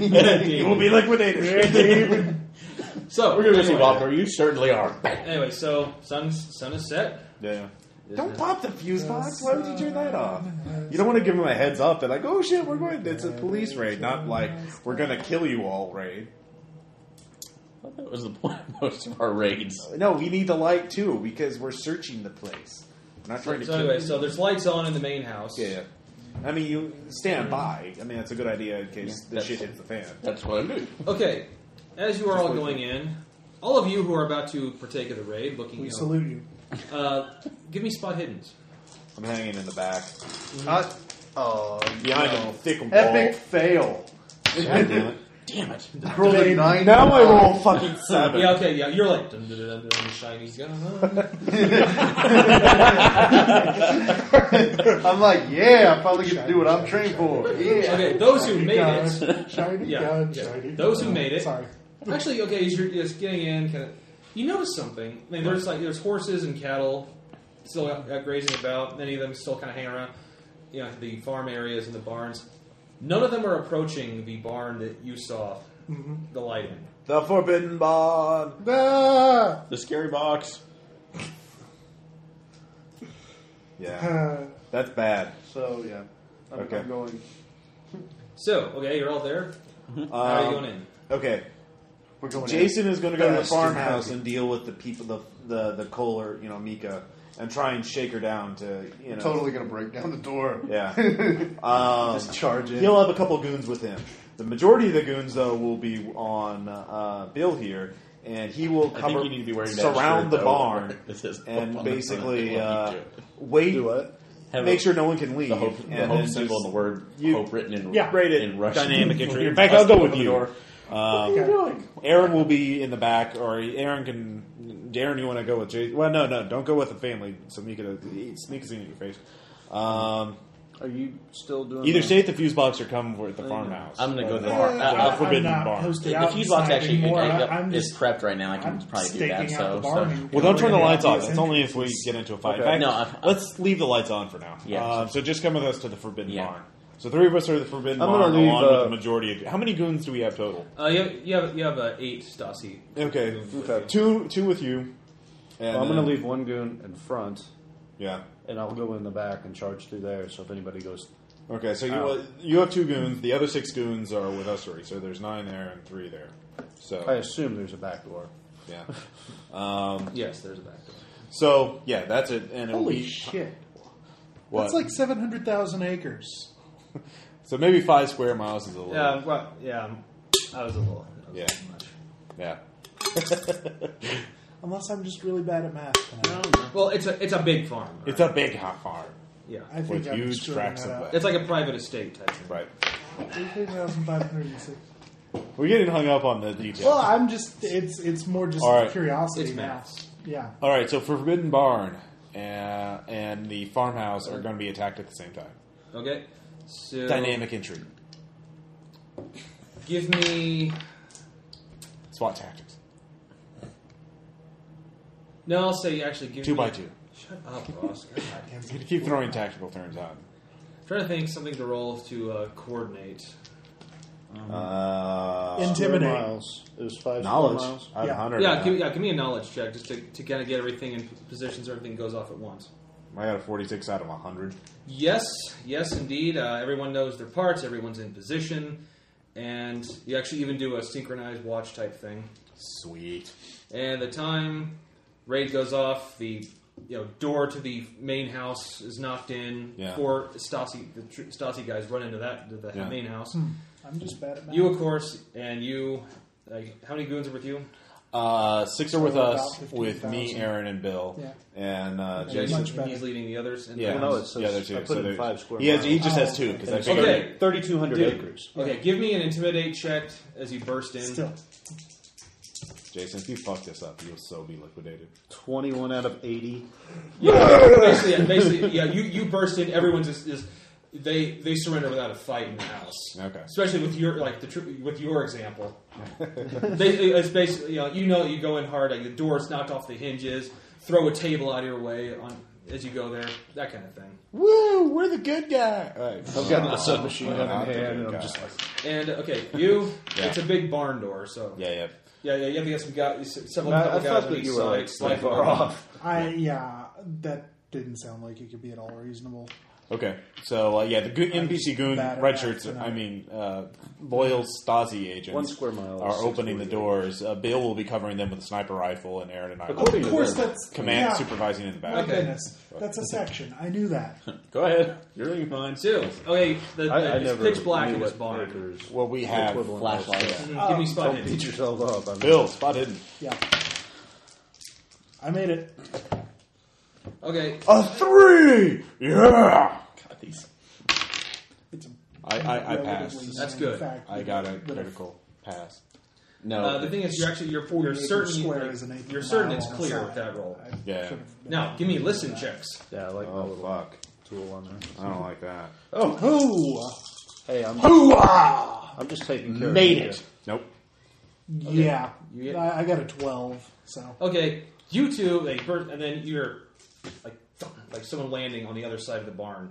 S5: Bob.
S12: He will be liquidated.
S4: so
S5: We're gonna see
S4: anyway.
S5: Bob. You certainly are.
S4: Anyway, so sun sun is set.
S12: yeah. Don't pop the fuse box. Why would you turn that off? You don't want to give them a heads up. They're like, oh shit, we're going. It's a police raid, not like we're going to kill you all raid.
S5: That was the point of most of our raids.
S12: No, we need the light too because we're searching the place. We're not trying to
S4: So
S12: kill.
S4: anyway, so there's lights on in the main house.
S12: Yeah, yeah. I mean, you stand by. I mean, that's a good idea in case the shit hits the fan.
S5: That's what I'm doing.
S4: Okay, as you are all
S12: wait.
S4: going in, all of you who are about to partake of the raid, looking,
S2: We
S4: you know,
S2: salute you.
S4: uh, give me spot hiddens.
S12: I'm hanging in the back
S1: Uh, oh,
S12: behind
S1: no.
S12: a thick wall.
S3: Oh.
S1: Epic fail.
S5: Damn it.
S1: I rolled a nine.
S12: Now I roll fucking seven.
S4: Yeah, okay, yeah, you're like dun, dun, dun, dun, dun, shiny's gonna.
S1: I'm like, yeah, I finally get to do what I'm trained for. Yeah.
S4: Okay, those who
S2: Shiny
S4: made
S2: gun,
S4: it.
S2: Shiny
S4: Yeah,
S2: gun,
S4: yeah.
S2: shiny
S4: Those who
S2: gun.
S4: made it.
S2: Sorry.
S4: Actually, okay, as you're just getting in, kind of, you notice something. I mean, there's like there's horses and cattle still out, out grazing about. Many of them still kind of hang around, you know, the farm areas and the barns. None of them are approaching the barn that you saw the light in.
S12: The Forbidden Bond.
S2: Ah!
S5: The scary box.
S12: Yeah,
S2: Uh,
S12: that's bad.
S1: So yeah, I'm,
S12: Okay.
S1: I'm going.
S4: So, okay, you're all there. How are you
S12: Um,
S4: going in?
S12: Okay,
S1: We're going.
S12: Jason is going to go to the
S1: Best and
S12: farmhouse
S1: happy.
S12: and deal with the people, the the the Kohler, you know, Mika, and try and shake her down to you
S1: in.
S12: know.
S1: totally going to break down the door.
S12: Yeah. Um,
S1: Just charge in.
S12: He'll have a couple goons with him. The majority of the goons, though, will be on uh, Bill here, and he will
S5: I
S12: cover,
S5: think you need to be wearing that
S12: surround
S5: shirt,
S12: the
S5: though,
S12: barn,
S5: where it says up on the
S12: and
S5: front when
S12: basically
S5: you
S12: uh,
S5: do it.
S12: wait.
S1: do what?
S5: Have
S12: Make
S5: a-
S12: sure no one can leave.
S5: the hope,
S12: and
S5: the
S12: then
S5: hope
S12: just-
S5: symbol and the word
S12: you-
S5: hope written in,
S12: Yeah. Write it.
S5: in Russian.
S3: Dynamic entry.
S5: You're
S3: In fact, I'll go
S5: busting
S3: with
S5: open the
S3: you.
S5: door.
S3: Um, Aaron will be in the back, or Aaron can. Aaron, you want to go with Jason? Well, no, no, don't go with the family. So Mika sneaks in at your face. Um,
S1: Are you still doing?
S3: either
S1: the-
S3: stay at the fuse box or come with the farmhouse.
S5: I'm going to go to the
S10: Uh,
S5: bar. Uh,
S10: I'm
S5: uh,
S3: forbidden
S10: not
S3: barn.
S10: posted
S5: the
S10: out
S5: fuse
S10: inside
S5: box actually
S10: anymore.
S5: it- it-
S10: I, am
S5: is
S10: just
S5: prepped right now. I can
S10: I'm
S5: probably do
S10: staking
S5: that.
S10: out the
S5: So,
S10: barn
S5: so-
S10: and
S3: Well, don't
S10: covering
S3: turn the
S10: it
S3: lights
S10: up
S3: off. It's
S10: using-
S3: only if we get into a fight.
S1: Okay.
S3: In fact,
S5: No, I-
S3: let's leave the lights on for now.
S5: Yeah.
S3: Uh, so just come with us to the Forbidden
S5: Yeah.
S3: Barn. So three of us are the Forbidden
S1: I'm gonna
S3: Barn,
S1: leave,
S3: along
S1: uh,
S3: with the majority of. How many goons do we have total?
S4: Uh, you have, you have, you have uh, eight Stasi.
S3: Okay,
S1: Okay.
S3: two, two with you. And
S1: Well, I'm going
S3: then-
S1: to leave one goon in front,
S3: Yeah.
S1: and I'll go in the back and charge through there. So if anybody goes,
S3: Okay, so you
S1: Oh.
S3: uh, you have two goons. The other six goons are with us three. So there's nine there and three there.
S1: I
S3: So
S1: assume there's a back door.
S3: yeah. Um,
S4: Yes, there's a back door.
S3: so yeah, that's it. And it'll
S2: Holy
S3: be-
S2: shit.
S3: what?
S2: That's like 700,000 acres.
S3: so maybe five square miles is a little.
S4: Yeah, well, yeah, I was a little. that was
S3: Yeah.
S4: too much.
S3: yeah.
S2: Unless I'm just really bad at math. Tonight.
S4: Well, it's a it's a big farm.
S3: It's a big hot farm
S4: yeah.
S2: I think
S3: with
S2: I'm
S3: huge
S2: screwing
S3: tracts
S2: that
S3: of
S2: up.
S3: land.
S4: It's like a private estate type thing.
S3: Right.
S2: 3,506.
S3: We're getting hung up on the details.
S2: Well, I'm just, it's it's more just
S3: All right.
S2: curiosity
S4: It's
S2: now.
S4: math.
S2: Yeah.
S3: All right, so Forbidden Barn uh, and the farmhouse are going to be attacked at the same time.
S4: Okay. So
S3: Dynamic entry,
S4: Give me
S3: SWAT tactics,
S4: no. I'll say actually give
S3: two
S4: me
S3: by two.
S4: Shut up, Ross. God. I'm
S3: I'm going to keep throwing tactical turns out.
S4: trying to think something to roll to uh, coordinate.
S12: Uh,
S2: Intimidate.
S1: Square miles. It was five
S12: knowledge.
S1: square miles.
S12: I have
S2: Yeah.
S12: 100
S4: Yeah,
S12: now.
S4: give, yeah. Give me a knowledge check just to, to kind of get everything in positions. so Everything goes off at once.
S3: I got a 46 out of 100.
S4: Yes, yes, indeed. Uh, everyone knows their parts. Everyone's in position, and you actually even do a synchronized watch type thing.
S3: Sweet.
S4: And the time raid goes off, the you know door to the main house is knocked in.
S3: Yeah.
S4: Four Stasi the tr- Stasi guys run into that to the
S3: Yeah.
S4: main house.
S2: Hmm. I'm just bad at math.
S4: You of course, and you. Like, how many goons are with you?
S3: Uh, six are
S2: So
S3: with
S2: about
S3: us, with me,
S2: 15,000.
S3: Aaron, and Bill,
S2: Yeah.
S3: and uh,
S2: Yeah,
S3: Jason.
S2: much better.
S4: He's leading the others. In
S3: Yeah,
S1: Well, no, it says-
S3: yeah, they're two.
S1: I put
S3: so
S1: in
S3: there's-
S1: five square
S3: He, has, he
S1: miles.
S3: just
S2: Oh,
S3: has two because I
S1: It's
S3: figured.
S4: Okay.
S1: 3,200
S4: Dude.
S1: acres.
S4: Okay, give me an intimidate check as you burst in.
S2: Still.
S3: Jason, if you fuck this up, you'll so be liquidated.
S1: 21 out of 80.
S4: Yeah, basically, yeah, basically, yeah. You you burst in. Everyone's just, just they they surrender without a fight in the house.
S3: Okay.
S4: Especially with your like the tr- with your example, they, it's basically you know you know you go in hard. Like the door's knocked off the hinges. Throw a table out of your way on as you go there. That kind of thing.
S3: Woo! We're the good guy. All right.
S1: I've got the submachine gun in hand, and I'm just like,
S4: And okay, you.
S3: Yeah.
S4: It's a big barn door, so
S3: Yeah, yeah.
S4: yeah, yeah. You have to get some guys, several
S1: I,
S4: couple
S1: I
S4: guys
S1: thought
S4: on
S1: that
S4: each
S1: you
S4: side.
S1: were like,
S4: slide
S1: far
S4: forward.
S1: off.
S2: I, yeah, that didn't sound like it could be at all reasonable.
S3: Okay, so uh, yeah, the good NPC goon
S2: bad at
S3: red
S2: math
S3: shirts.
S2: tonight.
S3: I mean, uh, loyal Stasi agents.
S1: One square mile is
S3: are
S1: six
S3: opening the
S1: forty-eight.
S3: doors. Uh, Bill will be covering them with a sniper rifle, and Aaron and I.
S1: According
S2: Of
S1: to
S2: course,
S1: them.
S2: that's
S3: command
S2: yeah.
S3: supervising in the
S2: My
S3: back.
S4: Okay.
S2: goodness, that's a section. I knew that.
S5: Go ahead. You're doing fine.
S4: Two. Okay, the, the,
S1: I, I
S4: it's
S1: never
S4: pitch black
S1: knew
S4: in this
S1: what
S4: barn.
S1: acres
S3: Well, we have
S1: equivalent
S5: Flashlight.
S1: was.
S4: Mm, give me
S3: Oh,
S4: spot
S1: Don't
S4: hidden.
S1: beat yourself up. I mean,
S3: Bill spot hidden.
S2: Yeah, I made it.
S4: Okay,
S3: A three. Yeah.
S5: God, these.
S2: It's a
S3: I I, I
S2: relatively
S3: passed.
S2: slim
S4: That's good.
S2: fact
S3: I
S2: that-
S3: got a
S2: that
S3: critical pass.
S5: No.
S4: Uh, the thing is, you're actually you're,
S2: 40
S4: you're
S2: acre
S4: certain
S2: square
S4: you're,
S2: is an eighth
S4: you're
S2: mile
S4: certain it's
S2: on the
S4: clear
S2: side.
S4: with that roll.
S2: I
S3: Yeah.
S2: should have been-
S4: Now, give me listen checks.
S1: Yeah, I like my
S3: Oh
S1: little
S3: fuck!
S1: tool on there.
S3: I don't like that.
S2: Oh,
S1: Hey, I'm, I'm just taking care
S5: Made
S1: of you.
S5: it.
S3: Nope.
S2: yeah.
S4: You get-
S2: I, I got a twelve. So
S4: Okay, you two, like, bur- and then you're like, thump, like someone landing on the other side of the barn.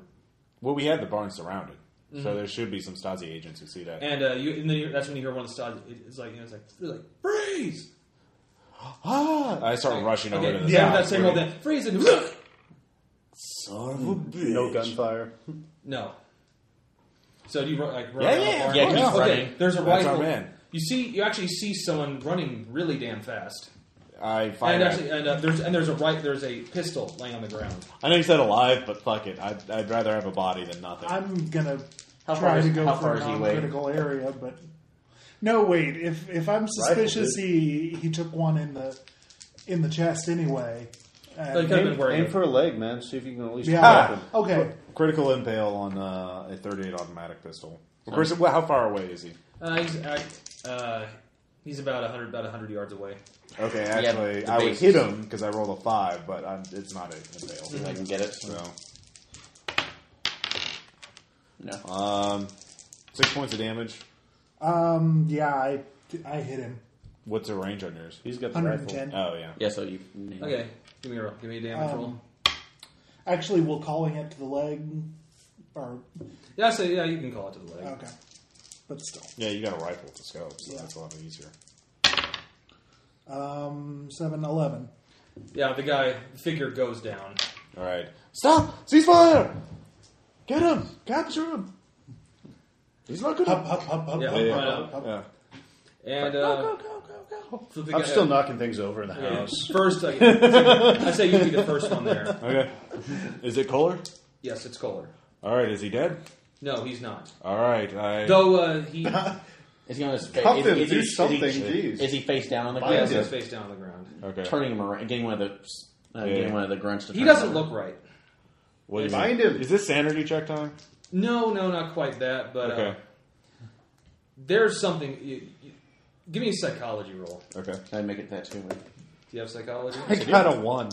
S3: Well, we had the barn surrounded. So there should be some Stasi agents who see that.
S4: Mm-hmm. And uh, you, and then you, that's when you hear one of the stars. It's like you know, it's like they're like freeze.
S3: ah! I start rushing
S4: okay,
S3: over to the
S4: yeah,
S3: sound
S4: that same
S3: screen.
S4: old thing. Freeze and
S1: No gunfire.
S4: no. So do you run, like run
S3: Yeah,
S4: down the
S3: yeah,
S4: barn?
S5: yeah, keep
S4: okay,
S5: running.
S4: There's a
S3: That's our
S4: rifle.
S3: man.
S4: You see, you actually see someone running really damn fast.
S3: I find
S4: And
S3: that.
S4: actually, and uh, there's and there's a right there's a pistol laying on the ground.
S3: I know you said alive, but fuck it. I'd, I'd rather have a body than nothing.
S2: I'm gonna
S13: How far
S2: try
S13: is-
S2: to go
S13: how
S2: for
S13: far
S2: a
S13: is he away?
S2: non-critical area, but no. Wait, if if I'm suspicious, he he took one in the in the chest anyway. uh,
S4: So you
S2: And
S4: could have been
S1: Aim
S4: wearing
S1: for a leg, man. See if you can at least crack
S2: yeah.
S1: him.
S2: Okay.
S3: Critical impale on uh, a 38 automatic pistol. Of course, well, how far away is he?
S4: Uh, he's, uh, uh, he's about hundred about hundred yards away.
S3: Okay, actually,
S5: the
S3: I would
S5: base.
S3: hit him because I rolled a five, but I'm, it's not an
S5: I
S4: Mm-hmm.
S3: impale.
S5: can get it.
S3: So,
S5: No.
S3: um, six points of damage.
S2: Um. Yeah. I I hit him.
S3: What's the range on yours?
S1: He's got the rifle.
S2: 110.
S3: Oh yeah,
S5: Yeah, so you.
S4: Okay, give me a roll. Give me a damage
S2: Um,
S4: roll.
S2: Actually, will calling it to the leg, or
S4: Yeah, so yeah, you can call it to the leg.
S2: okay, but still.
S3: yeah. You got a rifle to scope, so
S2: Yeah.
S3: that's a lot easier.
S2: Um, seven eleven.
S4: Yeah, the guy the figure goes down.
S3: All right, stop! Ceasefire! Get him! Capture him! He's not good.
S2: Up, up, up, up,
S4: Yeah,
S2: up,
S4: yeah,
S2: up,
S4: yeah.
S2: up, up.
S3: Yeah.
S4: And uh, oh, go, go, go, go, go.
S1: I'm still knocking things over in the house.
S4: First, I, I say you'd be the first one there.
S3: Okay. Is it Kohler?
S4: Yes, it's Kohler.
S3: All right. Is he dead?
S4: No, he's not.
S3: All right. I.
S4: Though uh, he,
S5: Is he on his face?
S1: Help
S5: is,
S1: him,
S5: is
S1: do
S5: he,
S1: something,
S5: Is he,
S1: jeez.
S5: is he face down on the
S4: he
S5: ground?
S4: has his face down on the ground.
S3: Okay.
S5: Turning him around, getting one of the, uh,
S3: Yeah.
S5: getting one of the grunts to.
S4: He
S5: turn
S4: doesn't
S5: over.
S4: look right.
S3: What do you
S1: Find
S3: mean?
S1: him.
S3: Is this sanity check time?
S4: No, no, not quite that. But uh,
S3: Okay.
S4: there's something. You, you, give me a psychology roll.
S3: Okay.
S5: Can I make it that too?
S4: Do you have psychology?
S3: I got a one.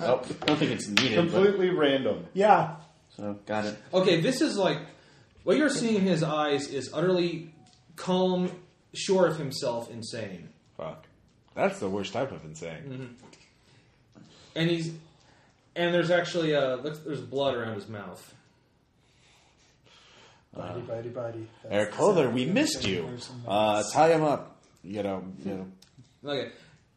S5: Oh, I don't think it's needed. But,
S1: Completely random.
S2: Yeah,
S5: so got it.
S4: Okay, this is like what you're seeing in his eyes is utterly calm, sure of himself, insane.
S3: Fuck. That's the worst type of insane.
S4: and he's and there's actually uh looks, there's blood around his mouth.
S2: Bitey, bitey, bitey. That's
S3: Eric
S2: the
S3: Kohler,
S2: same
S3: we missed you.
S2: person.
S3: Uh, tie him up. You know. You know.
S4: Okay,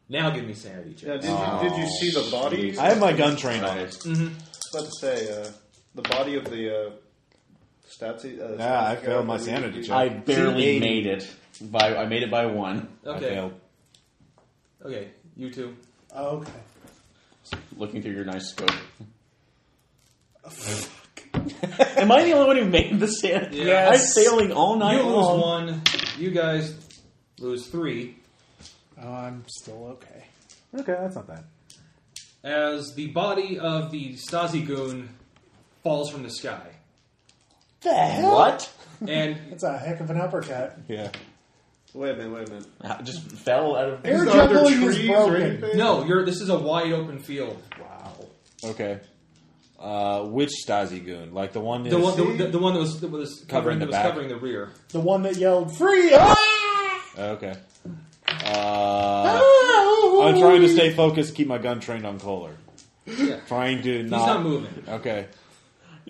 S4: now give me sanity
S1: Yeah,
S4: check.
S1: did, you, did you see the body?
S3: I have my gun trained on it.
S1: I was about to say, uh, the body of the uh, Stasi. Uh,
S3: Yeah, I
S1: Stasi
S3: failed my
S1: guy.
S3: sanity check.
S5: I barely made it. By I made it by one.
S3: I
S4: Okay,
S3: failed.
S4: okay, you two.
S2: Oh, okay.
S5: Looking through your nice scope. Am I the only one who made the sand?
S4: Yeah.
S5: I'm sailing all night
S4: You lose
S5: long.
S4: one. You guys lose three.
S2: Oh, I'm still okay.
S4: Mm-hmm.
S3: Okay, that's not bad.
S4: As the body of the Stasi goon falls from the sky,
S2: The hell?
S5: What?
S4: and
S2: That's a heck of an uppercut.
S3: Yeah.
S1: Wait a minute, wait a minute.
S5: How- Just fell out of.
S1: Is
S2: Air
S1: there other
S2: juggling is
S1: trees or
S2: broken.
S1: anything?
S4: no, you're this is a wide open field.
S3: Okay. Uh, which Stasi goon? Like the one?
S4: The
S3: is-
S4: one, the, the, the one that was that was
S3: Covering
S4: covering,
S3: the
S4: that was
S3: back.
S4: covering the rear.
S2: The one that yelled free. Ah!
S3: Oh, Okay. Uh,
S2: Ah!
S3: I'm trying to stay focused, keep my gun trained on Kohler.
S4: Yeah.
S3: Trying to
S4: He's not moving.
S3: Okay.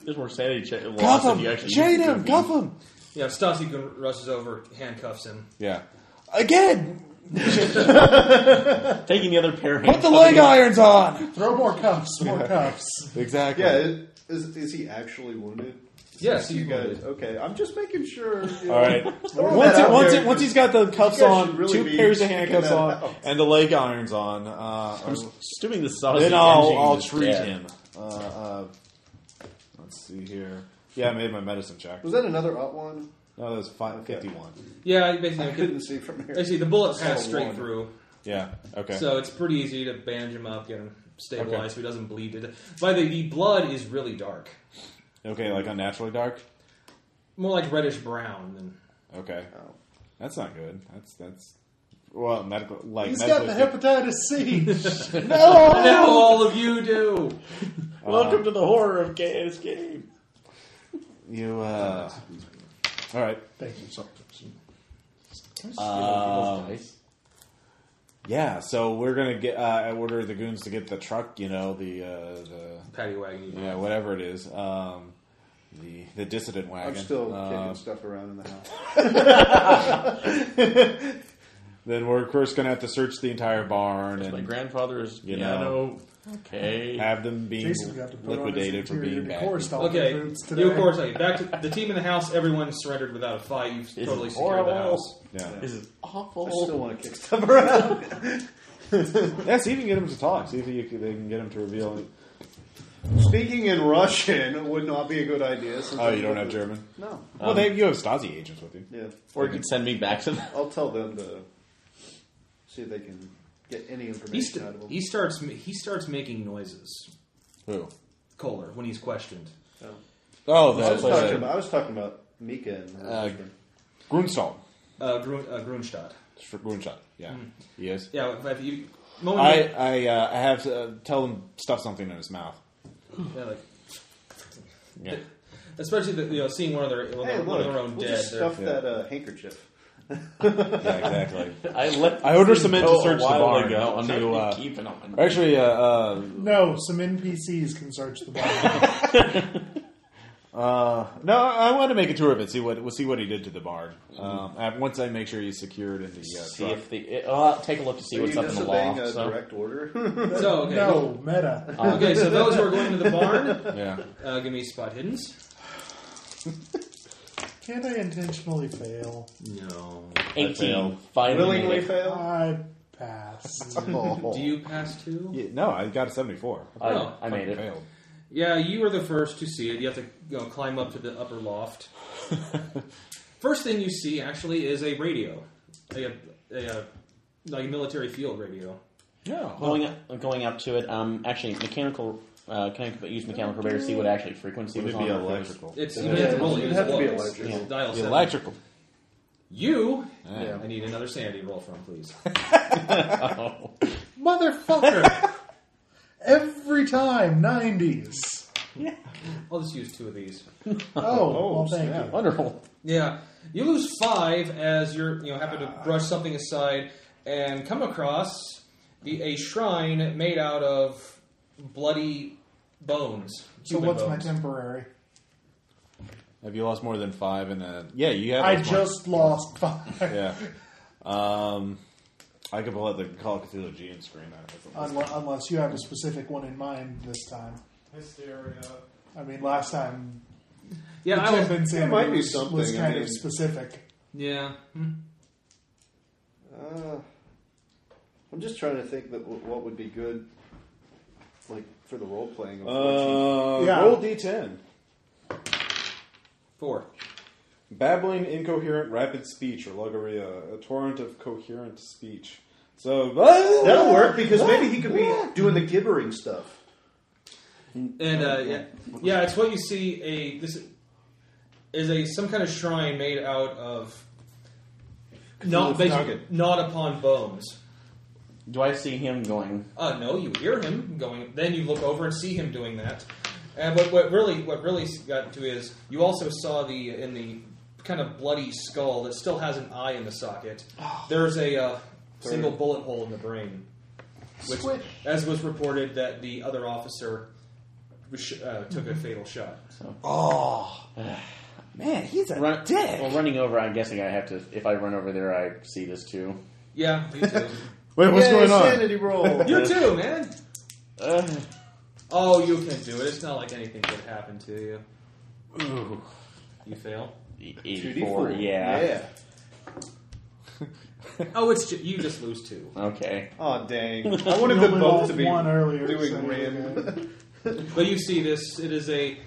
S5: There's more sanity check.
S3: Cuff
S5: loss if you
S3: him!
S5: actually
S3: Jade
S5: use the
S3: him!
S5: movie.
S3: Cuff him!
S4: Yeah, Stasi goon rushes over, handcuffs him.
S3: Yeah. Again!
S5: Taking the other pair. of
S3: Put the
S5: handcuffs
S3: leg
S5: in.
S3: irons on!
S2: Throw more cuffs. More cuffs.
S3: Exactly.
S1: Yeah, is, is, is he actually wounded?
S4: Yes,
S1: You
S4: you
S1: guys, okay. I'm just making sure. you know.
S3: All right.
S1: that
S3: once, it,
S1: out
S3: once,
S1: there.
S3: it, once he's got the cuffs
S1: You guys
S3: on,
S1: should really
S3: two
S1: be
S3: pairs of
S1: checking
S3: handcuffs
S1: that
S3: on,
S1: out.
S3: and the leg irons on, uh,
S5: I'm assuming the sausage.
S3: then I'll,
S5: engine
S3: I'll
S5: is
S3: treat
S5: dead.
S3: him. Uh, uh, let's see here. Yeah, I made my medicine check.
S1: Was that another odd one?
S3: No, that was fi- 51.
S4: Yeah, you basically
S1: I couldn't see from here.
S4: Actually, the bullet passed
S1: Oh,
S4: straight
S1: one.
S4: through,
S3: Yeah, okay.
S4: so it's pretty easy to bandage him up, get him stabilized so he doesn't bleed. It- By the way, the blood is really dark,
S3: okay, like unnaturally dark?
S4: more like reddish brown than
S3: Okay.
S1: Oh.
S3: That's not good. That's, that's, well, medical, like,
S2: He's got
S3: medically
S2: the
S3: speaking-
S2: hepatitis C.
S4: now all of you do.
S3: Uh,
S5: Welcome to the horror of this game.
S3: You, uh. Alright.
S2: Thank you. So much.
S13: Uh,
S3: Yeah, so we're gonna get. Uh, I order the goons to get the truck, you know, the, uh, the.
S4: Paddy wagon.
S3: Yeah, whatever it is. Um, the the dissident wagon.
S1: I'm still
S3: Uh,
S1: kicking stuff around in the house.
S3: then we're of course going to have to search the entire barn
S13: My
S3: and
S13: grandfather is
S3: You
S13: piano. Okay.
S3: have them being
S2: Jason got to put
S3: liquidated for
S2: on his interior
S3: being bad.
S2: decor style
S4: Okay,
S2: boots today.
S4: you of course. Okay, back to the team in the house. Everyone surrendered without a fight. You've totally secured the
S13: horrible.
S4: house.
S3: Yeah.
S13: This is
S1: I
S13: awful.
S1: still want to kick stuff around.
S3: yeah, see if you can get him to talk. See if you can, they can get him to reveal. it.
S1: Speaking in Russian would not be a good idea. Since
S3: Oh,
S1: I'm
S3: you don't have
S1: with-
S3: German.
S1: No.
S3: well,
S13: Um,
S3: they you have Stasi agents with you.
S1: Yeah.
S13: Or you could send me back to them.
S1: I'll tell them to see if they can get any
S4: He,
S1: information
S4: st-
S1: out of them.
S4: he starts. ma- He starts making noises.
S3: Who?
S4: Kohler when he's questioned.
S3: Oh,
S1: I, was
S3: that's
S1: talking
S3: uh,
S1: about, I was talking about Mika and her
S3: Uh,
S1: husband.
S3: Grunstadt.
S4: Uh, Grun, uh, Grunstadt.
S3: It's for Grunstadt. Yeah,
S13: Hmm.
S3: he is.
S4: Yeah, if- if you
S13: Oh,
S4: moment.
S3: I I, uh, I have to uh, tell him stuff something in his mouth.
S4: yeah, like,
S3: Yeah.
S4: especially the, you know seeing one of their one,
S1: Hey,
S4: of, one
S1: look,
S4: of their own
S1: we'll
S4: dead.
S1: just
S4: they're-
S1: stuff that uh, handkerchief.
S3: Yeah, exactly.
S13: I let.
S3: I ordered some men to
S13: go Oh, a
S3: search the
S13: while
S3: barn
S13: Ago. I'm
S3: to,
S13: not gonna
S3: uh,
S13: keep it on.
S3: Actually, uh, uh,
S2: No, some NPCs can search the barn.
S3: uh, no, I want to make a tour of it. See what we'll see what he did to the barn. Um, uh, once I make sure he's secured in the uh,
S13: see
S3: truck.
S13: if the. It, I'll take a look to see
S1: Are
S13: what's
S1: you
S13: up in the
S1: disobeying a
S13: law. So.
S1: direct order?
S4: So okay,
S2: no, meta.
S4: okay. So those who are going to the barn,
S3: Yeah,
S4: uh, give me spot hiddens.
S2: Can't I intentionally fail?
S4: No.
S13: Eighteen.
S3: failed.
S13: Finally,
S1: Willingly
S13: made it.
S1: fail?
S2: I passed.
S4: Do you pass two?
S3: Yeah, no, I got a seventy-four.
S13: I,
S4: No.
S1: Oh,
S13: I made it.
S3: Failed.
S4: Yeah, you were the first to see it. You have to you know, climb up to the upper loft. first thing you see actually is a radio, a, a, a like a military field radio.
S13: Going up, going up to it. Um, actually, mechanical. Uh, can I use mechanical radar to see what actually frequency
S3: Would
S13: was
S3: it
S13: on?
S3: be
S13: or if it was-
S3: electrical?
S4: It's
S1: Yeah,
S4: you have to roll it.
S1: it'd
S4: as
S1: have to be
S4: well.
S1: electric.
S4: It's Dial
S3: The
S4: seven.
S3: electrical.
S4: You.
S1: Yeah.
S4: I need another sanity roll from please.
S2: Motherfucker! Every time, 90s.
S4: I'll just use two of these.
S2: Oh, well, thank
S1: snap.
S2: you.
S13: Wonderful.
S4: Yeah, you lose five as you're you know happen to brush something aside and come across the, a shrine made out of bloody bones.
S2: So
S4: human
S2: what's my
S4: bones.
S2: temporary?
S3: Have you lost more than five? And uh, yeah, you have.
S2: I
S3: lost more.
S2: just lost five.
S3: yeah. Um, I could pull out the Call of Cthulhu GM screen. I don't know.
S2: Unle- Unless you have a specific one in mind this time.
S10: Hysteria.
S2: I mean, last time
S4: Yeah, I was,
S2: Tim's
S1: there might be
S2: was-
S1: something,
S2: was
S1: I
S2: kind
S1: mean-
S2: of specific.
S4: yeah. Hmm.
S1: Uh, I'm just trying to think that w- what would be good, like for the role playing.
S3: Uh,
S2: Yeah.
S3: Roll D10.
S4: Four.
S3: Babbling, incoherent, rapid speech, or logoria, a torrent of coherent speech. So that'll
S1: That'll work because maybe he could be doing the gibbering stuff.
S4: And uh, yeah, yeah, it's what you see. A this is a some kind of shrine made out of not based,
S1: Nugget.
S4: not upon bones.
S13: Do I see him going?
S4: Uh, no, you hear him going. Then you look over and see him doing that. And what, what really what really got to is you also saw the in the kind of bloody skull that still has an eye in the socket. There's a uh, single bullet hole in the brain, which, as was reported, that the other officer was sh- uh, took a fatal shot.
S3: Man, he's a
S13: Run, well, running over. I'm guessing I have to. If I run over there, I see this too.
S4: Yeah, you too.
S3: Wait, what's
S1: Yay,
S3: going on?
S1: Sanity roll.
S4: you too, man.
S13: Uh,
S4: Oh, you can do it. It's not like anything could happen to you. You fail.
S13: 84. Uh, Yeah.
S4: Oh, it's ju- you just lose two.
S13: Okay.
S1: Oh dang! I
S2: We
S1: wanted
S2: only
S1: them both
S2: lost
S1: to be
S2: one earlier.
S1: doing
S2: so-
S1: rim.
S4: But you see this. It is a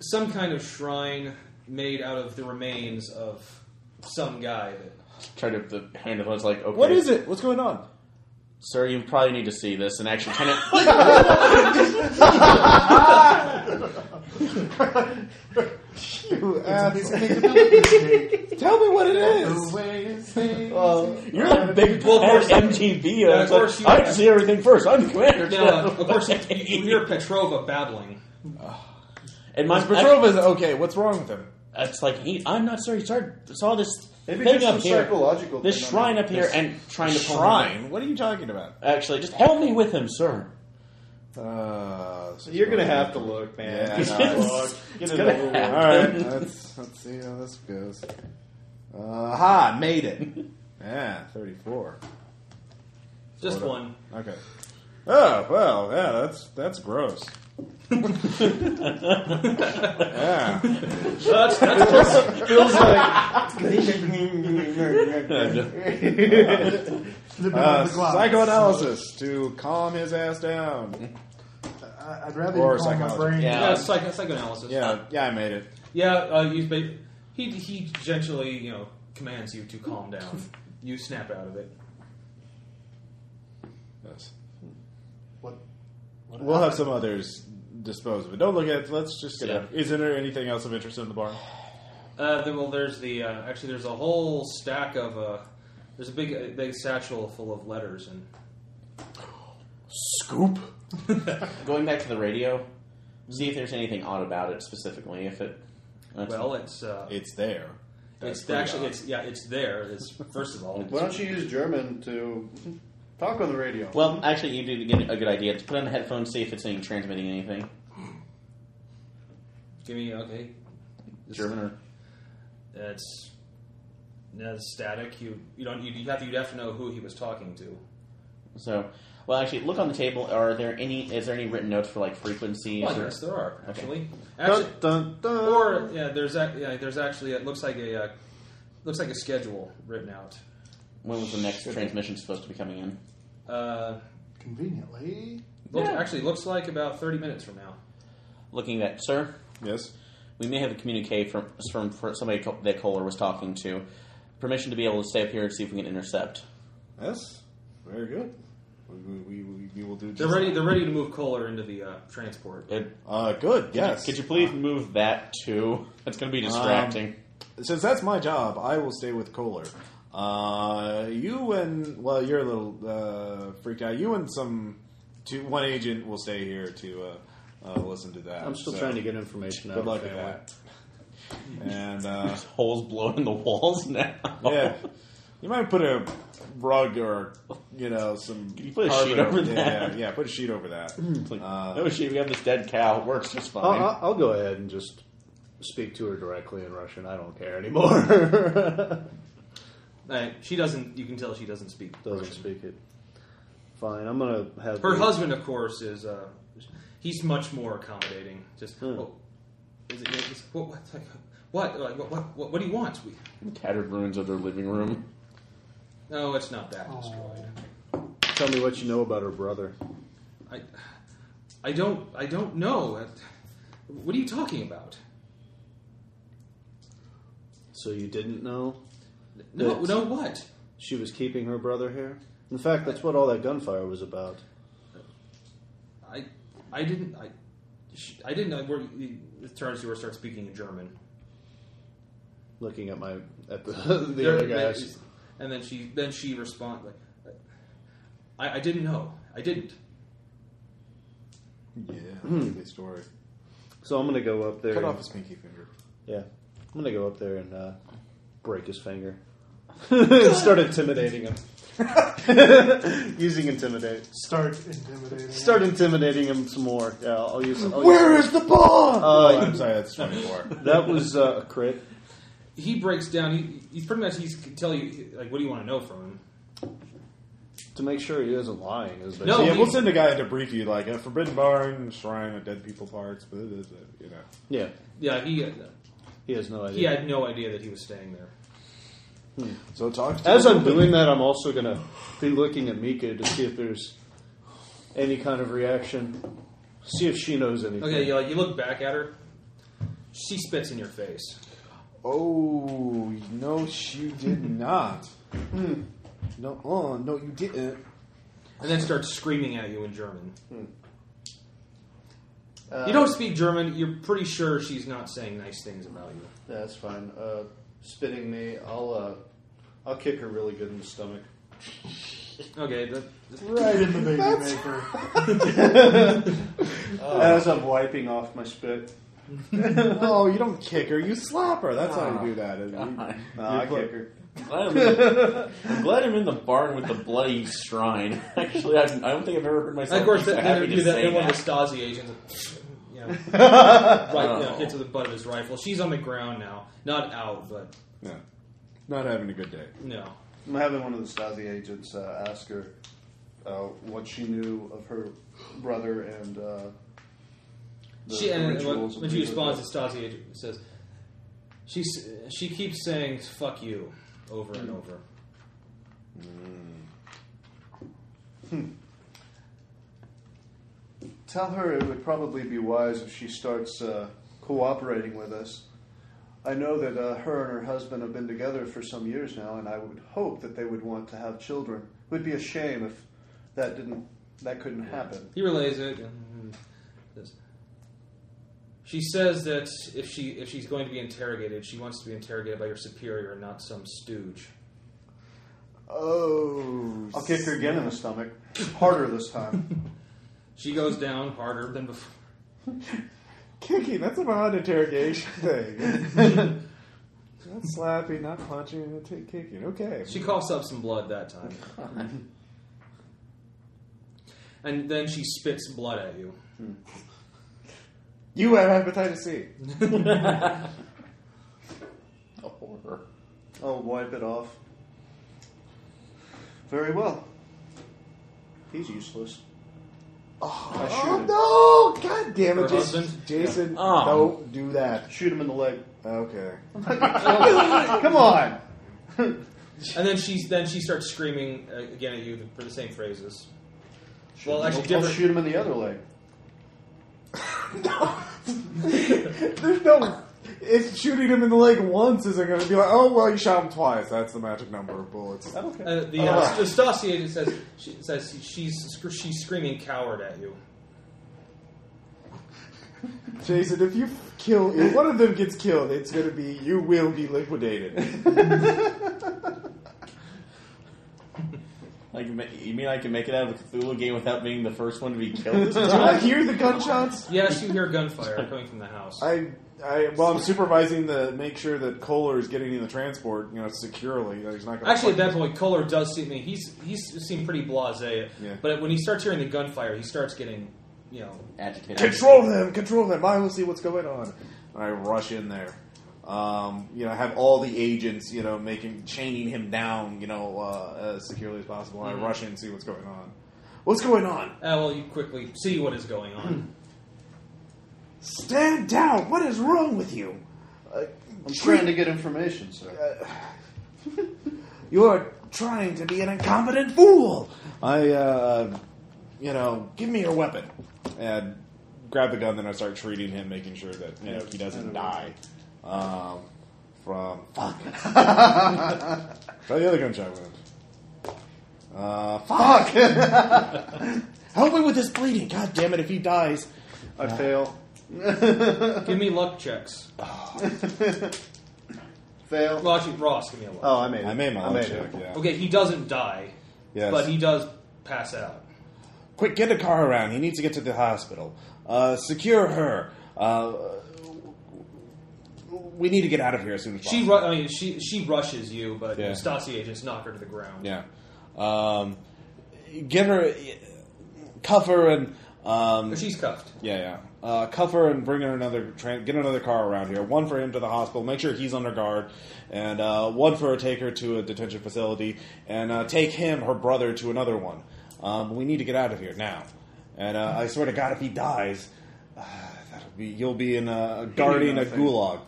S4: some kind of shrine made out of the remains of some guy. That,
S13: Try to the hand of. I was like, okay.
S3: What is it? What's going on?
S13: Sir, you probably need to see this and actually kind of.
S2: It's a piece of paper.
S3: Tell me what it is.
S1: Uh,
S13: You're the big
S4: Well,
S13: well,
S4: of course-
S13: MTV.
S4: Yeah,
S13: I
S4: of
S13: was
S4: course you-
S13: uh, like, I have to see everything first. I'm the commander.
S4: now, of course, you, you hear Petrova babbling.
S13: and my
S3: Petrova's okay. What's wrong with him?
S13: I- It's like he, I'm not sure. He started saw this
S1: Maybe
S13: thing
S1: just
S13: up
S1: some
S13: here,
S1: psychological
S13: this
S1: thing on
S13: shrine
S1: it.
S13: up here, and trying to pull him
S3: Shrine. What are you talking about?
S13: in. Actually, just help me with him, sir.
S3: Uh, this is
S1: You're gonna have to look, man.
S3: Yeah,
S1: Just
S3: I know.
S1: look. Get it over with.
S3: All right, let's let's see how this goes. Uh, ha! Made it. Yeah, thirty-four.
S4: Just
S3: Sorta.
S4: one.
S3: Okay. Oh well, yeah, that's that's gross. yeah.
S4: That's, that's
S1: Feels like
S2: The bit
S3: Uh,
S2: of the glass.
S3: psychoanalysis to calm his ass down.
S2: I- I'd rather
S3: Or
S2: you call my
S3: psychology.
S2: brain.
S4: yeah, it's psych- psychoanalysis.
S3: Yeah, yeah, I made it.
S4: Yeah, uh, you, but he he gently you know commands you to calm down. You snap out of it.
S3: Yes.
S2: What- what
S3: We'll have some others dispose of it. Don't look at. it. Let's just get out. Isn't there anything else of interest in the bar?
S4: Uh, then, well, there's the uh, actually there's a whole stack of uh, there's a big a big satchel full of letters and
S3: Scoop.
S5: Going back to the radio, see if there's anything odd about it specifically. If it, that's-
S4: well, it's uh,
S3: It's there. That's
S4: it's
S3: pretty
S4: actually
S3: odd.
S4: it's yeah it's there. It's first of all
S1: Why don't you use German to talk on the radio?
S5: well, actually, you do get a good idea. Let's put on the headphones, see if it's any transmitting anything.
S4: give me okay This-
S5: German or
S4: that's that's static. You you don't you you have to you'd have to know who he was talking to.
S5: so. Well, actually, look on the table. Are there any? Is there any written notes for like frequencies?
S4: Well,
S5: or-
S4: yes, there are actually. Actually,
S1: dun, dun, dun.
S4: Or yeah, there's ac yeah, there's actually it looks like a uh, looks like a schedule written out.
S5: When was the next transmission supposed to be coming in?
S4: Uh,
S2: Conveniently,
S4: look, actually looks like about thirty minutes from now.
S5: Looking at, sir,
S3: Yes.
S5: we may have a communique from from, from somebody co- that Kohler was talking to. Permission to be able to stay up here and see if we can intercept.
S3: Yes. Very good. We, we, we, we will do.
S4: They're
S3: just-
S4: ready. They're ready to move Kohler into the uh, transport.
S5: It,
S3: Uh, good. Yes.
S5: Could you please move that too? That's going to be distracting.
S3: Uh, Since that's my job, I will stay with Kohler. Uh, you and well, you're a little uh, freaked out. You and some two, one agent will stay here to uh, uh, listen to that.
S1: I'm still
S3: So,
S1: trying to get information out
S3: Good luck
S1: of the
S3: with
S1: family.
S3: that. And uh,
S5: Holes blown in the walls now.
S3: yeah, you might put a rug or you know some.
S5: Can you put a
S3: carpet
S5: sheet over
S3: yeah,
S5: that?
S3: Yeah, yeah, put a sheet over that.
S5: It's like, oh shit, we have this dead cow. It works just fine.
S1: I'll, I'll, I'll go ahead and just speak to her directly in Russian. I don't care anymore.
S4: Uh, she doesn't. You can tell she doesn't speak.
S1: Doesn't speak it. Fine. I'm gonna have
S4: Her
S1: the-
S4: husband, of course, is uh, he's much more accommodating. Just
S1: Hmm.
S4: oh, is it, is, what, what, what, like, what, what, what, what do you want? We,
S5: Tattered ruins of their living room.
S4: no, it's not that destroyed.
S1: Tell me what you know about her brother.
S4: I, I don't, I don't know. What are you talking about?
S1: So you didn't know
S4: No,
S1: That's-
S4: no, what?
S1: she was keeping her brother here? In fact, that's what all that gunfire was about.
S4: I, I didn't. I, sh- I didn't. I, were, it turns to her, starts speaking in German.
S1: Looking at my at the, the
S4: There-
S1: other
S4: there-
S1: guys.
S4: and then she, then she responds like, I, "I didn't know. I didn't."
S3: Yeah,
S5: Hmm.
S3: lovely story.
S1: So I'm gonna go up there.
S3: Cut
S1: and-
S3: off his pinky finger.
S1: Yeah, I'm gonna go up there and uh, break his finger. and start intimidating him. Using intimidate.
S2: start intimidating.
S1: Start intimidating him some more. Yeah, I'll use. I'll
S3: Where
S1: use,
S3: is the ball?
S1: Uh,
S3: oh, I'm sorry, that's 24.
S1: that was uh, a crit.
S4: He breaks down. He, he's pretty much. He's can tell you like, "What do you want to know from him?"
S1: To make sure he isn't lying is
S4: No,
S1: basically.
S3: yeah,
S4: he-
S3: we'll send a guy to brief you, like a forbidden barn, shrine of dead people parts, but it is, a- you know.
S1: Yeah,
S4: Yeah, he, uh,
S1: he has no
S4: he
S1: idea.
S4: had no idea that he was staying there.
S3: So talk. To
S1: As
S3: the
S1: I'm
S3: woman.
S1: doing that, I'm also gonna be looking at Mika to see if there's any kind of reaction. See if she knows anything.
S4: Okay, you like you look back at her. She spits in your face.
S3: Oh no, you did not.
S1: Hmm.
S3: No, oh no, you didn't.
S4: and then starts screaming at you in German.
S1: Uh,
S4: you don't speak German. You're pretty sure she's not saying nice things about you.
S1: Yeah, that's fine. Uh, spitting me, I'll uh, I'll kick her really good in the stomach.
S4: Okay, that,
S2: right in the baby maker.
S4: Uh,
S1: As I'm wiping off my spit.
S3: Oh, no, you uh, don't kick her. You slap her. That's how you do that. You,
S1: Nah, uh, I
S3: put-
S1: kick her.
S5: Glad I'm, in the, I'm glad I'm in the barn with the bloody shrine. Actually, I, I don't think I've ever heard myself.
S4: And of course,
S5: be so
S4: that
S5: happy
S4: interview
S5: to
S4: that
S5: say
S4: that one of the
S5: that.
S4: Stasi agents, you know, right, you know, hits with the butt of his rifle. She's on the ground now, not out, but
S3: Yeah. Not having a good day.
S4: no.
S1: I'm having one of the Stasi agents uh, ask her uh, what she knew of her brother and uh, the
S4: she, and when-
S1: rituals.
S4: when,
S1: and
S4: she
S1: things like
S4: responds, the Stasi agent says, she, s- she keeps saying "fuck you" over and over.
S1: that. Tell her it would probably be wise if she starts uh, cooperating with us. I know that uh, her and her husband have been together for some years now, and I would hope that they would want to have children. It would be a shame if that didn't that couldn't happen.
S4: He relays it. And says, she says that if she if she's going to be interrogated, she wants to be interrogated by your superior, and not some stooge.
S1: Oh, I'll kick her again in the stomach, harder this time.
S4: She goes down harder than before.
S3: Kicking, that's a mild interrogation thing. not slapping, not punching, not t- kicking. Okay.
S4: She coughs up some blood that time. and then she spits blood at you.
S3: you have hepatitis C.
S5: The horror.
S1: I'll wipe it off. Very well. He's useless. I shoot him.
S3: Oh no! God damn
S4: Her
S3: it, Jason!
S4: husband?
S3: Jason,
S5: Oh.
S3: don't do that.
S1: Shoot him in the leg.
S3: Okay.
S1: Come on.
S4: And then she then she starts screaming uh, again at you for the same phrases. Well, actually,
S1: I'll,
S4: different.
S1: shoot him in the other leg.
S3: There's no. If shooting him in the leg once isn't going to be like, oh well, you shot him twice. That's the magic number of bullets.
S4: Uh, the
S3: Oh.
S4: uh, the Stasi agent says she says she's sc- she's screaming coward at you.
S3: Jason, if you kill, if one of them gets killed, it's going to be you will be liquidated.
S5: Like, ma- you mean I can make it out of a Cthulhu game without being the first one to be killed?
S3: Do I hear the gunshots?
S4: Yes, you hear gunfire coming from the house.
S3: I, I, well, I'm supervising the make sure that Kohler is getting in the transport, you know, securely. that He's not going
S4: Actually, at that point, Kohler does see me. He's he's seemed pretty blasé.
S3: Yeah.
S4: But when he starts hearing the gunfire, he starts getting, you know,
S5: Agitated.
S3: control them, control them. I will see what's going on. And I rush in there. Um, you know, have all the agents, you know, making chaining him down, you know, uh, as securely as possible. I rush in and see what's going on. What's going on?
S4: uh, well, you quickly see what is going on.
S3: Stand down. What is wrong with you? Uh,
S1: I'm trying to get information, sir.
S3: You're trying to be an incompetent fool. I, uh, you know, give me your weapon. And grab the gun, then I start treating him, making sure that, you know, he doesn't die um, from. Fuck. Try the other gunshot wound. Uh, fuck! Help me with this bleeding. God damn it, if he dies.
S1: I fail.
S4: give me luck checks.
S1: Fail.
S4: Well, actually, Ross, give me a luck.
S1: Oh, I made it.
S3: I made my
S1: I
S3: own
S1: made
S3: check,
S1: it.
S3: yeah.
S4: Okay, he doesn't die,
S3: Yes.
S4: but he does pass out.
S3: Quick, get a car around. He needs to get to the hospital. Uh, secure her. Uh, we need to get out of here as soon as
S4: She,
S3: possible.
S4: ru- I mean, she she rushes you, but
S3: Yeah.
S4: the Stasi agents knock her to the ground.
S3: Yeah. Um, give her, cuff her, and um,
S4: But she's cuffed.
S3: yeah, yeah. Uh, cuff her and bring her another. Tra- get another car around here. One for him to the hospital. Make sure he's under guard, and uh, one for her. Take her to a detention facility, and uh, take him, her brother, to another one. Um, we need to get out of here now. And uh, I swear to God, if he dies, uh, that'll be you'll be in uh, guarding a
S1: nothing.
S3: gulag.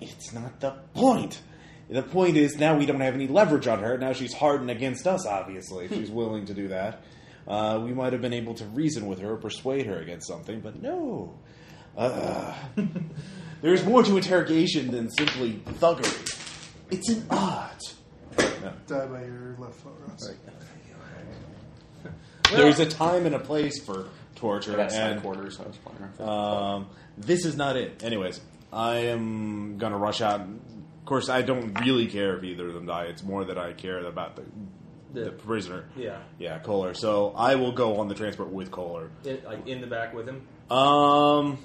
S3: It's not the point. The point is now we don't have any leverage on her. Now she's hardened against us, obviously. If she's willing to do that. Uh, we might have been able to reason with her or persuade her against something, but no. Uh, there's more to interrogation than simply thuggery. It's an art.
S2: Die by your left foot, Ross.
S3: There's a time and a place for torture,
S5: That's
S3: and
S5: quarters. Uh, I was playing.
S3: Um, this is not it. Anyways, I am gonna rush out. Of course, I don't really care if either of them die. It's more that I care about the the,
S4: The-
S3: prisoner.
S4: Yeah.
S3: yeah, Kohler. So I will go on the transport with Kohler.
S4: In, like in the back with him.
S3: Um,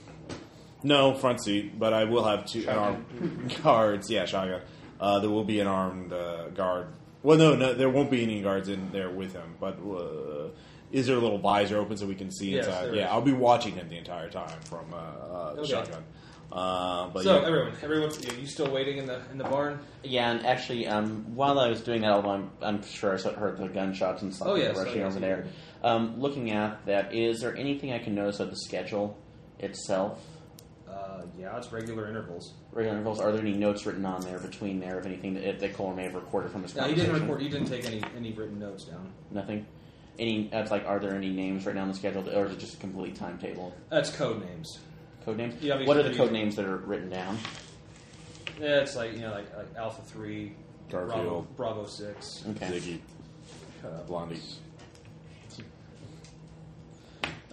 S3: no front seat, but I will have two uh, guards. Yeah, shotgun. Uh, there will be an armed uh, guard. Well, no, no, there won't be any guards in there with him. But uh, is there a little visor open so we can see
S4: Yes,
S3: inside?
S4: there
S3: Yeah,
S4: is.
S3: I'll be watching him the entire time from uh, uh, the
S4: Okay.
S3: shotgun. Uh, but
S4: so
S3: yeah.
S4: everyone, everyone, you, you still waiting in the in the barn?
S13: Yeah, and actually, um, while I was doing that, although I'm, I'm sure I heard the gunshots and something
S4: Oh, yes,
S13: rushing
S4: oh, yes,
S13: over
S4: you
S13: there. Um, looking at that, is there anything I can notice of the schedule itself?
S4: Uh, yeah, it's regular intervals.
S13: Regular intervals. Are there any notes written on there between there of anything that, that Kohler may have recorded from his
S4: Now you
S13: conversation?
S4: didn't record. You didn't take any any written notes down.
S13: Nothing. Any? That's like, are there any names right now on the schedule, or is it just a complete timetable?
S4: That's code names.
S13: Code names.
S4: Yeah, I mean,
S13: what are
S4: I
S13: the
S4: mean-
S13: code names that are written down?
S4: Yeah, it's like you know, like, like Alpha Three, Bravo,
S3: Garfield.
S4: Bravo Six.
S13: Okay.
S3: Ziggy, uh, Blondie,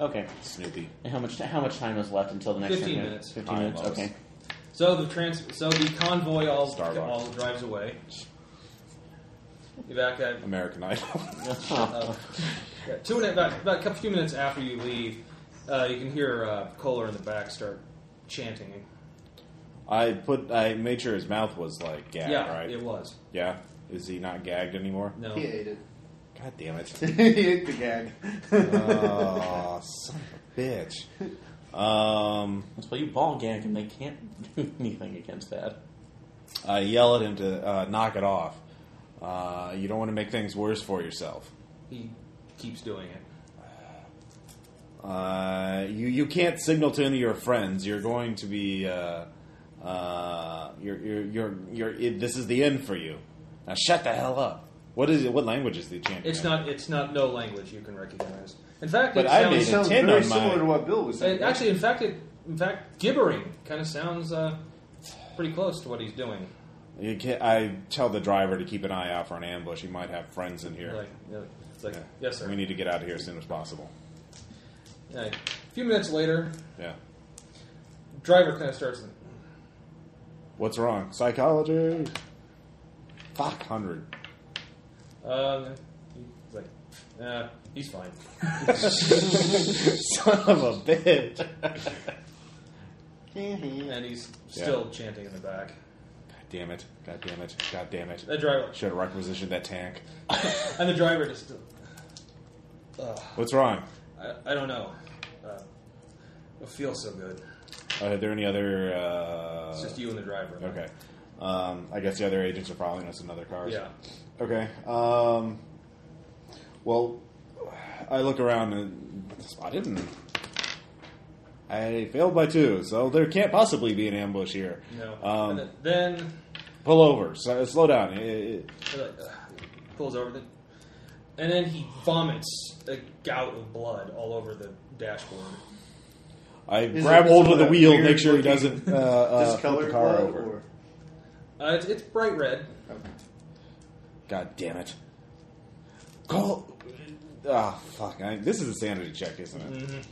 S13: Okay.
S3: Snoopy.
S13: And how much? How much time is left until the next?
S4: 15
S13: interview?
S4: minutes.
S13: Fifteen
S3: Time
S13: minutes.
S3: lost.
S13: Okay.
S4: So the trans, so the convoy all
S3: Starbucks.
S4: all drives away. You back at
S3: American Idol.
S4: uh, yeah, two and a, about, about a couple few minutes after you leave, uh, you can hear uh, Kohler in the back start chanting.
S3: I put. I made sure his mouth was like gagged,
S4: yeah,
S3: right?
S4: it was
S3: yeah. Is he not gagged anymore?
S4: no.
S1: He ate it.
S3: God damn it!
S1: he ate the gag.
S3: oh, son of a bitch. Um,
S13: That's why you ball gag, and they can't do anything against that.
S3: I yell at him to uh, knock it off. Uh, you don't want to make things worse for yourself.
S4: He keeps doing it.
S3: Uh, you you can't signal to any of your friends. You're going to be. Uh, uh, you're you're you're, you're it, this is the end for you. Now shut the hell up. What is it? What language is the chant?
S4: It's
S3: in?
S4: not. It's not no language you can recognize. In fact,
S3: But
S4: it
S3: I
S4: sounds,
S3: made
S1: It sounds
S3: Ten
S1: very
S3: on my-
S1: similar to what Bill was saying.
S4: it- actually, in fact, it in fact gibbering kind of sounds uh, pretty close to what he's doing.
S3: You can't, I tell the driver to keep an eye out for an ambush. He might have friends in here.
S4: Like, you know, it's like
S3: Yeah.
S4: yes, sir.
S3: We need to get out of here as soon as possible.
S4: Yeah. A few minutes later,
S3: Yeah.
S4: driver kind of starts.
S3: What's wrong? Psychology. Fuck hundred.
S4: Um, he's like, uh, he's fine.
S3: Son of a bitch. God
S4: And he's still chanting in the back.
S3: damn it. God damn it. God damn it.
S4: The driver
S3: Should have requisitioned that tank.
S4: and the driver just.
S3: What's wrong?
S4: I, I don't know. Uh, it feels so good.
S3: Uh, are there any other? Uh...
S4: It's just you and the driver.
S3: Okay. Um, I guess the other agents are following us in other cars.
S4: Yeah.
S3: Okay. Um, well, I look around and I didn't. I failed by two, so there can't possibly be an ambush here.
S4: No.
S3: Um,
S4: and then,
S3: pull over. So, slow down. Eh, eh,
S4: then uh, pulls over. The, and then he vomits a gout of blood all over the dashboard.
S3: I
S1: Is
S3: grab
S1: it
S3: hold
S1: some
S3: of the
S1: of that
S3: wheel,
S1: weird
S3: make sure he
S1: looking
S3: doesn't uh, uh, flip
S1: discolored
S3: the car
S1: blood,
S3: over.
S1: or
S4: Uh, it's, it's bright red.
S3: God damn it! Call. Ah, fuck! I, this is a sanity check, isn't it?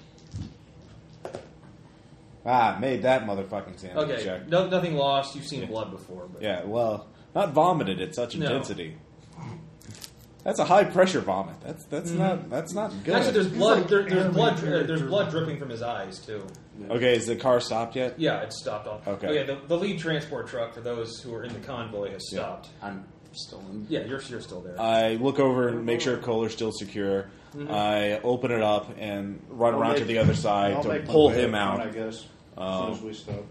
S3: Ah, made that motherfucking sanity
S4: Mm-hmm. Okay.
S3: check.
S4: No, nothing lost. You've seen blood before. But
S3: Yeah, well, not vomited at such
S4: No.
S3: intensity. That's a high pressure vomit. That's that's not that's not good.
S4: Mm-hmm. Actually, there's blood.
S2: like
S4: there, there's
S2: anime
S4: blood. uh, There's
S2: character.
S4: blood dripping from his eyes too.
S3: okay, is the car stopped yet?
S4: Yeah, it's stopped off.
S3: Okay.
S4: Oh, yeah, the, the lead transport truck for those who are in the convoy has
S3: Yeah. Uh,
S4: stopped.
S13: I'm still in.
S4: Yeah, you're, you're still there.
S3: I look over and make sure Kohler's still secure. I open it up and run
S1: Mm-hmm. I'll
S3: around
S1: make-
S3: to the other side
S1: I'll
S3: to
S1: make my
S3: pull
S1: way
S3: him
S1: up front,
S3: out. Uh,
S1: I guess. as soon as we stop.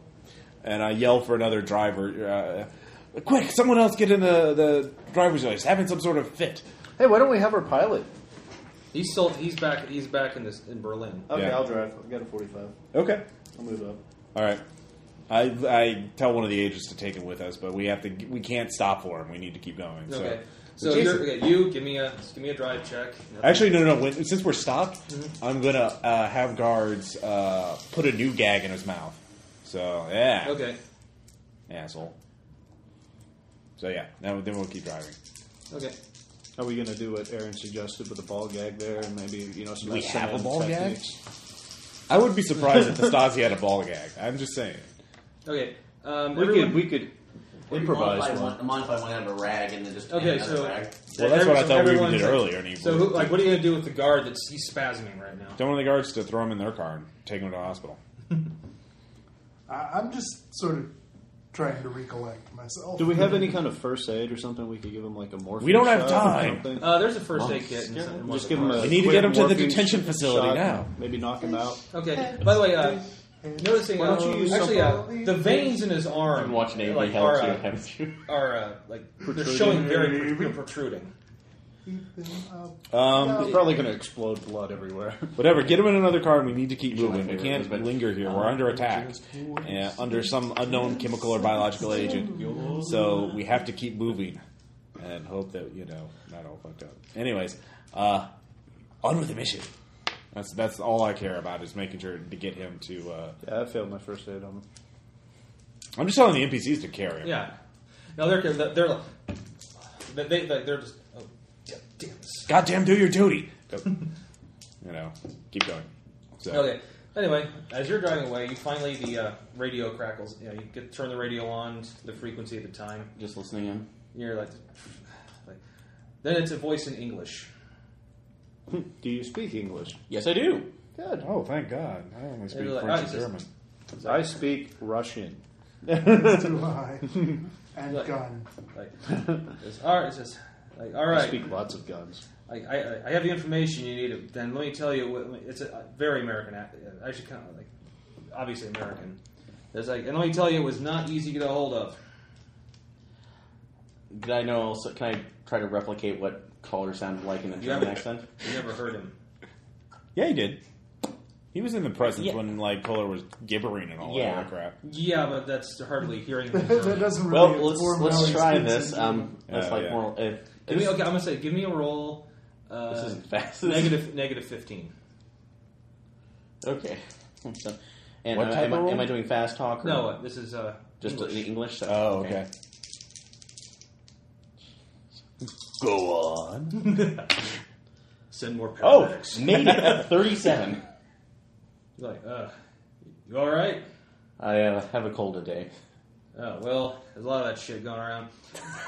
S3: and I yell for another driver. Uh, Quick, someone else get in the, the driver's place. Having some sort of fit.
S1: Hey, why don't we have our pilot?
S4: he's still he's back he's back in this in Berlin.
S1: Okay,
S3: Yeah.
S1: I'll drive. I've got a 45.
S3: Okay.
S1: I'll move up.
S3: All right. I, I tell one of the agents to take him with us, but we have to. We can't stop for him. We need to keep going. So.
S4: Okay. So
S3: Jesus.
S4: you're, okay, you give me a give me a drive check. No.
S3: Actually, no, no. no. When, since we're stopped,
S1: Mm-hmm.
S3: I'm gonna uh, have guards uh, put a new gag in his mouth. So yeah,
S4: Okay.
S3: asshole. So yeah, now then we'll keep driving.
S4: Okay.
S1: Are we going to do what Aaron suggested with a ball gag there? And maybe, you know, some
S3: we
S1: some
S3: have a
S1: other
S3: ball gag?
S1: techniques?
S3: I would be surprised if the Stasi had a ball gag. I'm just saying.
S4: Okay. Um,
S1: We
S4: everyone-
S1: could, we could improvise
S13: Modify
S1: one.
S13: one, modify one out of a rag and then just
S4: Okay,
S13: another
S4: so-
S13: rag.
S3: Well, that's what I
S4: everyone-
S3: thought we
S4: everyone's
S3: did
S4: like-
S3: earlier, and he
S4: So, who, like, what are you going to do with the guard that's he's spasming right now?
S3: Don't want the guards to throw him in their car and take him to the hospital.
S2: I, I'm just sort of trying to recollect myself.
S15: Do we have any kind of first aid or something we could give him, like a morphine?
S3: We don't have
S15: shot or
S3: time.
S15: something?
S4: Uh, there's a first aid kit. and some-
S15: Just give him a.
S3: We need to
S15: quick
S3: get him to the
S15: morphine
S3: detention facility
S15: shot,
S3: now.
S15: Maybe knock him out.
S4: Okay. By the way, uh, noticing
S15: Why
S4: uh,
S15: don't you use
S4: actually uh,
S2: something-
S4: the veins in his arm
S5: I'm watching Avery
S4: like,
S5: like, Hell
S4: are,
S5: too,
S4: uh,
S5: haven't you?
S4: are uh, like they're
S15: Protruding.
S4: showing very pro- they're protruding.
S3: Um,
S15: He's probably going to explode blood everywhere.
S3: Whatever, get him in another car, and we need to keep moving. We
S5: favorite
S3: can't
S5: Elizabeth.
S3: linger here. We're under attack, uh, under some unknown chemical or biological agent. So we have to keep moving, and hope that you know not all fucked up. Anyways, uh, on with the mission. That's that's all I care about is making sure to get him to. Uh,
S15: yeah, I failed my first aid on him.
S3: I'm just telling the NPCs to carry him.
S4: Yeah. No, they're they're they're they, they, like, they're just oh, damn, damn this.
S3: Goddamn, do your duty. you know, keep going. So,
S4: Okay. Anyway, as you're driving away, you finally the uh, radio crackles. You know, you get turn the radio on to the frequency at the time.
S5: Just listening in.
S4: You're like, like, then it's a voice in English.
S15: Do you speak English?
S5: Yes, I do.
S15: Good.
S3: Oh, thank God! I only speak
S4: like,
S3: French
S12: "Oh,
S4: I
S3: and
S4: just-
S3: German.
S15: I speak Russian.
S2: too high and
S4: Look.
S2: gun.
S4: Like, it's, all right, it's just like all
S15: I
S4: right.
S15: speak lots of guns.
S4: like I, I- I have the information you need. Then let me tell you, what, it's a very American, act- actually kind of like obviously American. It's like, and let me tell you, it was not easy to get a hold of.
S5: Did I know also? Can I try to replicate what caller sounded like in a German
S4: Yeah.
S5: accent?
S4: You never heard him.
S3: Yeah, he did. He was in the presence
S5: Yeah.
S3: when like Kohler was gibbering and all
S5: Yeah.
S3: that other crap.
S4: Yeah, but that's hardly hearing him.
S2: that
S4: German.
S2: doesn't really
S5: Well, let's
S2: inform how
S5: let's
S2: he
S5: try
S2: speaks
S5: this.
S2: in
S5: Um, that's
S3: Oh,
S5: like
S3: yeah.
S5: more. If,
S4: give me, okay, I'm gonna say, give me a roll. Uh,
S5: this isn't fast.
S4: negative negative fifteen.
S5: Okay. So, and
S3: What
S5: uh,
S3: type
S5: am,
S3: of
S5: I,
S3: roll?
S5: am I doing fast talk? Or
S4: No, uh, this is uh,
S5: just
S4: English.
S5: the English. So,
S3: Oh, okay. Go on.
S4: send more
S5: Oh,
S4: paramedics.
S5: made it thirty-seven.
S4: You're like, uh, you all right?
S5: I uh, have a cold today.
S4: Oh well, there's a lot of that shit going around.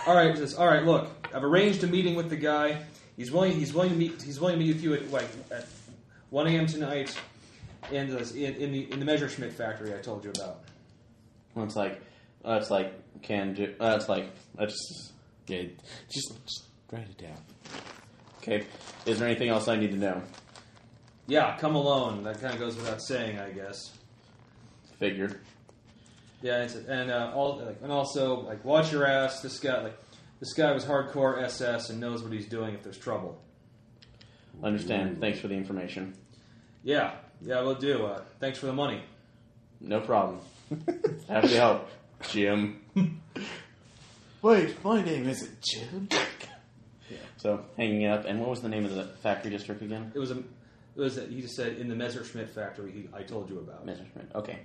S4: All right, says, all right. Look, I've arranged a meeting with the guy. He's willing. He's willing to meet. He's willing to meet with you at like at 1 a.m. tonight, and uh, in, in the in the Messerschmitt factory I told you about.
S5: Well, It's like, uh, it's like can do. Uh, it's like I just
S3: Yeah, just, just write it down.
S5: okay. Is there anything else I need to know?
S4: Yeah, come alone. That kind of goes without saying, I guess.
S5: Figured.
S4: Yeah, it's, and uh, all like, and also like watch your ass. This guy like this guy was hardcore SS and knows what he's doing if there's trouble.
S5: Understand. Thanks for the information.
S4: Yeah, yeah, we'll do. Uh, thanks for the money.
S5: No problem. Happy to help, Jim.
S12: Wait, my name isn't Jim.
S5: So hanging up. And what was the name of the factory district again?
S4: It was a. It was a, he just said in the Messerschmitt factory he, I told you about.
S5: Messerschmitt. Okay.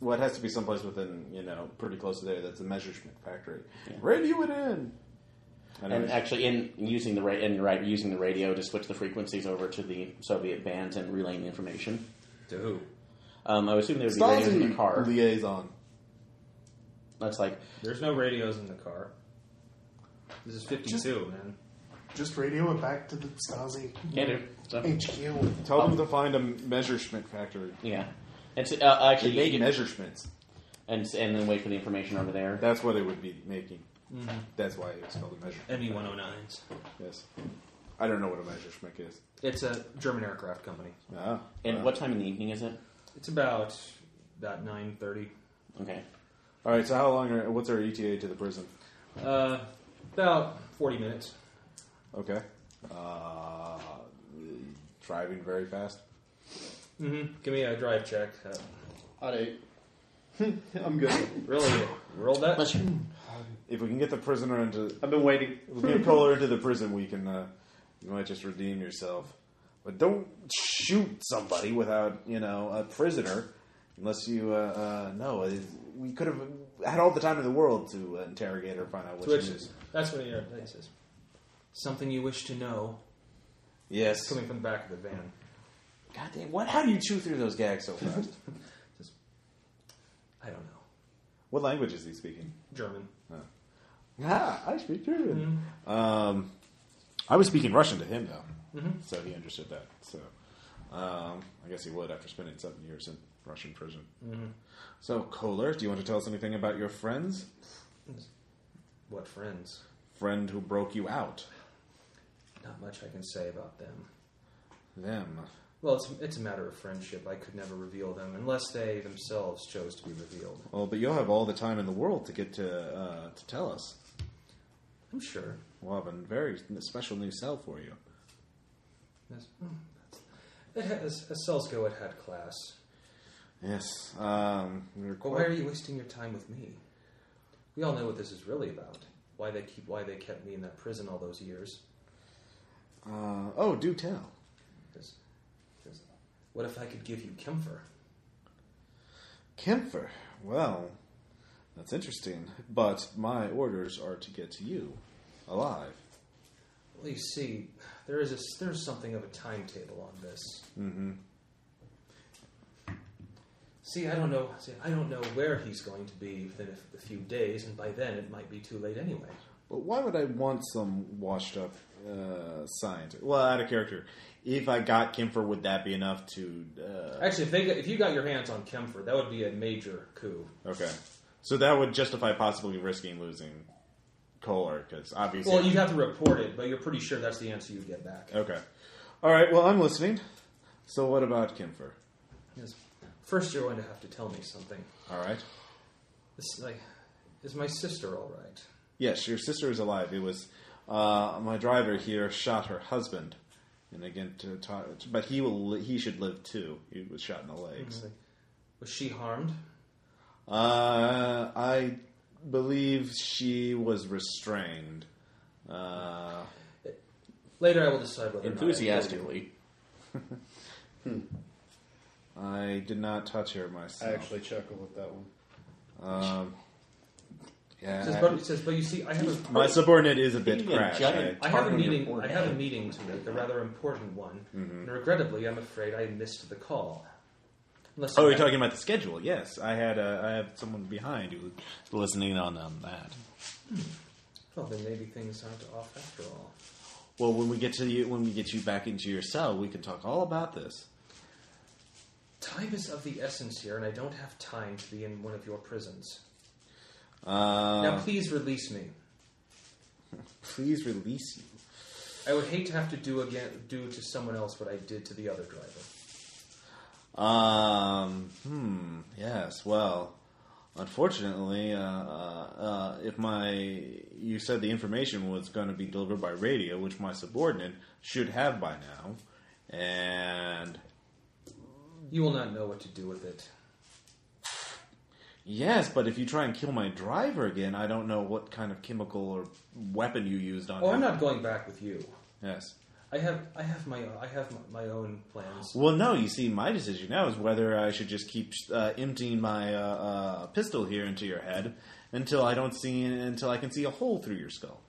S12: Well, it has to be someplace within, you know, pretty close to there. That's the measurement factory. Radio it in.
S5: And actually, in using the ra- and you're right, using the radio to switch the frequencies over to the Soviet bands and relaying the information.
S4: To who?
S5: Um, I would assume they would be radios in the car.
S12: Stasi liaison.
S5: That's like
S4: There's no radios in the car. This is 52, man.
S2: Just radio it back to the Stasi
S5: can't do. So,
S2: HQ.
S12: Tell them to find a measurement factory.
S5: yeah. And so, uh,
S12: They
S5: actually,
S12: make
S5: you can-
S12: measurements.
S5: and and then wait for the information over there.
S12: That's what they would be making. That's why it's called a measurement.
S4: ME 109s.
S12: Yes. I don't know what a measurement is.
S4: It's a German aircraft company.
S12: Ah,
S5: And
S12: wow.
S5: what time in the evening is it?
S4: It's about about 9:30.
S5: Okay.
S12: All right. So how long? Are, what's our ETA to the prison?
S4: Uh, about 40 minutes.
S12: Okay. Uh, driving very fast.
S4: Mm-hmm. Give me a drive check. Uh,
S1: Hot eight. I'm good.
S4: really, roll that.
S12: If we can get the prisoner into,
S1: I've been waiting.
S12: if we can get Kohler into the prison, we can. Uh, you might just redeem yourself, but don't shoot somebody without you know a prisoner, unless you uh, uh, know. It- We could have had all the time in the world to uh, interrogate her, find out what
S4: Twitch
S12: she
S4: is. That's what your thing says. Something you wish to know.
S12: Yes.
S4: Coming from the back of the van.
S12: God damn! What? How do you chew through those gags so fast?
S4: I don't know.
S12: what language is he speaking?
S4: German.
S12: Ah, I speak German. Um, I was speaking Russian to him though, so he understood that. So um, I guess he would after spending seven years in Russian prison.
S3: So, Kohler, do you want to tell us anything about your friends?
S4: What friends?
S3: Friend who broke you out.
S4: Not much I can say about them.
S3: Them.
S4: Well, it's, it's a matter of friendship. I could never reveal them unless they themselves chose to be revealed.
S3: Well, Oh, but you'll have all the time in the world to get to uh, to tell us.
S4: I'm sure.
S3: We'll have a very special new cell for you.
S4: Yes. Mm, that's- It has, as cells go, it had class.
S3: Yes. Um, we were
S4: But why
S3: quite-
S4: are you wasting your time with me? We all know what this is really about. Why they keep why they kept me in that prison all those years.
S3: uh, oh, do tell.
S4: 'Cause- 'cause what if I could give you Kemfer?
S3: Kempfer. Well, that's interesting. But my orders are to get to you alive.
S4: Well, you see, there is a, s- there's something of a timetable on this. Mm-hmm. See, I don't know. See, I don't know where he's going to be within a, f- a few days, and by then it might be too late anyway.
S3: But why would I want some washed up uh, scientist? Well, out of character. If I got Kempfer, would that be enough to. Uh,
S4: Actually, if they got- if you got your hands on Kemfer, that would be a major coup.
S3: okay. So that would justify possibly risking losing Kohler, because obviously.
S4: Well, you'd have to report it, but you're pretty sure that's the answer you get back.
S3: Okay. All right. Well, I'm listening. So what about Kimfer?
S4: Yes. First, you're going to have to tell me something.
S3: All right.
S4: This, like, is my sister all right?
S3: Yes, your sister is alive. It was uh, my driver here shot her husband, and again, to ta- but he will. Li- he should live too. He was shot in the legs.
S4: Like,
S5: Mm-hmm.
S4: was she harmed?
S3: Uh, I believe she was restrained. Uh,
S4: Later, I will decide whether Or
S5: Enthusiastically.
S3: I did not touch her
S1: I
S3: myself.
S1: actually chuckled at that one.
S3: um,
S4: not I will.
S3: yeah,
S4: Says, but, it says, but you see, I have a,
S3: my subordinate is a bit
S5: Being a
S3: crash.
S5: giant
S4: I have
S5: target
S4: a
S5: on your
S4: meeting.
S5: board.
S4: I have a meeting to make, a rather important one,
S3: Mm-hmm.
S4: and regrettably, I'm afraid I missed the call. Unless
S3: Oh,
S4: you
S3: you're
S4: have-
S3: talking about the schedule? Yes, I had uh, I have someone behind who was listening on um, that.
S4: Well, then maybe things aren't off after all.
S3: Well, when we get to you, when we get you back into your cell, we can talk all about this.
S4: Time is of the essence here, and I don't have time to be in one of your prisons.
S3: Uh,
S4: now, please release me.
S3: please release you.
S4: I would hate to have to do again, do to someone else what I did to the other driver.
S3: Um. Hmm. Yes. Well, unfortunately, uh, uh, if my you said the information was going to be delivered by radio, which my subordinate should have by now, and
S4: You will not know what to do with it.
S3: Yes, but if you try and kill my driver again, I don't know what kind of chemical or weapon you used on
S4: Oh,
S3: him.
S4: I'm not going back with you.
S3: Yes.
S4: I have, I have my, I have my own plans.
S3: Well, no. You see, my decision now is whether I should just keep uh, emptying my uh, uh, pistol here into your head until I don't see until I can see a hole through your skull.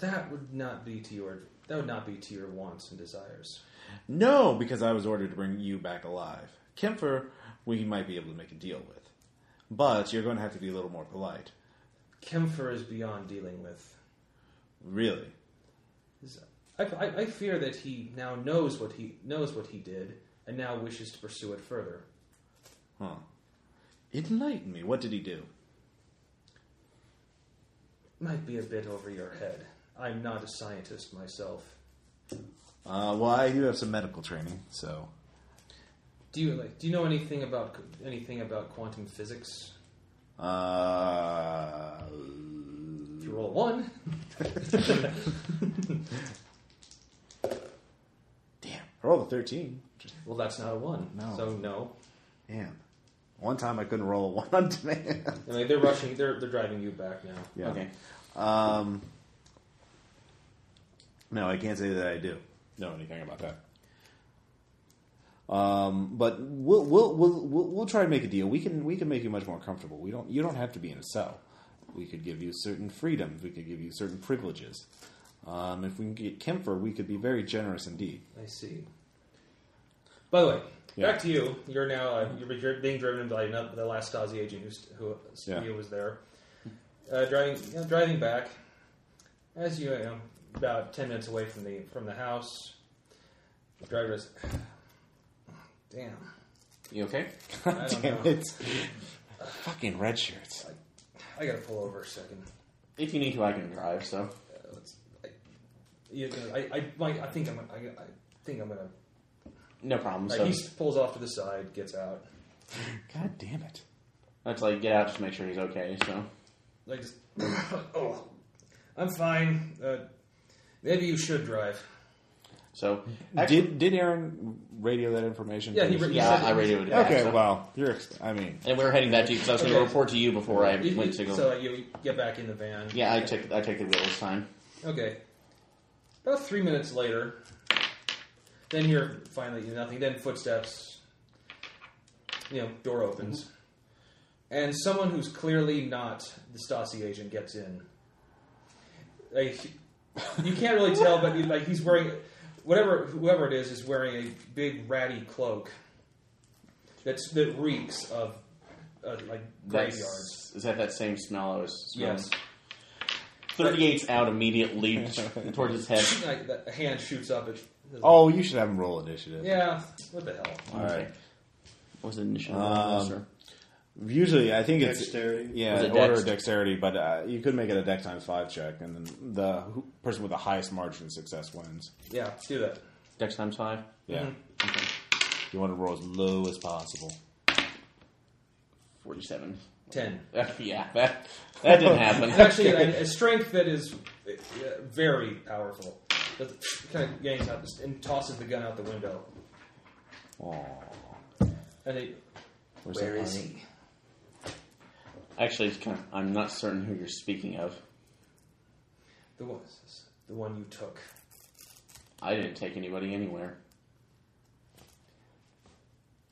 S4: That would not be to your, that would not be to your wants and desires.
S3: No, because I was ordered to bring you back alive. Kempfer, we might be able to make a deal with, but you're going to have to be a little more polite.
S4: Kemfer is beyond dealing with.
S3: Really.
S4: Is- I, I, I fear that he now knows what he knows what he did, and now wishes to pursue it further.
S3: Huh. Enlighten me. What did he do?
S4: Might be a bit over your head. I'm not a scientist myself.
S3: Uh, well, I do have some medical training, so
S4: Do you like? Do you know anything about anything about quantum physics?
S3: Uh,
S4: If you roll one,
S3: damn. Roll a 13. Just,
S4: well, that's not a one.
S3: No.
S4: So no.
S3: damn. One time I couldn't roll a one on demand.
S4: I mean, they're rushing. They're they're driving you back now.
S3: Yeah.
S5: Okay.
S3: Um, no, I can't say that I do.
S16: Know anything about that?
S3: Um, but we'll, we'll we'll we'll we'll try to make a deal. We can we can make you much more comfortable. We don't you don't have to be in a cell. We could give you certain freedoms. We could give you certain privileges. Um, if we can get Kempfer, we could be very generous indeed.
S4: I see. By the way,
S3: Yeah.
S4: back to you. You're now uh, you're dri- being driven by another, the last Stasi agent who, st- who
S3: Yeah.
S4: who was there. Uh, driving you know, driving back, as you, you know, about ten minutes away from the from the house. The driver is, damn.
S5: You okay?
S4: I don't know.
S3: it. Fucking red shirts.
S4: I gotta pull over a second.
S5: If you need to, I can drive.
S4: Uh,
S5: So
S4: let's, I, you know, I, I, might- I think I'm, I, I think I'm gonna.
S5: no problem.
S4: Like,
S5: So
S4: he pulls off to the side, gets out.
S3: God damn it.
S5: let's like get out just make sure he's okay. So
S4: Like, just, oh, I'm fine. Uh, maybe you should drive.
S5: so
S3: Did did Aaron radio that information?
S4: Yeah, he
S3: to
S4: re-
S3: us?
S5: yeah, I radioed it. back,
S3: Okay,
S5: so-
S3: well, you're. Ex- I mean,
S5: and we were heading that to you because I was going to
S4: Okay.
S5: report to you before I
S4: You-
S5: went to
S4: you-
S5: go.
S4: so like, you get back in the van.
S5: yeah, I take I take the wheel this time.
S4: Okay. About three minutes later, then hear finally nothing. Then footsteps. You know, door opens, and someone who's clearly not the Stasi agent gets in. Like, you can't really tell, but you- like he's wearing whatever whoever it is is wearing a big ratty cloak. That's that reeks of uh, like
S5: That's-
S4: graveyards.
S5: Is that that same smell I was? Smelling?
S4: Yes.
S5: Thirty eight's out immediately towards his head.
S4: Like the hand shoots up. It,
S3: oh, you should have him roll initiative.
S4: yeah. What the hell?
S3: All right.
S5: What was the initial
S3: Um,
S5: sir?
S3: Usually, I think it's
S1: Dexterity.
S3: yeah,
S5: Was it
S3: order
S5: dex?
S3: of dexterity, but uh, you could make it a dex times five check, and then the who, person with the highest margin of success wins.
S4: Yeah, let's do that.
S5: Dex times five.
S3: Yeah, you want to roll as low as possible.
S5: Forty-seven.
S4: Ten.
S5: yeah, that that didn't happen.
S4: It's actually a, a strength that is uh, very powerful. That kind of yanks out and tosses the gun out the window. And it, where is he?
S5: Actually, it's kind of, I'm not certain who you're speaking of.
S4: The one, the one you took.
S5: I didn't take anybody anywhere.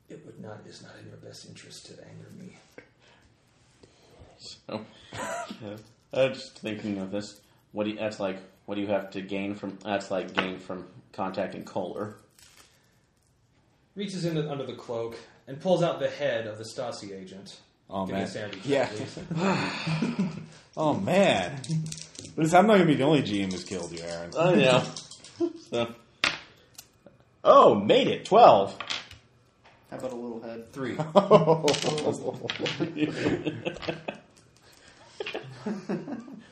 S4: It would not. It's not in your best interest to anger me.
S5: So I'm just thinking of this. What do you, that's like? What do you have to gain from? That's like gain from contacting Kohler.
S4: Reaches in the, under the cloak and pulls out the head of the Stasi agent.
S3: Oh
S4: Give me a
S3: man,
S4: sanity check,
S3: yeah.
S4: please.
S3: oh man, listen, I'm not gonna be the only GM who's killed you, Aaron.
S1: Oh,
S5: I know. so, oh, made it twelve.
S1: How about a little head?
S4: Three.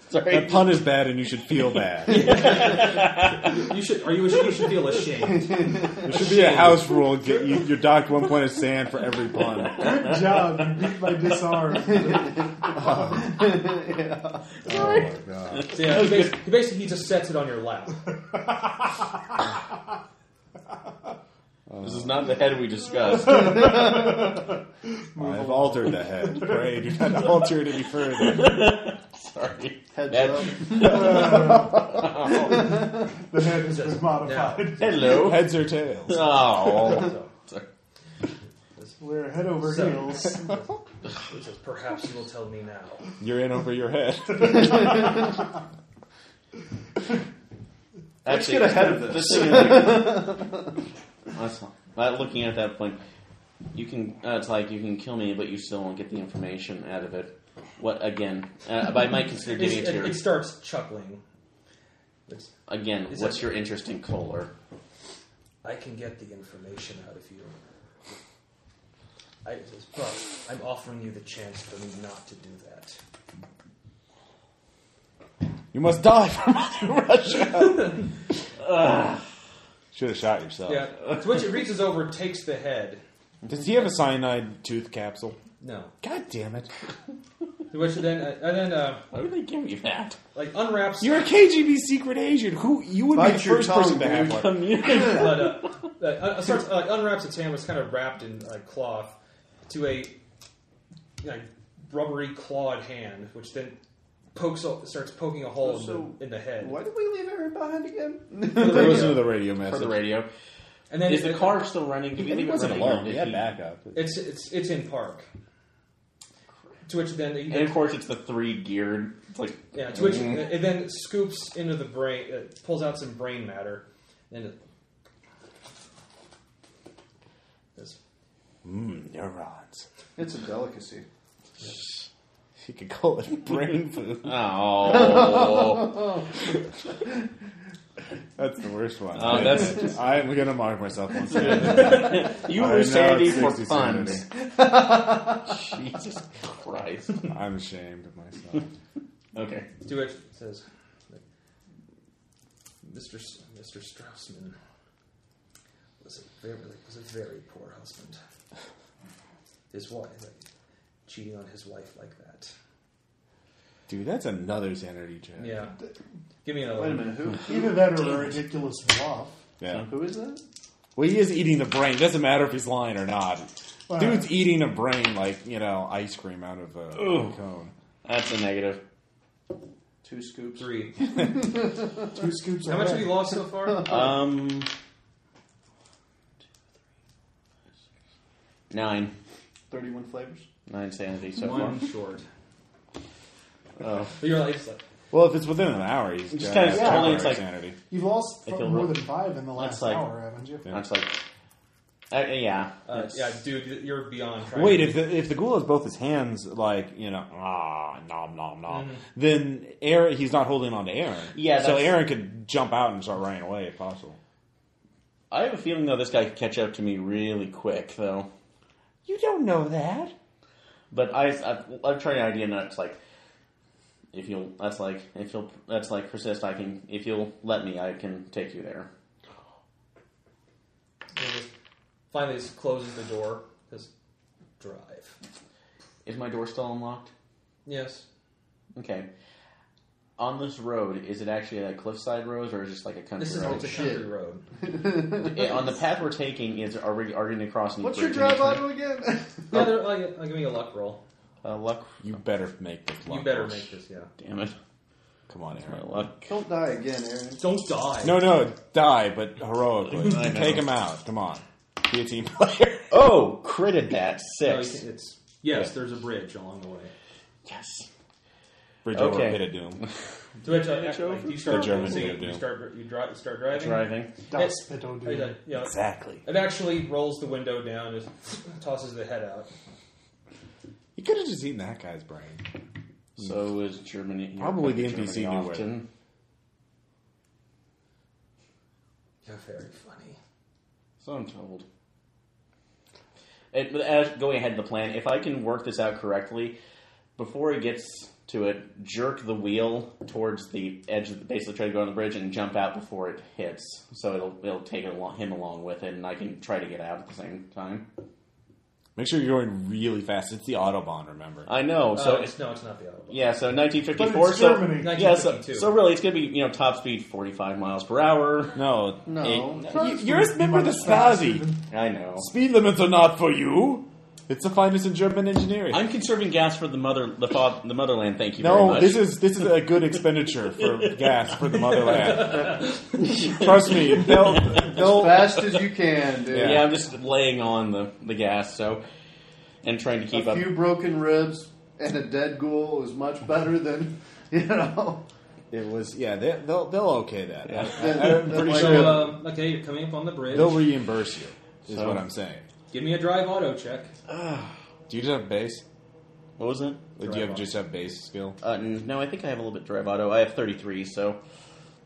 S5: Sorry.
S3: That pun is bad, and you should feel bad.
S4: You should. Are you? You should feel ashamed.
S3: There should be a house rule: get, you, you're docked one point of sand for every pun.
S2: Good job. You beat my disarm.
S3: Oh my god.
S4: So, yeah, he, basically, he basically he just sets it on your lap.
S5: This is not the head we discussed.
S3: I've altered the head. Pray, do not alter it any further.
S5: Sorry.
S1: Heads
S5: That-
S1: up.
S2: The head has been modified.
S5: Hello.
S3: Heads or tails?
S5: Oh.
S4: So,
S5: Sorry.
S2: We're head over
S4: So-
S2: heels.
S4: he says, "Perhaps you will tell me now."
S3: You're in over your head.
S5: Actually,
S1: get ahead of this.
S5: the thing is, like, that's not- but looking at that point, you can. Uh, it's like you can kill me, but you still won't get the information out of it. What again? Uh, but I might consider giving it
S4: It's-
S5: to
S4: It,
S5: you.
S4: it starts chuckling. It's,
S5: Again,
S4: it's
S5: what's
S4: a-
S5: your interest in Kohler?
S4: I can get the information out of you. I, it says, but I'm offering you the chance for me not to do that.
S3: You must die for Mother Russia. Should have shot yourself.
S5: Oh.
S4: Yeah. To which it reaches over, takes the head.
S3: Does he have a cyanide tooth capsule?
S4: No.
S3: God damn it!
S4: To which it then, uh, and then, uh,
S5: Why would they give you that?
S4: like unwraps,
S3: You're a KGB secret agent. Who you would be
S1: Bite
S3: the
S1: your
S3: first
S1: tongue,
S3: person to have
S1: dude.
S3: one.
S4: but uh, like, uh, starts uh, like unwraps its hand, was kind of wrapped in like cloth, to a like rubbery clawed hand, which then pokes, o- starts poking a hole
S1: So-
S4: in, the, in the head.
S1: Why did we leave Aaron behind again?
S4: For the
S3: They listen
S4: radio.
S3: to the radio
S5: For
S3: message.
S5: the radio,
S4: And then
S5: is
S4: it-
S5: the car still running? Did we
S3: He
S5: leave it
S3: wasn't
S5: running?
S3: alone.
S5: Did
S3: He had
S5: Oh, he-
S3: backup.
S4: It's it's it's in park. To which then
S5: And of course, it's the three geared. It's like
S4: yeah, to which it then scoops into the brain, it pulls out some brain matter, and it. This-
S3: Mm, neurons.
S1: it's a delicacy.
S3: You could call it brain food.
S5: oh.
S3: That's the worst one.
S5: Uh, that's-
S3: I'm gonna mark myself on
S5: You
S3: I
S5: lose
S3: know it's
S5: sanity for
S3: 60
S5: fun.
S3: sanity.
S5: Jesus Christ.
S3: I'm ashamed of myself.
S5: Okay.
S4: To it says, "Mr. S- Mr. Straussman was a very was a very poor husband. His wife like, cheating on his wife like that.
S3: Dude, that's another sanity check.
S4: Yeah, give me another.
S1: Wait a
S4: one.
S1: minute, who?
S2: Either that or a ridiculous bluff.
S3: Yeah.
S1: Who is that?
S3: Well, he is eating the brain. doesn't matter if he's lying or not.
S2: Wow.
S3: Dude's eating a brain like, you know, ice cream out of a cone.
S5: That's a negative.
S1: Two scoops.
S4: Three.
S2: Two scoops.
S4: How
S2: of
S4: much have
S2: that.
S4: you lost so far?
S5: Um. Nine.
S1: Thirty-one flavors.
S5: Nine sanity so
S4: one short.
S3: Uh,
S5: far. Oh.
S4: But you're like, it's like
S3: Well, if it's within an hour, he's
S5: Just
S3: just
S5: kinda
S3: kind of
S5: totally, it's
S3: it's
S5: like-
S3: like sanity.
S2: You've lost
S5: I
S2: f-
S5: feel
S2: more
S5: wrong.
S2: than five in the last
S5: That's like-
S2: hour, haven't you?
S5: That's like. Uh, yeah.
S4: uh,
S5: That's-
S4: yeah, dude, you're beyond. Trying
S3: Wait,
S4: to-
S3: if the if the ghoul has both his hands like you know ah nom nom nom, then Aaron he's not holding on to Aaron.
S5: Yeah,
S3: so
S5: that's-
S3: Aaron could jump out and start running away if possible.
S5: I have a feeling though this guy could catch up to me really quick though.
S3: You don't know that.
S5: But I, I've, I've tried an idea, and it's like, if you'll, that's like, if you'll, that's like, persist. I can, if you'll let me, I can take you there.
S4: he just finally just closes the door. Says, drive.
S5: Is my door still unlocked?
S4: Yes.
S5: Okay. On this road, is it actually a cliffside road, or is it just like a country
S4: This is it's
S5: road?
S4: a country road.
S5: Eh, on the path we're taking, is are we are going to cross? any
S1: What's your
S5: bridge in
S1: drive
S5: between?
S1: auto again?
S4: Yeah, they're like, like, give me a luck roll.
S5: Uh, luck.
S3: You better make this.
S4: You
S3: luck
S4: better
S3: roll.
S4: make this. Yeah.
S5: Damn it,
S3: Come on,
S5: my
S3: Aaron.
S5: luck.
S1: Don't die again, Aaron.
S4: Don't die.
S3: No, no, die, but heroically.
S5: I know.
S3: Take him out. Come on, be a team player.
S5: Oh, critted that
S4: No,
S5: six.
S4: you can- it's yes. There's a bridge along the way.
S5: yes.
S3: Bridge
S5: Okay.
S3: over pit of doom.
S4: To which I, like, you start
S3: The German
S4: so you,
S3: video
S4: you
S3: do.
S4: start you dri- start driving.
S5: Driving.
S2: Das
S4: It's-
S2: Pitot
S4: Or you like, you know,
S3: Exactly.
S4: It actually rolls the window down and tosses the head out.
S3: You could have just eaten that guy's brain.
S5: So is Germany.
S3: Probably the
S5: Germany
S3: NPC knew where-
S5: often.
S4: You're very funny.
S5: So I'm told. And, but as, going ahead in the plan, if I can work this out correctly, before it gets to it, jerk the wheel towards the edge of the base of the train going on the bridge and jump out before it hits. So it'll it'll take it along, him along with it, and I can try to get out at the same time.
S3: Make sure you're going really fast. It's the autobahn. Remember.
S5: I know.
S4: So
S5: So
S4: uh,
S5: it's,
S4: it's no, it's not the Autobahn.
S5: yeah, so 1954.
S2: But it's
S5: so,
S2: Germany.
S5: Yeah, so,
S4: 1952.
S5: so really, it's going to be you know top speed 45 miles per hour.
S3: No,
S1: No.
S3: Eight-
S1: No,
S3: You- you're a member of the Stasi.
S5: I know.
S3: Speed limits are not for you. It's the finest in German engineering.
S5: I'm conserving gas for the mother the fa- the motherland. Thank you. very
S3: no,
S5: much.
S3: this is this is a good expenditure for gas for the motherland. Trust me, they'll,
S1: As
S3: they'll
S1: fast as you can, dude.
S3: Yeah.
S5: Yeah, I'm just laying on the, the gas, so and trying to keep
S1: a
S5: up.
S1: few broken ribs and a dead ghoul is much better than you know.
S3: it was yeah they, they'll they'll okay that. I- I,
S1: than- than
S3: am pretty
S1: like
S4: So,
S3: sure
S4: um, okay, you're coming up on the bridge.
S3: they'll reimburse you. Is
S5: So-
S3: what I'm saying.
S4: Give me a drive auto check.
S3: Do you just have base?
S5: What was it?
S3: Or do you have, just have base skill?
S5: Uh, n- no, I think I have a little bit drive auto. I have 33, so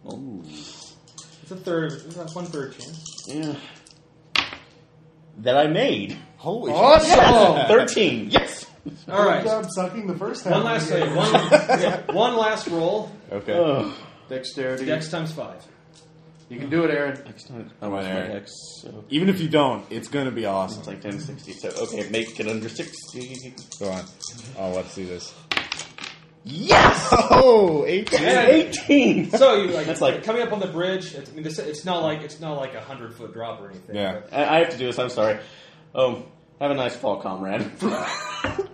S4: It's a third, it's a one third chance.
S5: yeah. That I made
S3: Holy
S1: Awesome.
S5: 13. Yes.
S4: All right,
S2: job sucking the first half.
S4: one last
S2: of the
S4: thing.
S2: game.
S4: One, yeah, one last roll.
S3: Okay.
S1: Dexterity.
S4: Dex times five.
S1: You can do it, Aaron.
S5: X not
S3: Come on,
S5: my
S3: Aaron.
S5: X, so
S3: Oh, Even if you don't, it's gonna be awesome.
S5: it's like 1060. So okay, make it under 60.
S3: Go on. Oh, let's see this.
S5: Yes.
S3: Oh, 18.
S4: Yeah.
S5: 18.
S4: So you like,
S5: That's like-
S4: coming up on the bridge. It's, I mean, this, it's not like it's not like a hundred foot drop or anything.
S3: Yeah.
S5: I, I have to do this. I'm sorry. Um, have a nice fall, comrade.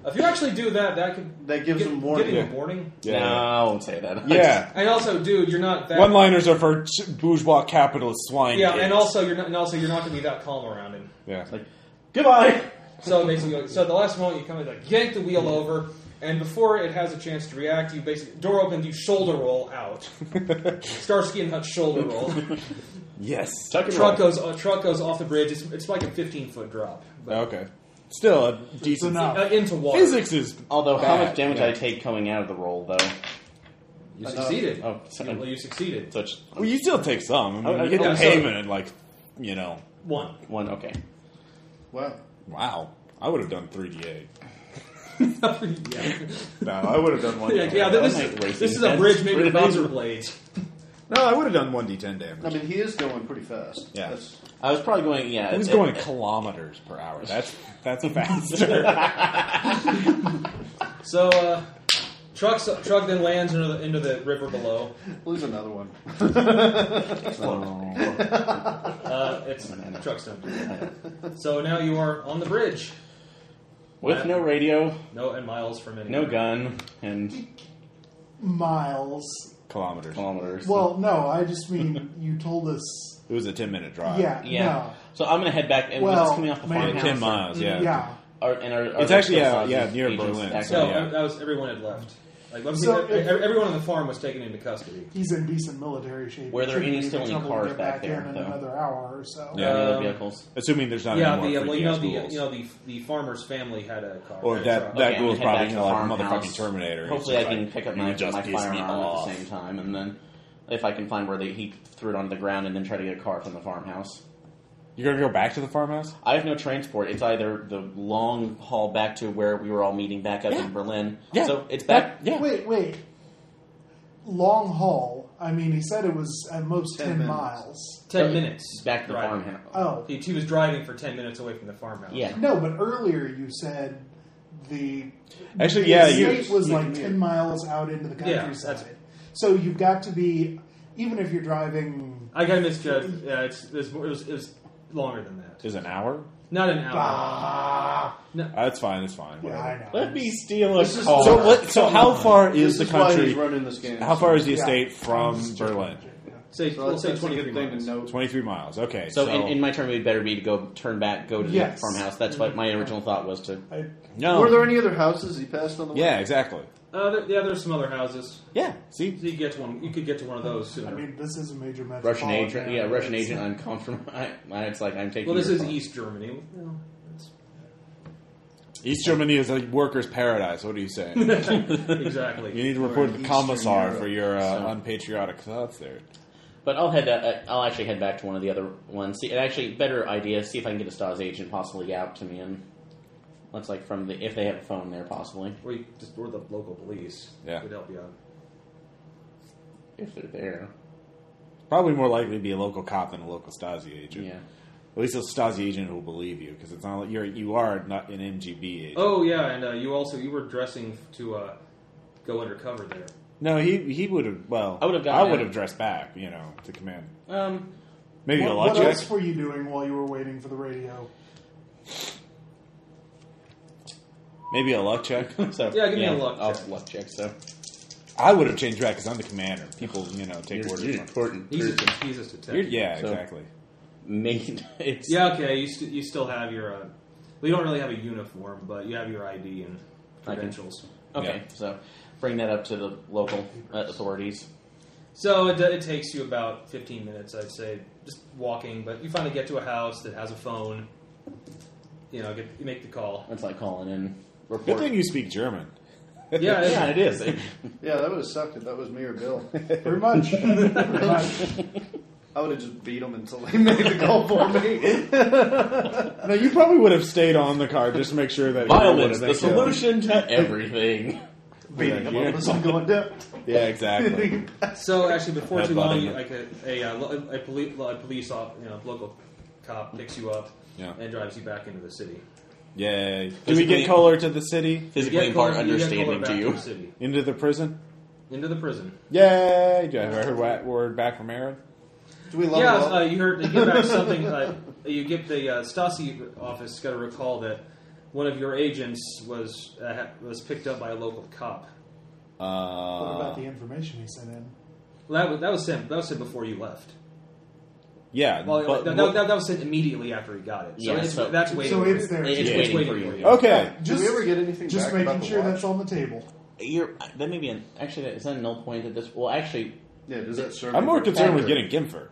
S4: If you actually do that, that could
S1: That gives
S4: give,
S1: them warning.
S4: Give you a warning.
S5: No, I won't say that.
S3: Yeah.
S4: And also, dude, you're not that.
S3: One liners are for ch- bourgeois capitalist swine.
S4: yeah,
S3: kids.
S4: and also you're not, and also you're not going to be that calm around him.
S3: yeah.
S5: Like, goodbye.
S4: So basically, so at the last moment you come and like yank the wheel over, and before it has a chance to react, you basically door opens, you shoulder roll out. Starsky and Hutch shoulder roll.
S3: yes.
S5: Tuck and roll.
S4: truck goes uh, truck goes off the bridge. It's, it's like a 15 foot drop but,
S3: Okay. Still a decent.
S2: enough.
S4: uh, into water.
S3: Physics is
S5: Although, how
S3: bad.
S5: much damage
S3: Yeah.
S5: I take coming out of the roll, though?
S4: You succeeded.
S5: Oh,
S4: You- well, you succeeded.
S5: such
S3: Well, you still take some. I mean,
S5: I- I
S3: you
S5: get
S3: get the
S5: that.
S3: payment at like, you know,
S4: Oh, One.
S5: one. Okay,
S1: Wow.
S3: wow. I would have done three D eight.
S4: yeah.
S3: No, I would have done one.
S4: Yeah, yeah, this,
S5: That might
S4: is,
S5: raise
S4: this is a
S5: defense.
S4: bridge made with
S5: Bridge.
S4: razor blades.
S3: No, I would have done one D ten damage.
S1: I mean, he is going pretty fast.
S3: Yeah.
S1: That's-
S5: I was probably going. Yeah,
S3: He's
S5: it-
S3: going kilometers per hour. That's that's faster.
S4: So, uh, truck, truck then lands into the, into the river below.
S1: lose another one.
S4: Uh, it's trucks don't do that. So now you are on the bridge.
S5: with no radio,
S4: No, and miles from anywhere.
S5: no gun, and
S2: miles.
S3: kilometers.
S5: kilometers.
S2: Well, no, I just mean you told us.
S3: It was a ten minute drive.
S2: Yeah,
S5: yeah.
S2: no.
S5: So I'm gonna head back. And
S2: Well,
S5: what's coming off the
S2: maybe
S5: farmhouse?
S3: ten miles. Yeah.
S2: Yeah,
S5: Are, and are, are
S3: It's
S5: there
S3: actually,
S5: still
S3: yeah,
S5: sausage
S3: yeah, near
S5: agents
S3: Berlin,
S5: active?
S4: No,
S3: so, yeah.
S4: ev- that was everyone had left. Like let me
S2: So
S4: see, ev-
S2: if-
S4: ev- everyone on the farm was taken into custody.
S2: he's in decent military shape.
S5: Were there
S2: Shouldn't
S5: any
S2: be
S5: still any
S2: trouble to
S5: cars
S2: get
S5: back there,
S2: In
S5: though?
S2: another hour or so.
S3: Yeah.
S5: Any other
S4: Um,
S5: vehicles?
S3: Assuming there's not
S4: yeah,
S3: any more
S4: the uh,
S3: freaky
S4: you know
S3: ass
S4: the
S3: ghouls.
S4: you know the the farmer's family had a car
S3: or
S4: a
S3: that
S4: truck.
S3: that
S5: Okay,
S3: ghoul's
S5: head
S3: probably
S5: back to
S3: gonna like
S5: the
S3: motherfucking
S5: farmhouse.
S3: Terminator. He's
S5: Hopefully, I
S3: just
S5: can
S3: like,
S5: pick up
S3: "You
S5: my,
S3: just
S5: my
S3: pissed me
S5: firearm at
S3: off."
S5: the same time, and then if I can find where they, he threw it onto the ground, and then try to get a car from the farmhouse.
S3: You're gonna go back to the farmhouse?
S5: I have no transport. It's either the long haul back to where we were all meeting back up in Berlin.
S3: Yeah.
S5: So it's back.
S3: Yeah.
S2: Wait, wait. Long haul. I mean, he said it was at most
S1: Ten
S2: ten,
S1: minutes.
S2: miles.
S4: ten minutes
S5: Back to the
S4: driving.
S5: farmhouse.
S2: Oh
S4: He, he was driving for ten minutes away from the farmhouse.
S5: yeah.
S2: no, but earlier you said the
S3: Actually,
S2: the
S3: yeah, you-
S2: state was like ten miles out into the
S4: Yeah,
S2: countryside.
S4: that's-
S2: so you've got to be, even if you're driving.
S4: I got misjudged. Yeah, it's, it's it, was, it was longer than that.
S3: Is an hour?
S4: Not an hour.
S2: Ah,
S3: That's fine. It's fine.
S2: yeah,
S3: whatever.
S2: I know.
S5: Let me steal a
S1: This is-
S5: car.
S3: So what? So how far is
S1: This
S3: the
S1: is why
S3: country?
S1: he's running this game.
S3: How far is the
S2: Yeah.
S3: estate from
S2: Just joking.
S3: Berlin?
S4: Say
S1: So
S4: we'll
S1: that's,
S4: say
S1: that's a
S4: twenty
S1: good
S4: three
S1: thing
S4: miles.
S1: to note.
S3: Twenty-three miles. Okay.
S5: So, in, in my turn, it would better be to go turn back, go to
S2: Yes.
S5: the farmhouse. That's what my original thought was to.
S2: I,
S3: no.
S1: Were there any other houses he passed on the way?
S3: yeah. Exactly.
S4: Uh, there, yeah, there's some other houses.
S3: Yeah. See.
S4: So you get to one. You could get to one of those sooner.
S2: I mean, this is a major metropolitan.
S5: Russian agent, yeah,
S2: area.
S5: Russian
S2: It's
S5: agent
S2: not-
S5: uncomfortable. I, I- it's like I'm taking.
S4: well, this
S5: your
S4: is
S5: phone.
S4: East Germany. Well, that's-
S3: East Germany is a workers' paradise. What are you saying? you
S4: exactly.
S3: need to report to the
S1: Eastern
S3: commissar
S1: Europe.
S3: for your uh,
S5: So-
S3: unpatriotic thoughts there.
S5: But I'll head. Uh, I'll actually head back to one of the other ones. See, and actually, better idea. See if I can get a Stars agent possibly out to me, and let's like from the if they have a phone there possibly
S4: Or you just or the local police.
S3: Yeah.
S4: would help you out.
S5: if they're there.
S3: Probably more likely to be a local cop than a local Stasi agent.
S5: Yeah.
S3: At least a Stasi agent will believe you because it's not like you're you are not an MGB agent.
S4: Oh yeah, and uh, you also you were dressing to uh, go undercover there.
S3: No, he he would have. Well,
S5: I would have
S3: I
S5: gotten
S3: would
S5: out.
S3: have dressed back. You know, to command.
S5: Um.
S3: Maybe a
S2: What,
S3: lunch
S2: what
S3: check.
S2: else were you doing while you were waiting for the radio?
S3: Maybe a luck check.
S5: So
S4: Yeah, give me a luck
S5: I'll
S4: check.
S5: luck check. So
S3: I would have changed back because I'm the commander. People, you know, take
S5: You're-
S3: orders.
S5: you're
S3: from-
S5: important.
S4: He's
S5: person.
S4: just, he's just a
S3: You're-
S4: detective.
S3: yeah,
S5: So-
S3: exactly.
S5: Main- It's
S4: Yeah, okay. You, st- you still have your. Uh, well, you don't really have a uniform, but you have your ID and
S5: I can-
S4: credentials.
S5: okay. So bring that up to the local uh, authorities.
S4: So it, it takes you about 15 minutes, I'd say, just walking. But you finally get to a house that has a phone. You know, get, you make the call.
S5: That's like calling in. Report.
S3: Good thing you speak German.
S4: Yeah,
S5: Yeah, it is.
S1: Yeah, that would have sucked if that was me or Bill.
S2: Pretty much. Pretty much.
S1: I would have just beat him until they made the call for me.
S3: No, you probably would have stayed on the card just to make sure that you
S5: Violence, the
S3: would've been killed.
S5: solution to everything.
S1: Beating him up as I'm going down.
S3: Yeah, exactly.
S4: So actually, before too
S3: Headbutting
S4: long, you,
S3: it.
S4: like a a, uh, lo- a, police a police op, you know local cop picks you up
S3: Yeah.
S4: and drives you back into the city.
S3: Yay! Do we
S5: Physically-
S3: get Kohler to the city
S4: You
S5: Physically
S4: get
S5: impart
S4: called- you get called
S5: understanding
S4: back
S5: to you.
S4: the city,
S3: into the prison?
S4: into the prison.
S3: Yay! Do I have a word- word back from Aaron?
S1: Do we level
S4: Yeah,
S1: up?
S4: uh, you heard. You get back something. Uh, you get the uh, Stasi office. Got to recall that one of your agents was uh, ha- was picked up by a local cop.
S2: What
S3: Uh,
S2: about the information he sent in?
S4: Well, that was that was sent. That was sent before you left.
S3: yeah.
S4: Well,
S3: but-
S4: that, that, that was sent immediately after he got it. So,
S5: Yeah,
S4: it's,
S5: so-
S4: that's waiting.
S2: So
S4: for
S2: it's
S4: you.
S2: there.
S5: It's
S3: Yeah.
S4: It's
S5: waiting for you.
S3: okay.
S1: Do we ever get anything
S2: Just
S1: back
S2: making
S1: about the
S2: sure
S1: watch?
S2: that's on the table.
S5: You're, that may be an actually is that an null point that this well actually
S1: Yeah, does that serve?
S3: I'm more
S1: anything?
S3: concerned with getting Gimfer.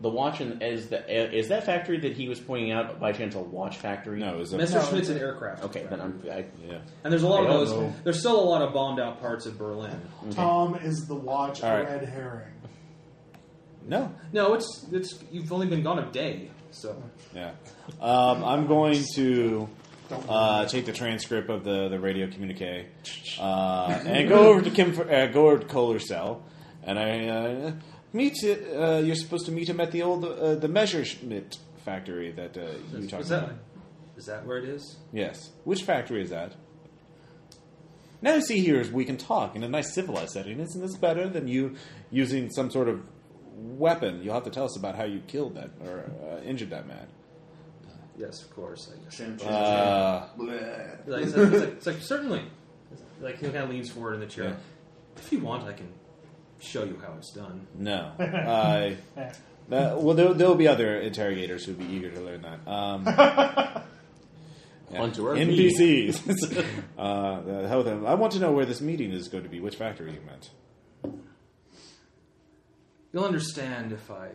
S5: the watch and is the is that factory that he was pointing out by chance a watch factory?
S3: No, is it?
S4: Messer Schmidt's an aircraft.
S5: Okay, then I'm. I,
S3: Yeah.
S4: And there's a lot
S5: I
S4: of
S5: don't
S4: those.
S5: know.
S4: There's still a lot of bombed out parts of Berlin.
S2: Tom is the watch
S3: All right.
S2: red herring.
S3: No.
S4: No, it's it's you've only been gone a day, so
S3: Yeah. Um, I'm going to uh, take the transcript of the, the radio communique uh, and go over to Kim, uh, go over to Kohler's cell, and I uh, meet. Uh, you're supposed to meet him at the old uh, the Messerschmitt factory that uh, you talked
S4: is that
S3: about.
S4: is that where it is?
S3: Yes. Which factory is that? Now, see here, is we can talk in a nice civilized setting. Isn't this better than you using some sort of weapon? You'll have to tell us about how you killed that or uh, injured that man.
S4: Yes, of course. I guess.
S1: Chim, chim,
S3: Uh,
S1: chim. Bleh.
S4: Like, it's, like, it's like- it's like, certainly. Like he kind of leans forward in the chair.
S3: Yeah.
S4: If you want, I can show you how it's done.
S3: no. I. that- well, there, there'll be other interrogators who'd be eager to learn that. Um, yeah.
S5: On to our
S3: NPCs. uh, the hell with them. I want to know where this meeting is going to be. Which factory you meant?
S4: You'll understand if I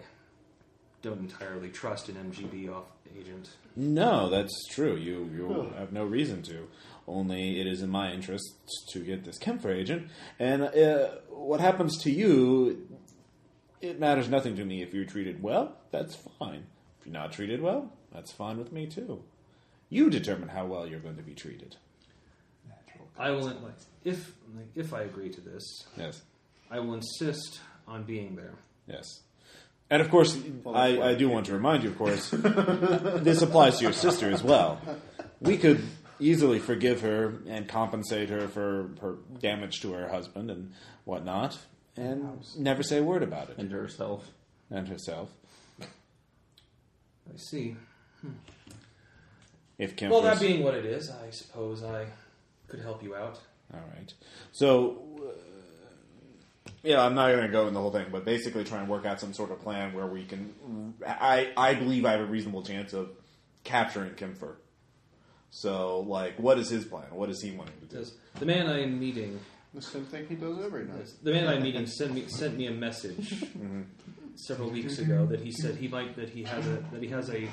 S4: don't entirely trust an MGB off agent.
S3: No, that's true. You you have no reason to. Only it is in my interest to get this Kempfer agent. And uh, what happens to you, it matters nothing to me. If you're treated well, that's fine. If you're not treated well, that's fine with me too. You determine how well you're going to be treated.
S4: I will like if like, if I agree to this,
S3: Yes,
S4: I will insist on being there.
S3: yes. And of course, I, I do want to remind you. Of course, this applies to your sister as well. We could easily forgive her and compensate her for her damage to her husband and whatnot, and never say a word about it.
S5: and herself.
S3: And herself,
S4: I see.
S3: if Kim.
S4: Well, that
S3: was-
S4: being what it is, I suppose I could help you out.
S3: all right. So, uh, yeah, I'm not going to go in the whole thing, but basically try and work out some sort of plan where we can. I I believe I have a reasonable chance of capturing Kimfer. So, like, what is his plan? What is he wanting to do?
S4: Because the man I am meeting,
S1: The same thing he does every night.
S4: the man I am meeting, sent me sent me a message several weeks ago that he said he might that he has a that he has a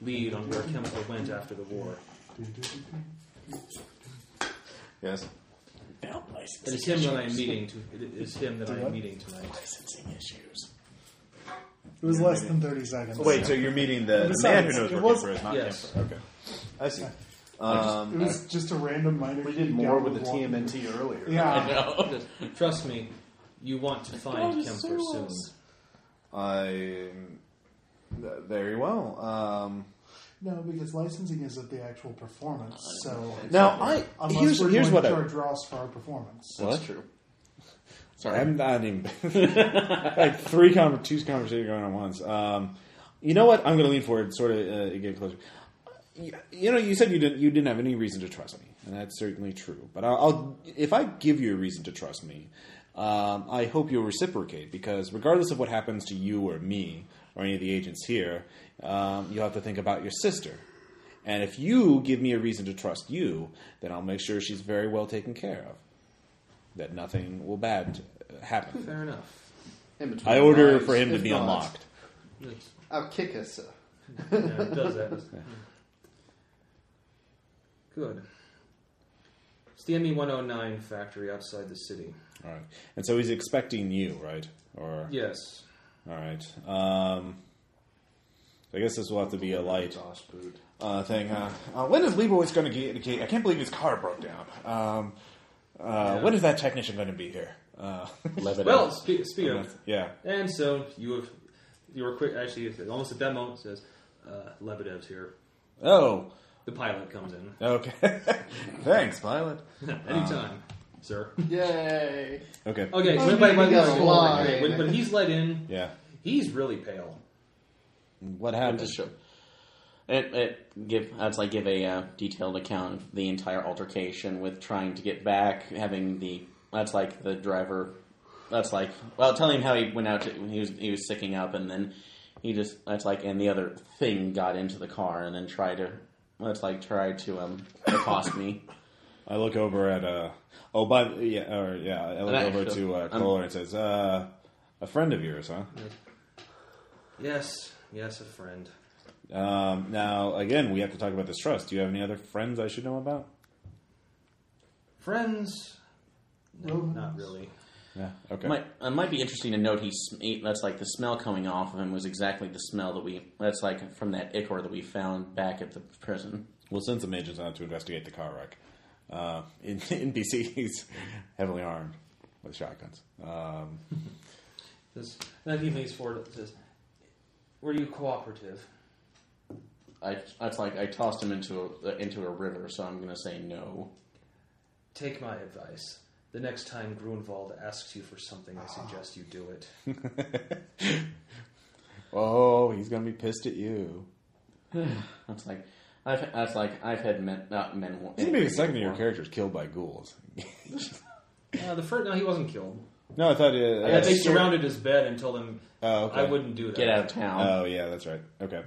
S4: lead on where Kemper went after the war.
S3: Yes.
S4: It is him that I am meeting. To, it is him that I am meeting tonight.
S2: It was less than 30 seconds.
S3: Wait, so you're meeting the, the man who
S2: Besides,
S3: knows
S2: it
S3: where
S2: was-
S3: Kemper is, not
S4: yes.
S3: Kemper. Okay. I see.
S2: it
S3: Um,
S2: was just a random minor.
S1: We did
S2: key
S1: more
S2: down
S1: with the
S2: wall.
S1: TMNT earlier.
S2: Yeah.
S4: Trust me, you want to find Kemper soon.
S3: I. Very well. Um,
S2: No, because licensing is of the actual performance.
S4: Oh,
S2: So
S3: now, I.
S2: unless
S3: Here's,
S2: we're
S3: here's
S2: going to
S3: what I.
S2: charge Ross for our performance,
S5: That's true. Sorry,
S3: I'm not even. like three con- two conversations going on once. Um, you know what? I'm going to lean forward, sort of uh, get closer. You, you know, you said you didn't you didn't have any reason to trust me, and that's certainly true. But I'll, I'll if I give you a reason to trust me, um, I hope you'll reciprocate because regardless of what happens to you or me or any of the agents here, um, you'll have to think about your sister. And if you give me a reason to trust you, then I'll make sure she's very well taken care of. That nothing will bad uh, happen.
S4: Fair enough.
S1: In between
S3: I order
S1: lives.
S3: for him to
S1: If
S3: be
S1: not,
S3: unlocked.
S4: It's-
S1: I'll kick us. sir.
S4: Yeah, it does that. Good. It's the E ME 109 factory outside the city.
S3: All right. And so he's expecting you, right? Or
S4: Yes.
S3: all right. Um, I guess this will have to be a light
S1: Boss boot.
S3: uh, thing. Huh? Uh, when is Leibowitz going to get? get- I can't believe his car broke down. Um, uh, When is that technician going to be here? Uh,
S5: Lebanon.
S4: Well, spe- speak of.
S3: yeah.
S4: And so you have. You were quick. Actually, it's almost at that moment, it says, uh, Lebedev's here.
S3: Oh,
S4: The pilot comes in.
S3: okay. Thanks, pilot.
S4: Anytime, sir.
S1: Yay!
S3: Okay.
S4: Okay,
S1: Oh,
S4: but, but,
S1: you
S4: but,
S1: got
S4: but-
S1: blind.
S4: but- but he's let in.
S3: Yeah.
S4: He's really pale.
S3: What
S5: I'm
S3: happened?
S5: just sure. It, it give that's like give a uh, detailed account of the entire altercation with trying to get back, having the that's like the driver. That's like well, telling him how he went out. To, he was he was sicking up, and then he just that's like and the other thing got into the car, and then tried to that's like tried to um accost me.
S3: I look over at uh oh by the- yeah or yeah I look
S5: And I-
S3: over to uh,
S5: I'm-
S3: Kohler and says uh, a friend of yours, huh?
S4: Yes, yes, a friend.
S17: Um, now, again, we have to talk about this trust. Do you have any other friends I should know about?
S4: Friends? No, not really.
S17: Yeah. Okay.
S5: Might, it might be interesting to note he, sm- he that's like the smell coming off of him was exactly the smell that we that's like from that ichor that we found back at the prison.
S17: We'll send some agents out to investigate the car wreck. Uh, in NPCs heavily armed with shotguns. Um,
S4: This, then he leans forward and says, Were you cooperative?
S5: I that's like I tossed him into a into a river, so I'm gonna say no.
S4: Take my advice. The next time Grunwald asks you for something, I suggest you do it.
S17: oh, he's gonna be pissed at you.
S5: That's like I've that's like I've had men not men.
S17: This may be the second of your characters killed by ghouls.
S4: Uh, the first, no, he wasn't killed.
S17: no, I thought. Uh,
S4: Yeah, they surrounded his bed and told him,
S17: Oh, okay.
S4: I wouldn't do that.
S5: Get out of town.
S3: Uh,
S17: Oh yeah, that's right. Okay.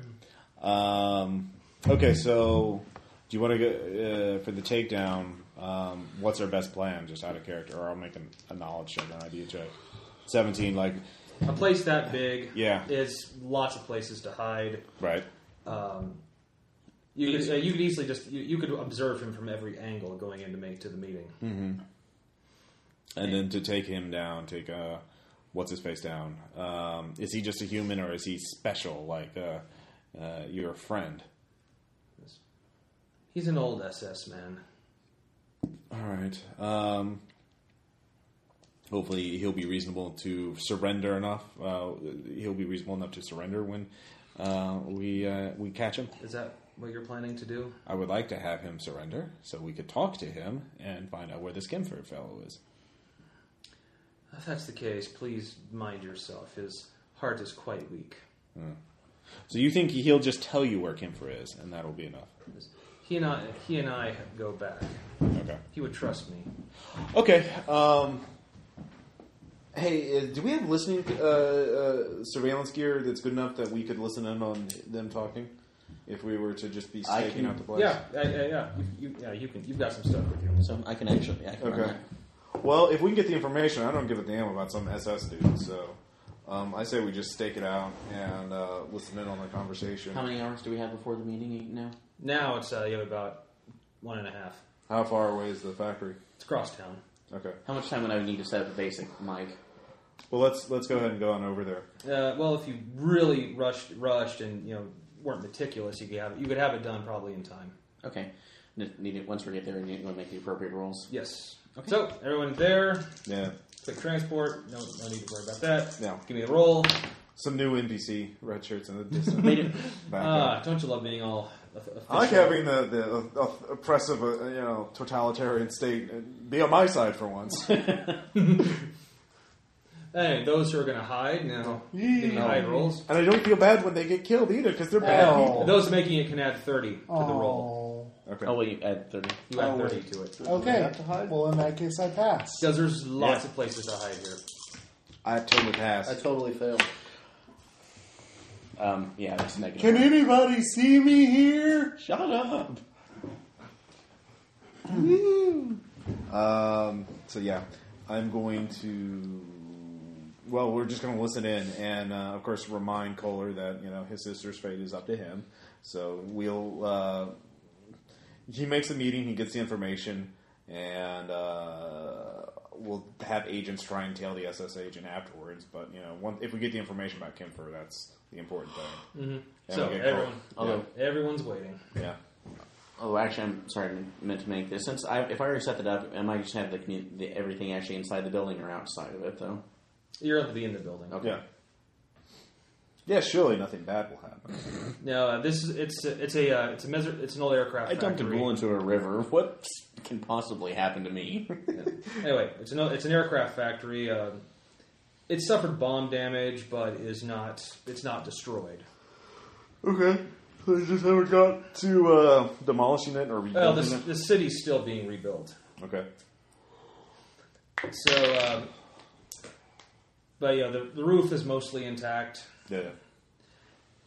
S17: Um, okay, so do you want to go uh, for the takedown? Um, what's our best plan? Just out of character, or I'll make an, a knowledge check, an idea check. Seventeen, like
S4: A place that big.
S17: Yeah.
S4: It's lots of places to hide.
S17: right.
S4: Um, you, could, uh, you could easily just, you, you could observe him from every angle going into make to the meeting.
S17: Hmm. and then to take him down, take uh, what's his face down. Um, is he just a human, or is he special? Like uh, uh, your friend.
S4: He's an old SS man.
S17: All right. Um, hopefully, he'll be reasonable to surrender enough. Uh, he'll be reasonable enough to surrender when uh, we uh, we catch him.
S4: Is that what you're planning to do?
S17: I would like to have him surrender so we could talk to him and find out where this Kimford fellow is.
S4: If that's the case, please mind yourself. His heart is quite weak.
S17: So you think he'll just tell you where Kimfer is, and that'll be enough?
S4: He and I, he and I go back.
S17: Okay.
S4: He would trust me.
S17: Okay. Um,
S3: Hey, uh, do we have listening uh, uh, surveillance gear that's good enough that we could listen in on them talking? If we were to just be
S5: I
S3: staking
S5: can-
S3: out the place,
S4: yeah, yeah, yeah. You, you, yeah, you can. You've got some stuff with you.
S5: So I can actually I can run
S3: Okay.
S5: that.
S3: Well, if we can get the information, I don't give a damn about some SS dude. So, um, I say we just stake it out and uh, listen in on the conversation.
S5: How many hours do we have before the meeting now?
S4: Now it's uh, you have about one and a half.
S3: How far away is the factory?
S4: It's crosstown.
S3: Okay.
S5: How much time would I need to set up the basic mic?
S3: Well, let's let's go ahead and go on over there.
S4: Uh, well, if you really rushed, rushed, and you know weren't meticulous, you could have you could have it done probably in time.
S5: Okay. N- Need it once we get there. Need to make the appropriate rolls.
S4: Yes. So everyone there,
S3: Yeah.
S4: quick transport. No, no need to worry about that.
S3: No.
S4: Give me a roll.
S3: Some new NPC red shirts in the distance.
S5: Made it.
S3: Back up.
S4: Ah, don't you love being all? official?
S3: I like having the the uh, oppressive, uh, you know, totalitarian state uh, be on my side for once.
S4: Hey, those who are going to hide now, give me hide rolls.
S3: And I don't feel bad when they get killed either, because they're bad people.
S4: Those making it can add 30 to the
S2: Oh,
S4: roll.
S3: Okay.
S5: Oh, wait, add thirty.
S4: You add 30 to it.
S2: Okay. Well, in that case, I pass.
S4: Because there's lots of places to hide here.
S3: I totally
S18: I
S3: passed.
S18: totally failed.
S5: Um, yeah, that's negative.
S1: Can anybody see me here?
S5: Shut up.
S3: Um, so yeah, I'm going to. Well, we're just going to listen in, and uh, of course, remind Kohler that you know his sister's fate is up to him. So we'll. Uh, he makes a meeting. He gets the information, and uh, we'll have agents try and tail the SS agent afterwards. But you know, one, if we get the information about Kimfer, that's the important thing. Mm-hmm.
S4: So, everyone,
S5: Although,
S4: everyone's waiting.
S3: yeah.
S5: oh, actually, I'm sorry, I meant to make this. Since I, if I already set that up, I might just have the, commu- the everything actually inside the building or outside of it, though.
S4: You're going to be in the building.
S5: Okay.
S3: Yeah. Yeah, surely nothing bad will happen.
S4: No, uh, this is it's a- it's a uh, it's a measure, it's an old aircraft.
S5: I dumped a
S4: factory.
S5: bull into a river. What can possibly happen to me?
S4: Anyway, it's an o- it's an aircraft factory. Uh, it suffered bomb damage, but is not it's not destroyed.
S3: Okay. So we just haven't got to uh, demolishing it or
S4: Well,
S3: rebuilding
S4: this, the city's still being rebuilt.
S3: it. Okay.
S4: So, um, but yeah, the, the roof is mostly intact.
S3: Yeah.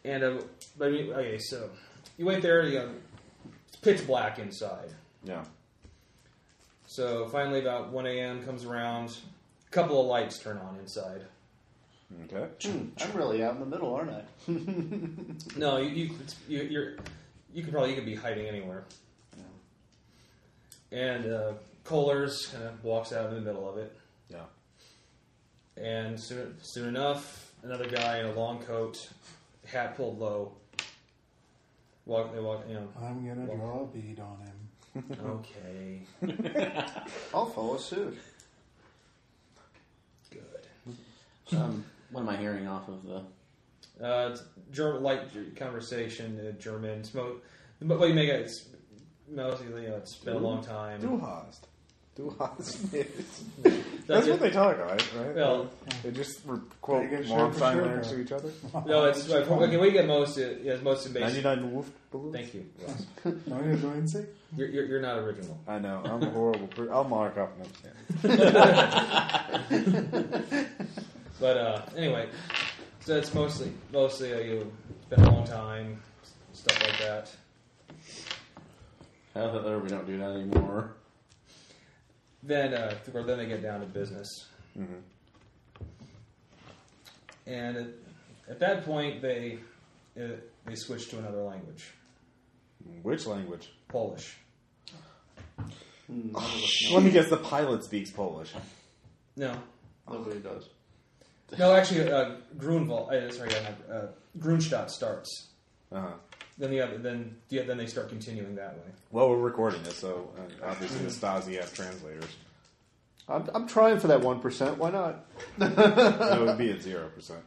S3: yeah.
S4: And uh, but I mean, okay, so you went there. You know, it's pitch black inside.
S3: Yeah.
S4: So finally, about one a.m. comes around. A couple of lights turn on inside.
S3: Okay.
S1: I'm really out in the middle, aren't I?
S4: No, you you, it's, you you're you could probably you could be hiding anywhere. And uh, Kohler's kind of walks out in the middle of it,
S3: Yeah.
S4: and soon soon enough, another guy in a long coat, hat pulled low. Walk, they walk, you know.
S2: I'm gonna draw a bead on him.
S4: okay,
S1: I'll follow suit.
S4: good.
S5: Um, what am I hearing off of the?
S4: Uh, it's German light g- conversation, uh, German smoke. But what you make out, it's mostly you know, it's been a long time.
S12: Du hast. Du hast. That's,
S4: That's
S12: what
S4: it.
S12: they talk about, right?
S4: Well-
S12: they just re- quote
S2: They get
S12: long
S2: sure for
S12: time
S2: sure
S12: lyrics
S2: now.
S12: to each other.
S4: No, it's like, okay. We get most. uh, Yeah, it's most of basic.
S12: 99 Wolf balloons.
S4: Thank you.
S2: No, you're going to say?
S4: You're, you're, you're not original.
S12: I know. I'm a horrible person. I'll mark up. and- Yeah.
S4: But uh, anyway, so it's mostly mostly uh, you know, it's been a long time, stuff like that.
S5: Uh, we don't do that anymore.
S4: Then uh, or then they get down to business, and at, at that point they uh, they switch to another language,
S3: Which language?
S4: Polish.
S3: Let me guess. The pilot speaks Polish.
S4: No,
S1: Nobody does.
S4: no, actually, uh, Grunwald. Uh, sorry, yeah, not- uh, Grunstadt starts.
S3: Uh huh.
S4: Then the other, then yeah, then they start continuing that way.
S3: Well, we're recording this, so uh, obviously the Stasi has translators.
S1: I'm, I'm trying for that 1%. Why not?
S3: That would be at zero percent.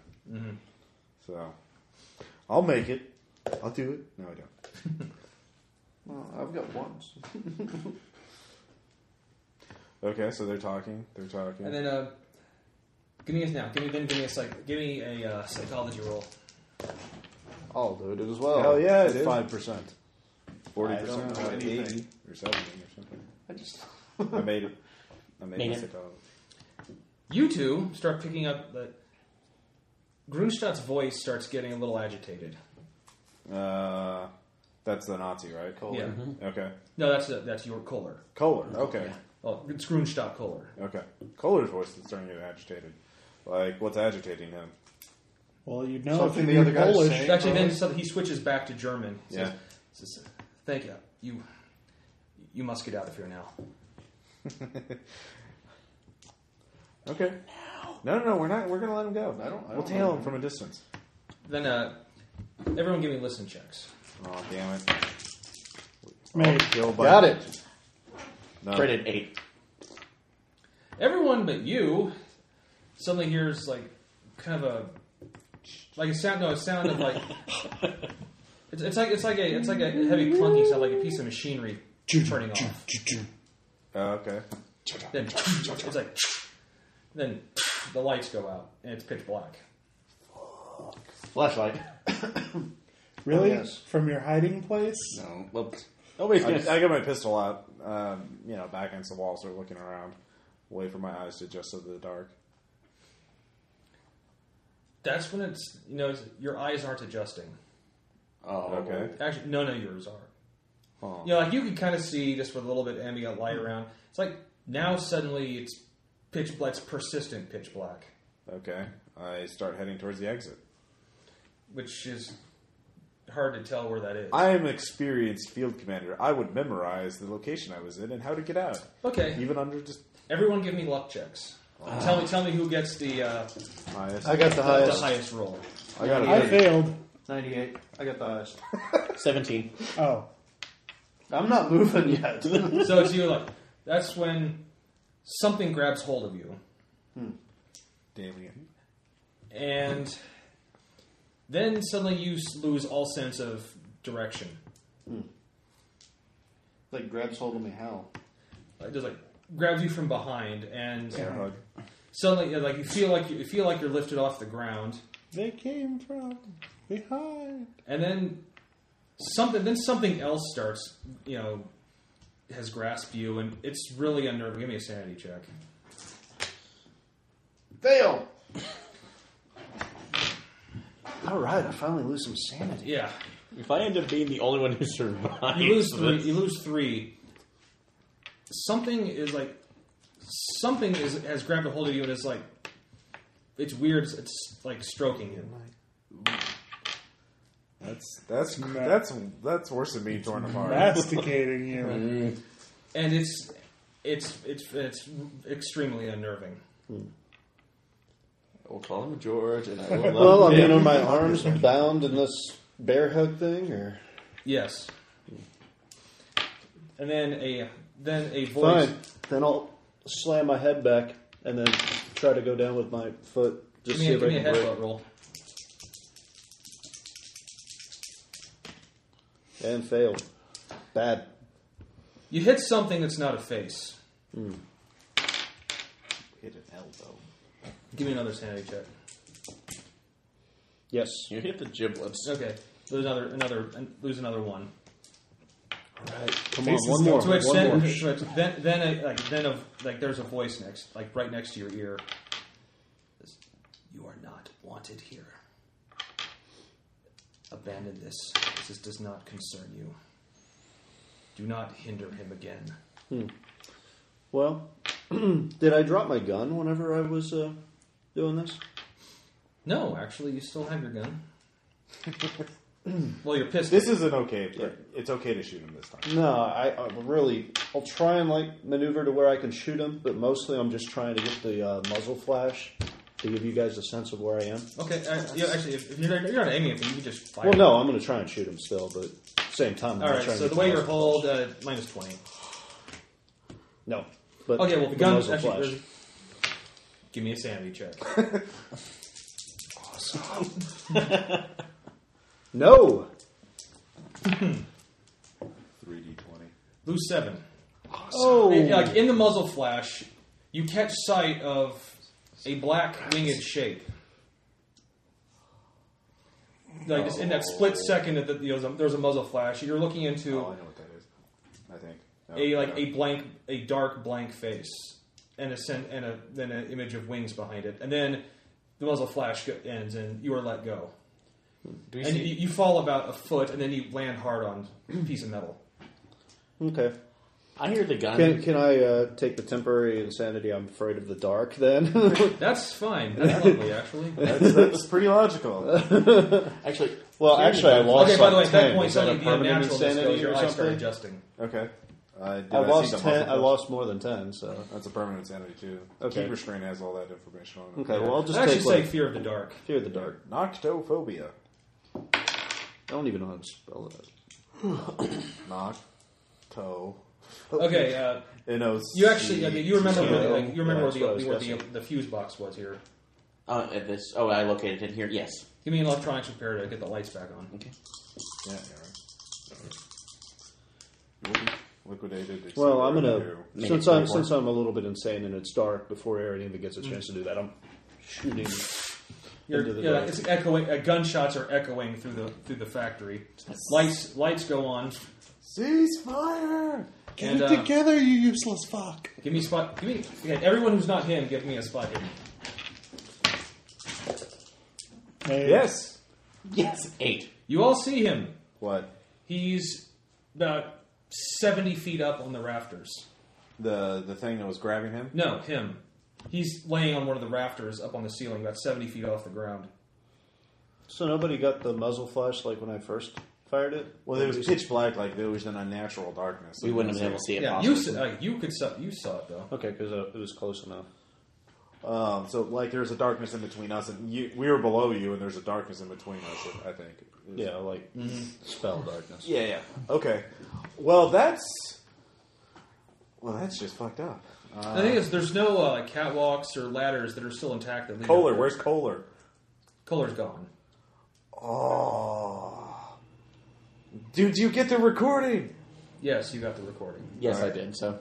S3: So, I'll make it. I'll do it. No, I don't.
S1: Well, I've got ones.
S3: Okay, so they're talking. They're talking.
S4: And then uh, give me a now. Give me then. Give me a psych. Give me a uh, psychology roll.
S1: I'll do it as well.
S3: Hell yeah, it is.
S1: Oh, Five percent.
S3: Forty
S1: I don't
S3: percent,
S1: know anything.
S3: eighty or seventy or something.
S1: I just
S3: I made it. I made,
S5: Made
S3: it.
S5: it.
S3: psychology.
S4: You two start picking up that Grunstadt's voice starts getting a little agitated.
S3: Uh, that's the Nazi, right?
S4: Yeah.
S3: Okay.
S4: No, that's uh, that's your Kohler.
S3: Kohler. Okay.
S4: Oh, it's Grunstadt Kohler.
S3: Okay. Kohler's voice is starting to get agitated. Like, what's agitating him?
S10: Well, you know,
S1: Something
S10: if
S1: the
S10: you're
S1: other guy was
S10: Polish,
S1: saying.
S4: Actually, then suddenly he switches back to German. He
S3: Yeah.
S4: says, says, "Thank you. You, you must get out of here now."
S3: Okay. No, no, no. We're not. We're gonna let him go.
S1: I don't- I
S3: we'll
S1: don't
S3: tail
S1: know.
S3: him from a distance.
S4: Then uh, everyone give me listen checks.
S3: Oh damn it!
S10: made
S3: Kill by-
S1: got it.
S3: No.
S5: Credit eight.
S4: Everyone but you suddenly hears like kind of a like a sound no a sound of like it's, it's like it's like a it's like a heavy clunking sound like a piece of machinery turning off.
S3: Oh, okay.
S4: Then it's like then the lights go out and it's pitch black.
S5: Flashlight.
S10: really
S1: Oh, yes.
S10: from your hiding place.
S5: No. Well, nobody's gonna.
S3: I, I got my pistol out. Um, you know, back against the wall, sort of looking around, wait for my eyes to adjust to the dark.
S4: That's when it's you know it's, your eyes aren't adjusting.
S5: oh,
S3: Okay.
S4: Actually, no, no, yours are.
S3: Oh.
S4: You know, like you could kind of see just with a little bit of ambient light around. It's like now suddenly it's pitch black. It's persistent pitch black.
S3: Okay. I start heading towards the exit.
S4: which is hard to tell where that is.
S3: I am an experienced field commander. I would memorize the location I was in and how to get out,
S4: okay,
S3: even under just
S4: everyone, give me luck checks.
S3: Uh,
S4: Tell me, tell me who gets the uh,
S3: highest.
S1: I got the
S4: the
S1: highest.
S4: highest roll.
S3: I got
S10: I failed.
S1: 98. I got the highest.
S5: Seventeen.
S10: Oh,
S1: I'm not moving yet.
S4: So it's you. Like that's when something grabs hold of you,
S3: Damn it.
S4: and then suddenly you s- lose all sense of direction.
S1: like, grabs hold of me how?
S4: Like, just like grabs you from behind, and
S3: Bear hug.
S4: suddenly you know, like you feel like you, you feel like you're lifted off the ground,
S10: they came from behind.
S4: and then something then something else starts. You know, has grasped you, and it's really unnerving. Give me a sanity check.
S1: Fail! Alright, I finally lose some sanity.
S4: Yeah,
S5: If I end up being the only one who survives,
S4: you lose three.
S5: this-
S4: You lose three. Something is like something is has grabbed a hold of you and is like It's weird. It's, it's like stroking him.
S3: That's that's that's that's worse than being torn apart.
S2: Masticating you.
S4: and it's it's it's it's extremely unnerving.
S5: We'll call him George, and I will love
S1: Well, I mean,
S5: him.
S1: are my arms bound in this bear hug thing, or
S4: Yes. And then a then a voice.
S1: fine? Then I'll slam my head back and then try to go down with my foot.
S4: Give
S1: Just
S4: me,
S1: see
S4: a,
S1: if
S4: give
S1: I
S4: me a
S1: can break.
S4: headbutt roll.
S1: And fail. Bad.
S4: You hit something that's not a face.
S1: Hmm.
S5: Hit an elbow.
S4: Give me another sanity check.
S1: Yes.
S5: You hit the giblets.
S4: Okay, lose another another and lose another one.
S1: Come on, one more.
S4: To which
S1: One
S4: then,
S1: more.
S4: to which then then a, like then of like there's a voice next like right next to your ear. Says, You are not wanted here. Abandon this. This does not concern you. Do not hinder him again.
S1: Well, did I drop my gun whenever I was uh, doing this?
S4: No, actually, you still have your gun. well, your pistol.
S13: This is an okay. It's okay to shoot him this time.
S1: No, I, I really. I'll try and like maneuver to where I can shoot him, but mostly I'm just trying to get the uh, muzzle flash to give you guys a sense of where I am.
S4: Okay, uh, yeah, actually, if, if you're, not, you're not aiming at me, you can just fire.
S1: Well, no, I'm going to try and shoot him still, but same time. I'm
S4: All
S1: not
S4: right.
S1: trying
S4: So
S1: to get
S4: the way you're
S1: muzzle
S4: hold, uh, minus twenty.
S1: flash. No, but
S4: Okay, well,
S1: the
S4: gun.
S1: muzzle
S4: Actually,
S1: flash.
S4: there's- give me a sanity check.
S1: No,
S3: 3d twenty.
S4: Lose seven. Oh, like in the muzzle flash, you catch sight of a black winged shape. Like just in that split second that the, you know, there's a- there's a muzzle flash, you're looking into
S3: Oh, I know what that is. I think No,
S4: a like
S3: no.
S4: a blank, a dark blank face, and a sen- and a then an image of wings behind it, and then the muzzle flash go- ends, and you are let go.
S13: Do we
S4: And
S13: see?
S4: you, you fall about a foot, and then you land hard on a piece of metal.
S1: okay.
S5: I hear the gun.
S1: Can can I uh, take the temporary insanity? I'm afraid of the dark. Then
S4: That's fine. That's lovely, actually.
S3: That's, that's pretty logical.
S5: Actually,
S1: well, actually, I lost.
S4: okay, by the way,
S1: like
S4: at that
S1: 10.
S4: point,
S1: Is that
S4: suddenly
S1: a
S4: you have
S1: permanent
S4: natural
S1: insanity
S4: disclosure. Your
S1: or
S4: eyes start
S1: something?
S4: adjusting.
S3: Okay. Uh, did
S1: I
S3: see the
S1: lost
S3: muzzle
S1: ten. I
S3: flash?
S1: lost more than ten. So
S3: That's a permanent sanity too.
S1: Okay.
S3: Keeper screen has all that information on it.
S1: okay, well, I'll just
S4: I actually
S1: take
S4: say
S1: like,
S4: fear of the dark.
S1: fear of the dark.
S3: Noctophobia.
S1: I don't even know how to spell that.
S3: Nocto.
S4: Okay, uh,
S3: N-O-C-
S4: you actually, okay, you remember, where, the-
S1: Yeah.
S4: like, you remember
S1: That's what I
S4: where,
S1: was
S4: the, where the,
S1: guessing.
S4: the fuse box was here.
S5: uh, at this. Oh, I located it here. Yes.
S4: Give me an electronics repair to get the lights back on.
S5: Okay.
S3: Yeah, yeah, right. Will be Liquidated. et
S1: Well, I'm
S3: cetera,
S1: gonna
S3: too.
S1: since
S5: it
S1: I'm
S5: more.
S1: since I'm a little bit insane and it's dark before Aaron even gets a chance to do that. I'm shooting
S4: You're,
S1: into the
S4: yeah,
S1: dark.
S4: it's echoing. Uh, gunshots are echoing through the through the factory. Lights lights go on.
S3: Cease fire!
S2: Get
S4: And,
S2: it
S4: uh,
S2: together, you useless fuck.
S4: Give me spot. Give me okay, everyone who's not him. Give me a spot hidden.
S3: Yes.
S5: Yes. Eight.
S4: You all see him.
S3: What?
S4: He's about seventy feet up on the rafters.
S3: The the thing that was grabbing him?
S4: No, him. He's laying on one of the rafters up on the ceiling, about seventy feet off the ground.
S1: So nobody got the muzzle flash like when I first fired it.
S3: Well, it was pitch black, like there was an unnatural darkness.
S5: We wouldn't have been able to see it.
S4: Yeah, you
S5: possibly.
S4: saw, like, you could saw, you saw it though.
S1: Okay, because it was close enough.
S3: Um, so, like, there's a darkness in between us, and you, we were below you, and there's a darkness in between us. I think.
S1: Yeah, like spell darkness.
S3: Yeah, yeah. Okay. Well, that's. Well, that's just fucked up.
S4: the thing is, there's no uh, catwalks or ladders that are still intact. That lead
S3: Kohler,
S4: up.
S3: where's Kohler?
S4: Kohler's gone.
S3: Oh. Dude, you get the recording?
S4: Yes, you got the recording.
S5: Yes, I did. So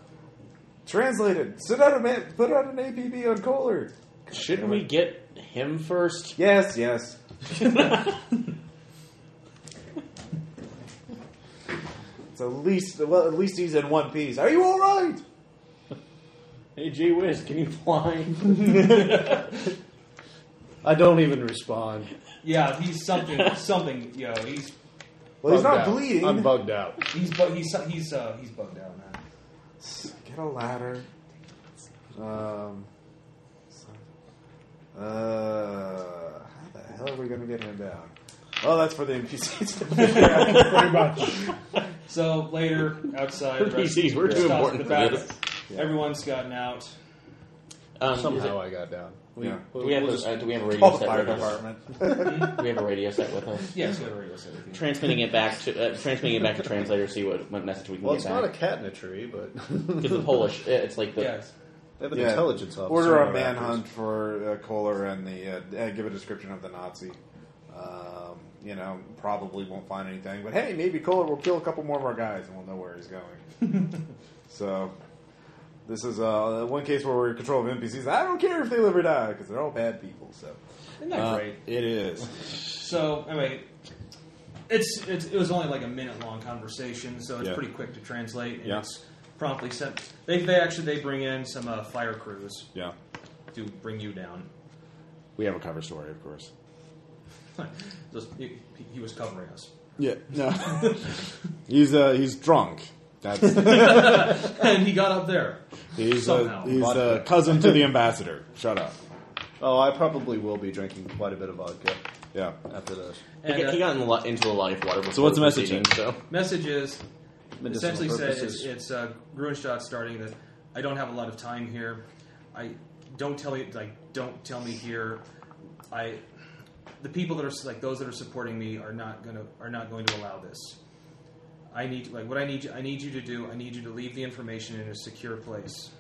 S3: Translated. Sit out a man, put out an APB on Kohler.
S5: shouldn't we get him first?
S3: Yes, yes. so at least, well, at least he's in one piece. Are you all right?
S5: Hey, gee whiz, can you fly?
S1: I don't even respond.
S4: Yeah, he's something. something. You know, he's
S3: Well,
S1: Bugged
S3: he's not
S1: out.
S3: bleeding.
S1: I'm bugged out.
S4: he's bu- he's he's uh, he's bugged out, man.
S3: Get a ladder. Um, so-
S19: Uh, how the hell are we going to get him down? Well, that's for the NPCs to figure out.
S4: So later, outside, the rest-
S5: PCs were too
S4: stops
S5: important
S4: the
S5: for
S4: back.
S5: this.
S4: Everyone's gotten out.
S5: Um, is it-
S1: Somehow I got down. We,
S19: Yeah.
S5: do we have
S1: we'll
S5: a,
S1: just
S5: uh, do we have a
S19: Call the
S5: radio set
S19: fire
S5: with us?
S19: department.
S5: Do we have a radio set with us?
S4: Yes, we have a radio set with you.
S5: Transmitting it back to uh, transmitting it back to translator. See what, what message we can
S1: Well,
S5: get
S1: it's not a
S5: back.
S1: cat in a tree, but
S5: Because the Polish, it- it's like the
S4: Yes.
S1: they have an
S19: Yeah.
S1: intelligence officer.
S19: Order
S1: in
S19: a
S1: our rafters.
S19: manhunt for uh, Kohler and the. Uh, uh, give a description of the Nazi. Um, you know, probably won't find anything, but hey, maybe Kohler will kill a couple more of our guys, and we'll know where he's going. so, this is uh, one case where we're in control of NPCs. I don't care if they live or die because they're all bad people. So,
S4: Isn't that
S3: Uh,
S4: great?
S3: it is.
S4: So anyway, it's, it's it was only like a minute long conversation, so it's
S3: Yeah.
S4: pretty quick to translate. And
S3: Yeah.
S4: It's promptly sent. They, they actually they bring in some uh, fire crews
S3: Yeah.
S4: to bring you down.
S3: We have a cover story, of course.
S4: Just- he, he was covering us.
S3: Yeah. No. he's uh, he's drunk. That's
S4: and he got up there.
S3: he's uh,
S4: Somehow.
S3: he's uh, cousin to the ambassador. Shut up.
S1: Oh, I probably will be drinking quite a bit of vodka
S3: Yeah.
S1: after this.
S5: he,
S4: And
S5: got-
S4: uh,
S5: he got in, li- into a lot of water. before
S3: what's the message
S5: proceeding,
S3: then?
S5: So
S4: message is
S1: Medicinal
S4: essentially said it's,
S1: purposes.
S4: it's uh, Grunstadt starting that I don't have a lot of time here. I don't tell me like don't tell me here. I the people that are like those that are supporting me are not gonna are not going to allow this. I need like what I need you- I need you to do. I need you to leave the information in a secure place.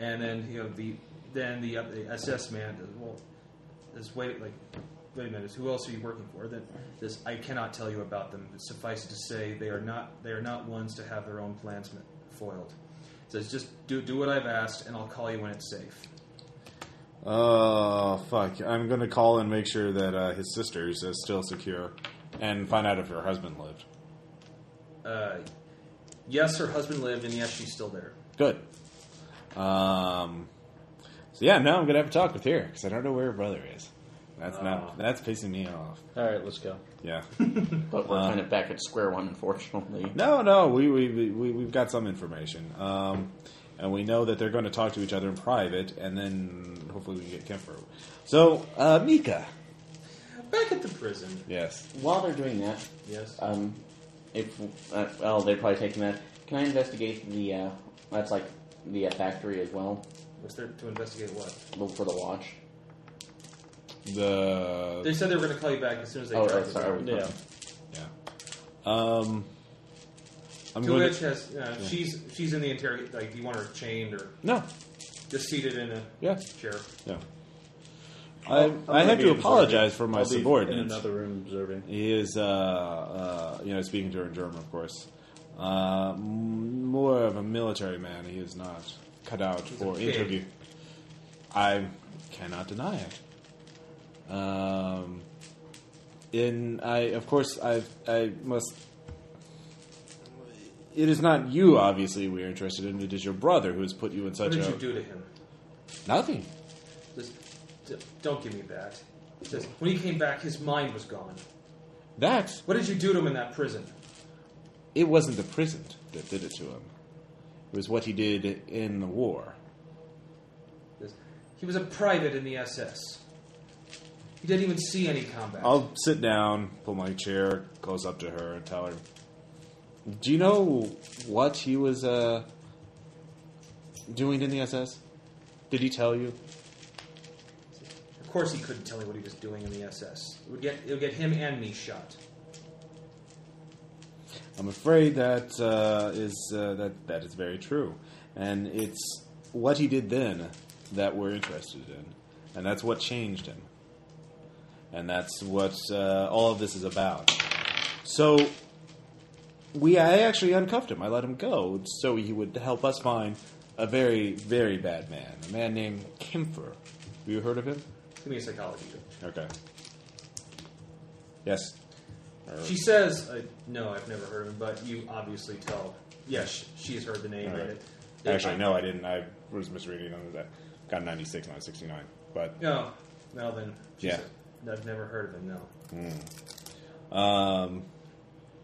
S4: And then you know the then the, uh, the SS man uh, well is wait like wait a minute who else are you working for that this I cannot tell you about them but suffice it to say they are not they are not ones to have their own plans ma- foiled It says just do do what I've asked and I'll call you when it's safe
S3: Oh fuck! I'm gonna call and make sure that uh, his sister's is still secure, and find out if her husband lived.
S4: uh, yes her husband lived and yes she's still there
S3: Good. Um. So yeah, now I'm gonna have a talk with her because I don't know where her brother is. That's not that's pissing me off.
S1: All right, let's go.
S3: Yeah.
S5: but we're kind of back at square one, unfortunately.
S3: No, no, we, we, we, we- we've got some information. Um, and we know that they're going to talk to each other in private, and then hopefully we can get Kemper. So, uh, Mika.
S4: back at the prison
S3: Yes.
S5: While they're doing that,
S4: yes
S5: um, if uh, well, they're probably taking that. Can I investigate the? Uh, that's like the uh, factory as well
S4: was there to investigate what
S5: look for the watch.
S3: The.
S4: they said they were going to call you back as soon as they
S5: Oh,
S4: tried
S5: right,
S4: to
S5: sorry.
S4: talk.
S5: Yeah.
S3: Yeah. Um, I'm
S4: to
S3: going
S4: which
S3: to.
S4: has uh, she's she's in the interrogation like do you want her chained or
S3: No.
S4: just seated in a
S3: Yeah.
S4: chair
S3: Yeah. I, I
S1: gonna
S3: have
S1: be
S3: to
S1: observing.
S3: apologize for my
S1: I'll be in
S3: subordinates.
S1: another room observing.
S3: He is, uh, uh, you know, speaking to her in German, of course. Uh, m- more of a military man. He is not cut out for
S4: pig.
S3: interview. I cannot deny it. Um, in I, of course, I, I must. It is not you, obviously, we are interested in. It is your brother who has put you in
S4: what
S3: such
S4: did
S3: a
S4: you do to him
S3: nothing.
S4: Just, d- don't give me that. Just, when he came back, his mind was gone.
S3: That
S4: What did you do to him in that prison?
S3: it wasn't the prison that did it to him. It was what he did in the war.
S4: Just, he was a private in the SS. He didn't even see any combat.
S3: I'll sit down, pull my chair close up to her, and tell her, "Do you know what he was uh, doing in the SS? Did he tell you?"
S4: of course, he couldn't tell me what he was doing in the SS. It would get, it would get him and me shot.
S3: I'm afraid that uh, is uh, that that is very true, and it's what he did then that we're interested in, and that's what changed him, and that's what uh, all of this is about. So we I actually uncuffed him. I let him go so he would help us find a very very bad man, a man named Kempfer. Have you heard of him?
S4: Give me a psychology. check.
S3: Okay. Yes.
S4: She says, uh, "No, I've never heard of him," but you obviously tell. Yes, she has heard the name.
S3: All
S4: and
S3: right.
S4: it- it-
S3: Actually, no, I didn't. I was misreading on that. Got 96, not 69. But
S4: No, no. Then she
S3: Yeah.
S4: said, I've never heard of him. No.
S3: um,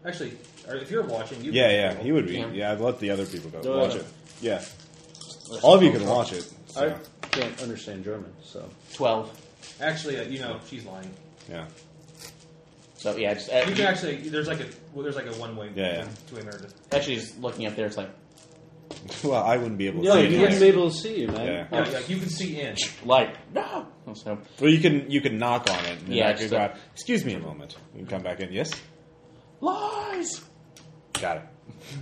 S4: Actually, or if you're watching, you
S3: yeah, yeah, he would be.
S5: Yeah.
S3: Yeah, I'd let the other people go
S1: No,
S3: watch
S1: no.
S3: it. Yeah, all of you can watch it. so.
S1: I can't understand German, so.
S5: Twelve.
S4: Actually, uh, you know, she's lying.
S3: Yeah.
S5: So yeah, just, uh,
S4: You can actually there's like a well, there's like a one way
S3: Yeah, yeah.
S4: two way Meredith.
S5: actually just looking up there, it's like
S3: well, I wouldn't be able to
S1: Yeah,
S3: see
S1: you
S3: it.
S1: wouldn't be able to see you, man.
S3: Yeah.
S4: Yeah, yeah, you can see in.
S5: light. No. So
S3: Well, you can you can knock on it. And
S5: Yeah,
S3: yeah.
S5: just
S3: go
S5: a-
S3: out. Excuse me a moment. You can come back in. Yes.
S5: lies.
S3: Got it.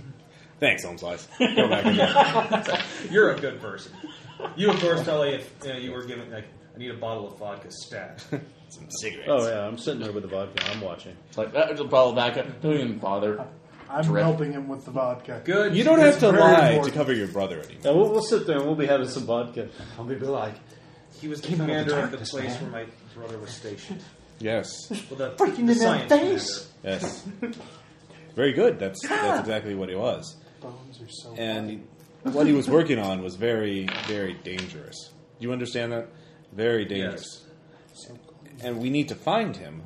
S3: Thanks, Holmes Lies. Go back in. there.
S4: You're a good person. You of course tell if you, know, you were given like I need a bottle of vodka stat.
S3: Some cigarettes.
S1: Oh, yeah, I'm sitting there with the vodka. I'm watching.
S5: It's like that was a bottle back up. Don't even bother.
S2: I'm
S5: Drip.
S2: helping him with the vodka.
S4: Good.
S3: You don't have to
S2: very
S3: lie to
S2: important.
S3: cover your brother anymore.
S1: Yeah, we'll, we'll sit there and we'll be having some vodka. I'll be like,
S4: He was the commander of the place where my brother was stationed.
S3: Yes.
S4: Well, the,
S1: Freaking
S4: the
S1: in that
S4: science
S1: face!
S3: Yes. Very good. That's that's exactly what he was.
S2: Bones are so.
S3: And what he was working on was very very dangerous. Do you understand that? Very dangerous. And we need to find him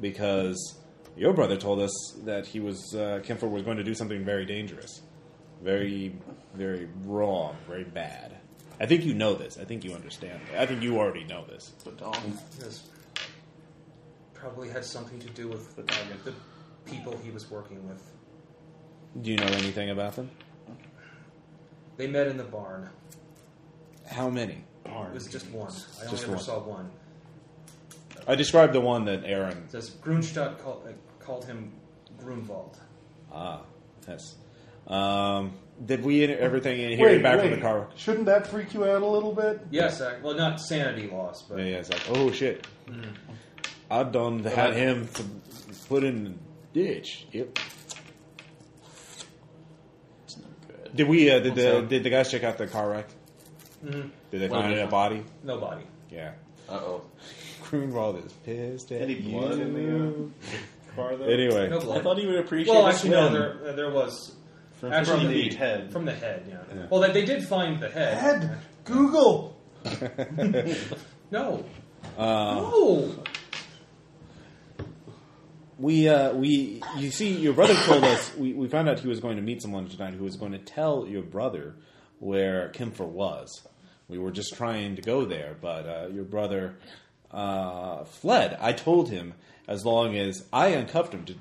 S3: because your brother told us that he was uh, Kemfer was going to do something very dangerous, very very wrong, very bad. I think you know this. I think you understand. I think you already know this.
S4: This probably had something to do with the, the people he was working with.
S3: Do you know anything about them?
S4: They met in the barn.
S3: How many?
S4: It was just one. I only
S3: Just
S4: ever
S3: one.
S4: saw one.
S3: I described the one that Aaron.
S4: It says Grunstadt called, uh, called him Grunwald.
S3: Ah, yes. Um, did we hear everything in hearing back from the car?
S2: Shouldn't that freak you out a little bit?
S4: Yes, I, well, not sanity loss, but
S3: Yeah, yeah. It's like, oh shit,
S5: Hmm.
S3: I done had him to put in the ditch. Yep.
S5: It's not good.
S3: Did we? Uh, did the
S5: So-
S3: did the guys check out the car wreck? Did they
S5: Mm-hmm. What
S3: find
S5: did they
S3: a
S5: find?
S3: body?
S4: nobody.
S3: Yeah.
S5: Uh oh.
S3: Greenwald is pissed at
S1: Any
S3: you.
S1: blood in the car, though?
S3: Anyway,
S4: No blood.
S5: I thought he would appreciate.
S4: well,
S5: a
S4: actually, no,
S5: swim.
S4: there, uh, there was.
S1: From,
S4: actually,
S1: from the head.
S4: From the head, yeah. Well, they, they did find the head.
S2: Head, Google.
S4: No. no.
S3: we uh, we you see your brother told us we, we found out he was going to meet someone tonight who was going to tell your brother where Kimfer was. We were just trying to go there, but uh, your brother uh, fled. I told him as long as I uncuffed him to,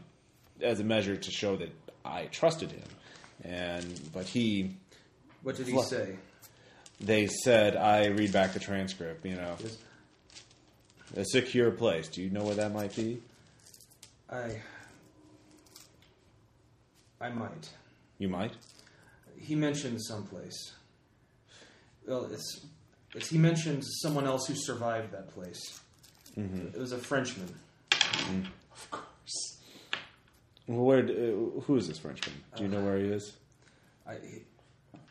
S3: as a measure to show that I trusted him, and but he
S4: What did he
S3: What?
S4: say?
S3: they said I read back the transcript. You know,
S4: Yes.
S3: a secure place. Do you know where that might be?
S4: I. I might.
S3: You might.
S4: He mentioned someplace. Well, it's, it's he mentioned someone else who survived that place. It was a Frenchman.
S3: Well, Where? d- Uh, who is this Frenchman? Do you know where he is?
S4: I, he-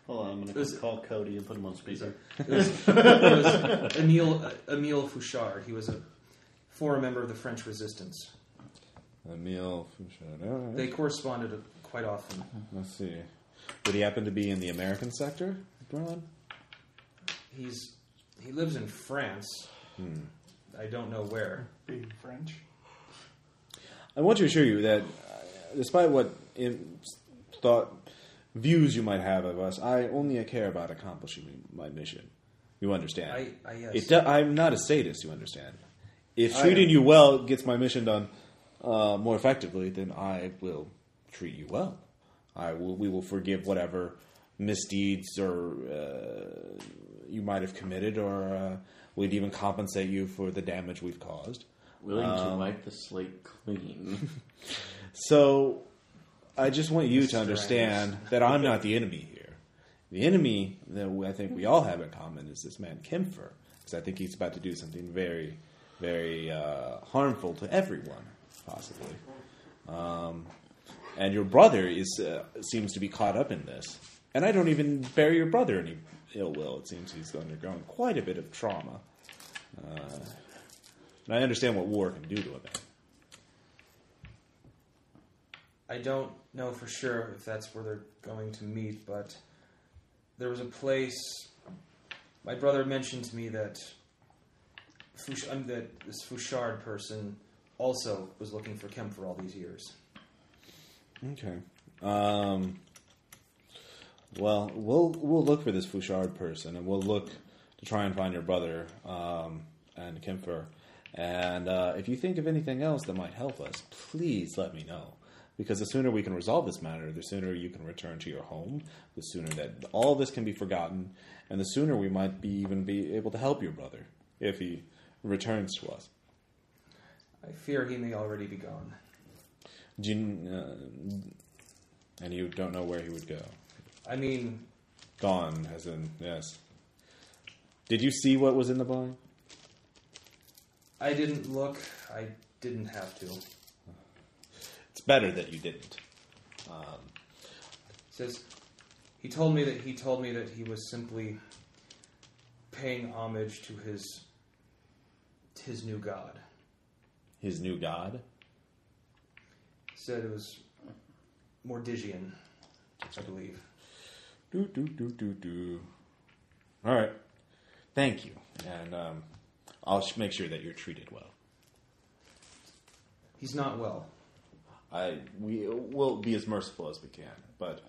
S1: Hold on, I'm going
S4: Is
S1: to
S4: it-
S1: call Cody and put him on speaker.
S4: it was, it was Emile Emile Fouchard. He was a former member of the French Resistance.
S3: Emile Fouchard. All right.
S4: They corresponded quite often.
S3: Let's see. Did he happen to be in the American sector, Braun?
S4: He's he lives in France. I don't know where.
S2: Being French.
S3: I want to assure you that, uh, despite what in, thought views you might have of us, I only care about accomplishing my mission. You understand?
S4: I, I yes.
S3: It do- I'm not a sadist. You understand? If treating you well gets my mission done uh, more effectively, then I will treat you well. I will. We will forgive whatever misdeeds or uh, you might have committed, or uh, we'd even compensate you for the damage we've caused.
S5: Willing to wipe the slate clean.
S3: So, I just want you to understand that I'm not the enemy here. The enemy that I think we all have in common is this man Kempfer, because I think he's about to do something very, very uh, harmful to everyone, possibly. Um, and your brother is uh, seems to be caught up in this, and I don't even bear your brother any ill will. It seems he's undergone quite a bit of trauma, uh, and I understand what war can do to a man.
S4: I don't know for sure if that's where they're going to meet, but there was a place. My brother mentioned to me that Fush- um, that this Fouchard person also was looking for Kemp for all these years.
S3: Okay. Um, well, we'll we'll look for this Fouchard person, and we'll look to to try and find your brother um, and Kempfer. And uh, if you think of anything else that might help us, please let me know. Because the sooner we can resolve this matter, the sooner you can return to your home, the sooner that all this can be forgotten, and the sooner we might be even be able to help your brother if he returns to us.
S4: I fear he may already be gone.
S3: Do you, uh, and you don't know where he would go.
S4: I mean,
S3: Gone, as in yes. Did you see what was in the barn?
S4: I didn't look. I didn't have to.
S3: It's better that you didn't.
S4: says he told me that he told me that he was simply paying homage to his his new god.
S3: His new god.
S4: Said it was Mordigian, I believe.
S3: Do do do do do. All right. Thank you, and um, I'll sh- make sure that you're treated well.
S4: He's not well.
S3: I we will be as merciful as we can, but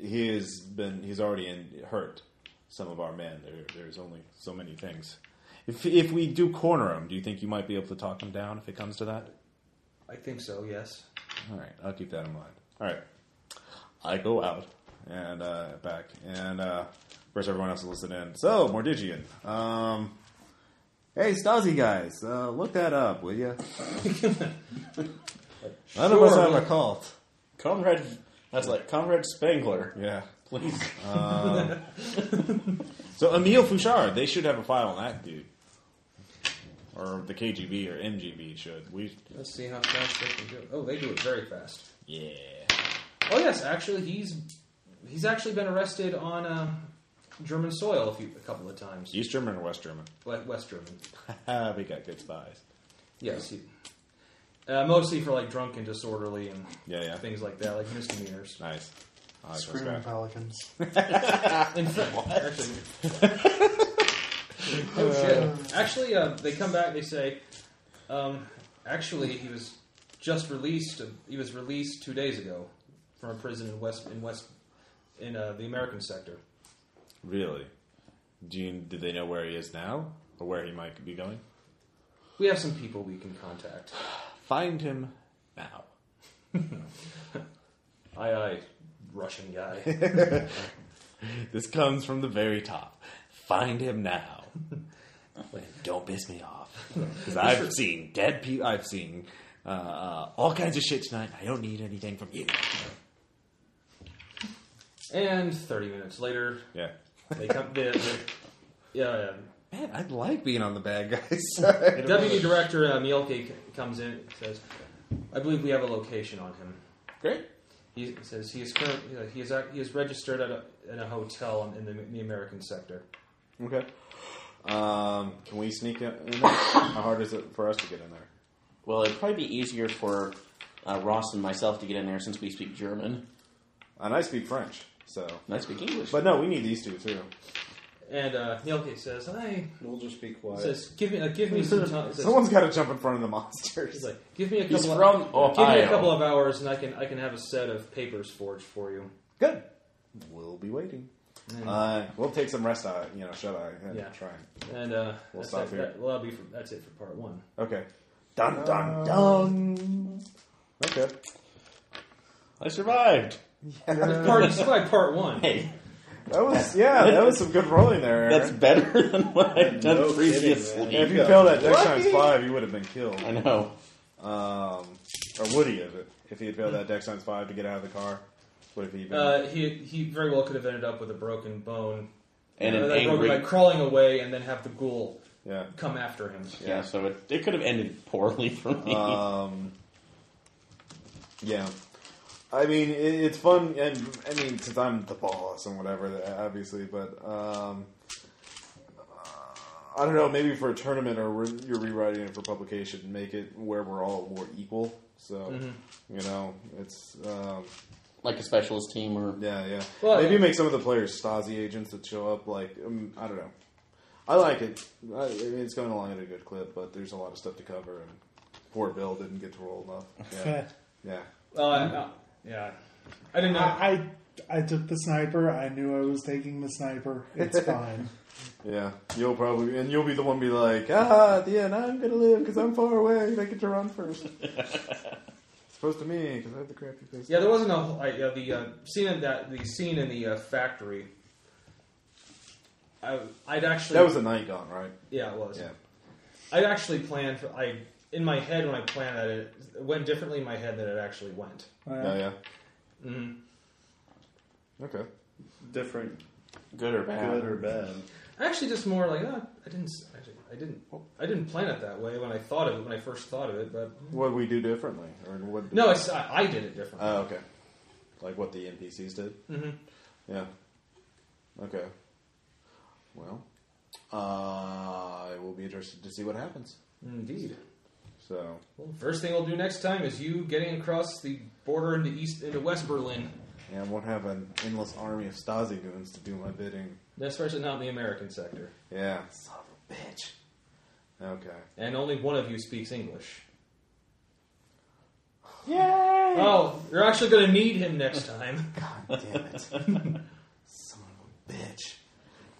S3: he has been he's already in, hurt some of our men. There, there's only so many things. If if we do corner him, do you think you might be able to talk him down if it comes to that?
S4: I think so. Yes.
S3: All right, I'll keep that in mind. All right, I go out and uh, back, and uh, of course everyone else will listen in. So Mordigian, um, hey Stasi guys, uh, look that up, will you? None of us
S5: Sure.
S3: have a cult.
S5: Conrad, that's like Conrad Spangler.
S3: Yeah. Um,
S5: Please.
S3: So Emil Fouchard, they should have a file on that dude, or the KGB or MGB should. We
S4: Let's see how fast they can do. it. Oh, they do it very fast.
S3: yeah.
S4: Oh yes, actually, he's he's actually been arrested on uh, German soil a, few, a couple of times.
S3: East German or West German?
S4: We- West German.
S3: we got good spies.
S4: Yes. He, uh, mostly for like drunk and disorderly and
S3: Yeah, yeah.
S4: things like that, like misdemeanors.
S3: Nice. Oh, I like those
S2: Screaming
S3: guys.
S2: pelicans.
S4: In fact, actually, oh shit! Actually, uh, they come back. They say, um, actually, he was just released. uh, He was released two days ago from a prison in West in West in uh, the American sector.
S3: Really? Do you, do they know where he is now, or where he might be going?
S4: We have some people we can contact.
S3: Find him now.
S4: Aye, aye, Russian guy.
S3: This comes from the very top. Find him now. Don't piss me off, because I've seen dead people. I've seen uh, uh, all kinds of shit tonight. I don't need anything from you.
S4: and thirty minutes later,
S3: Yeah.
S4: they come. They, they, yeah,
S3: Man, I like being on the bad guys.
S4: yeah.
S3: side.
S4: Deputy Director uh, Mielke c- comes in. and Says, "I believe we have a location on him."
S3: Great.
S4: He says he is current, uh, he is act- he is registered at a, at a hotel in the, in the American sector.
S3: Okay. Um, can we sneak in? in there? How hard is it for us to get in there?
S5: well, it'd probably be easier for uh, Ross and myself to get in there since we speak German.
S3: And I speak French, so.
S5: And I speak English.
S3: But no, we need these two too.
S4: And uh, Mielke says, "I
S1: We'll just be quiet.
S4: says give me uh, give me some time." Says,
S3: Someone's got to jump in front of the monsters.
S4: he's like, "Give me a couple
S5: He's
S4: of,
S5: from
S4: give me a
S5: Ohio.
S4: couple of hours, and I can I can have a set of papers forged for you."
S3: Good. We'll be waiting. Uh, we'll take some rest out, you know, shut eye and
S4: Yeah.
S3: try.
S4: And uh,
S3: We'll
S4: that's,
S3: stop
S4: it-
S3: here.
S4: that- well, that'll be for, that's it for part one.
S3: Okay. Dun dun dun. Okay.
S5: I survived.
S4: Part it's by part one.
S5: Hey,
S3: That was yeah. That was some good rolling there.
S5: that's
S3: Aaron.
S5: better than what I've done
S1: No kidding,
S5: previously.
S1: man.
S3: if you failed that dex times five, you would have been killed.
S5: I know.
S3: Um, or would he have it if he had failed that dex times five to get out of the car? Would he? Been,
S4: Uh, he he very well could have ended up with a broken bone
S5: And
S4: Uh, that
S5: an
S4: broken
S5: angry.
S4: by crawling away, and then have the ghoul
S3: yeah.
S4: come after him.
S5: Yeah, so it, it could have ended poorly for me.
S12: Uh,
S3: Um, yeah. I mean, it, it's fun, and I mean, since I'm the boss and whatever, obviously, but um, I don't know. Maybe for a tournament or re- you're rewriting it for publication, make it where we're all more equal. So you know, it's um,
S5: like a specialist team or
S3: yeah, yeah.
S4: Well,
S3: maybe
S4: yeah.
S3: make some of the players Stasi agents that show up. Like um, I don't know. I like it. I, I mean, it's going along at a good clip, but there's a lot of stuff to cover, and poor Bill didn't get to roll enough. Yeah. Yeah.
S4: Uh, yeah, uh, I didn't know.
S20: I, I
S10: I took the sniper. I knew I was taking the sniper. It's fine.
S12: Yeah, you'll probably and you'll be the one be like, ah, at the end, I'm gonna live because I'm far away. They get to run first. it's supposed to me because I have the crappy face.
S4: Yeah, there wasn't a whole- I, uh, the uh, scene in that the scene in the uh, factory. I, I'd actually
S12: That was a night gone, right?
S4: yeah it was
S12: Yeah.
S4: I'd actually planned for I in my head when I planned that it, it went differently in my head than it actually went.
S12: Yeah, Mm-hmm. yeah.
S4: Mhm.
S12: Okay.
S1: Different,
S13: Good or bad?
S1: good
S3: Um,
S1: or bad.
S4: Actually, just more like oh, I didn't s- actually, I didn't I didn't plan it that way when I thought of it when I first thought of it, but
S12: What we do differently, or what?
S4: no, it's I, I did it differently.
S12: Oh, okay. Like what the NPCs did. Mm-hmm. Yeah. Okay. Well, uh, I will be interested to see what happens.
S4: Indeed.
S12: So
S4: Well, first thing we'll do next time is you getting across the border into East into West Berlin.
S12: Yeah, I won't have an endless army of Stasi goons to do my bidding.
S4: Especially not in the American sector.
S12: Yeah. Son of a bitch. Okay.
S4: And only one of you speaks English.
S12: Yay!
S4: Oh, you're actually going to need him next time.
S12: God damn it. Son of a bitch.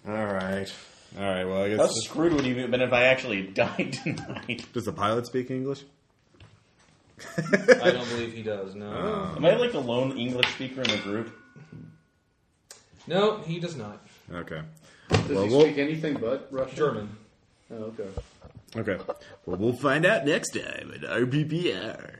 S12: Alright.
S3: All right. Well, I guess
S13: How screwed would you have been if I actually died tonight?
S3: does the pilot speak English?
S4: I don't believe he does, no.
S13: Am I like the lone English speaker in the group?
S4: No, he does not.
S3: Okay.
S15: Does
S3: Well,
S15: he
S3: we'll-
S15: speak anything but Russian?
S4: German.
S15: Oh, okay.
S3: Okay. Well, we'll find out next time at RPPR.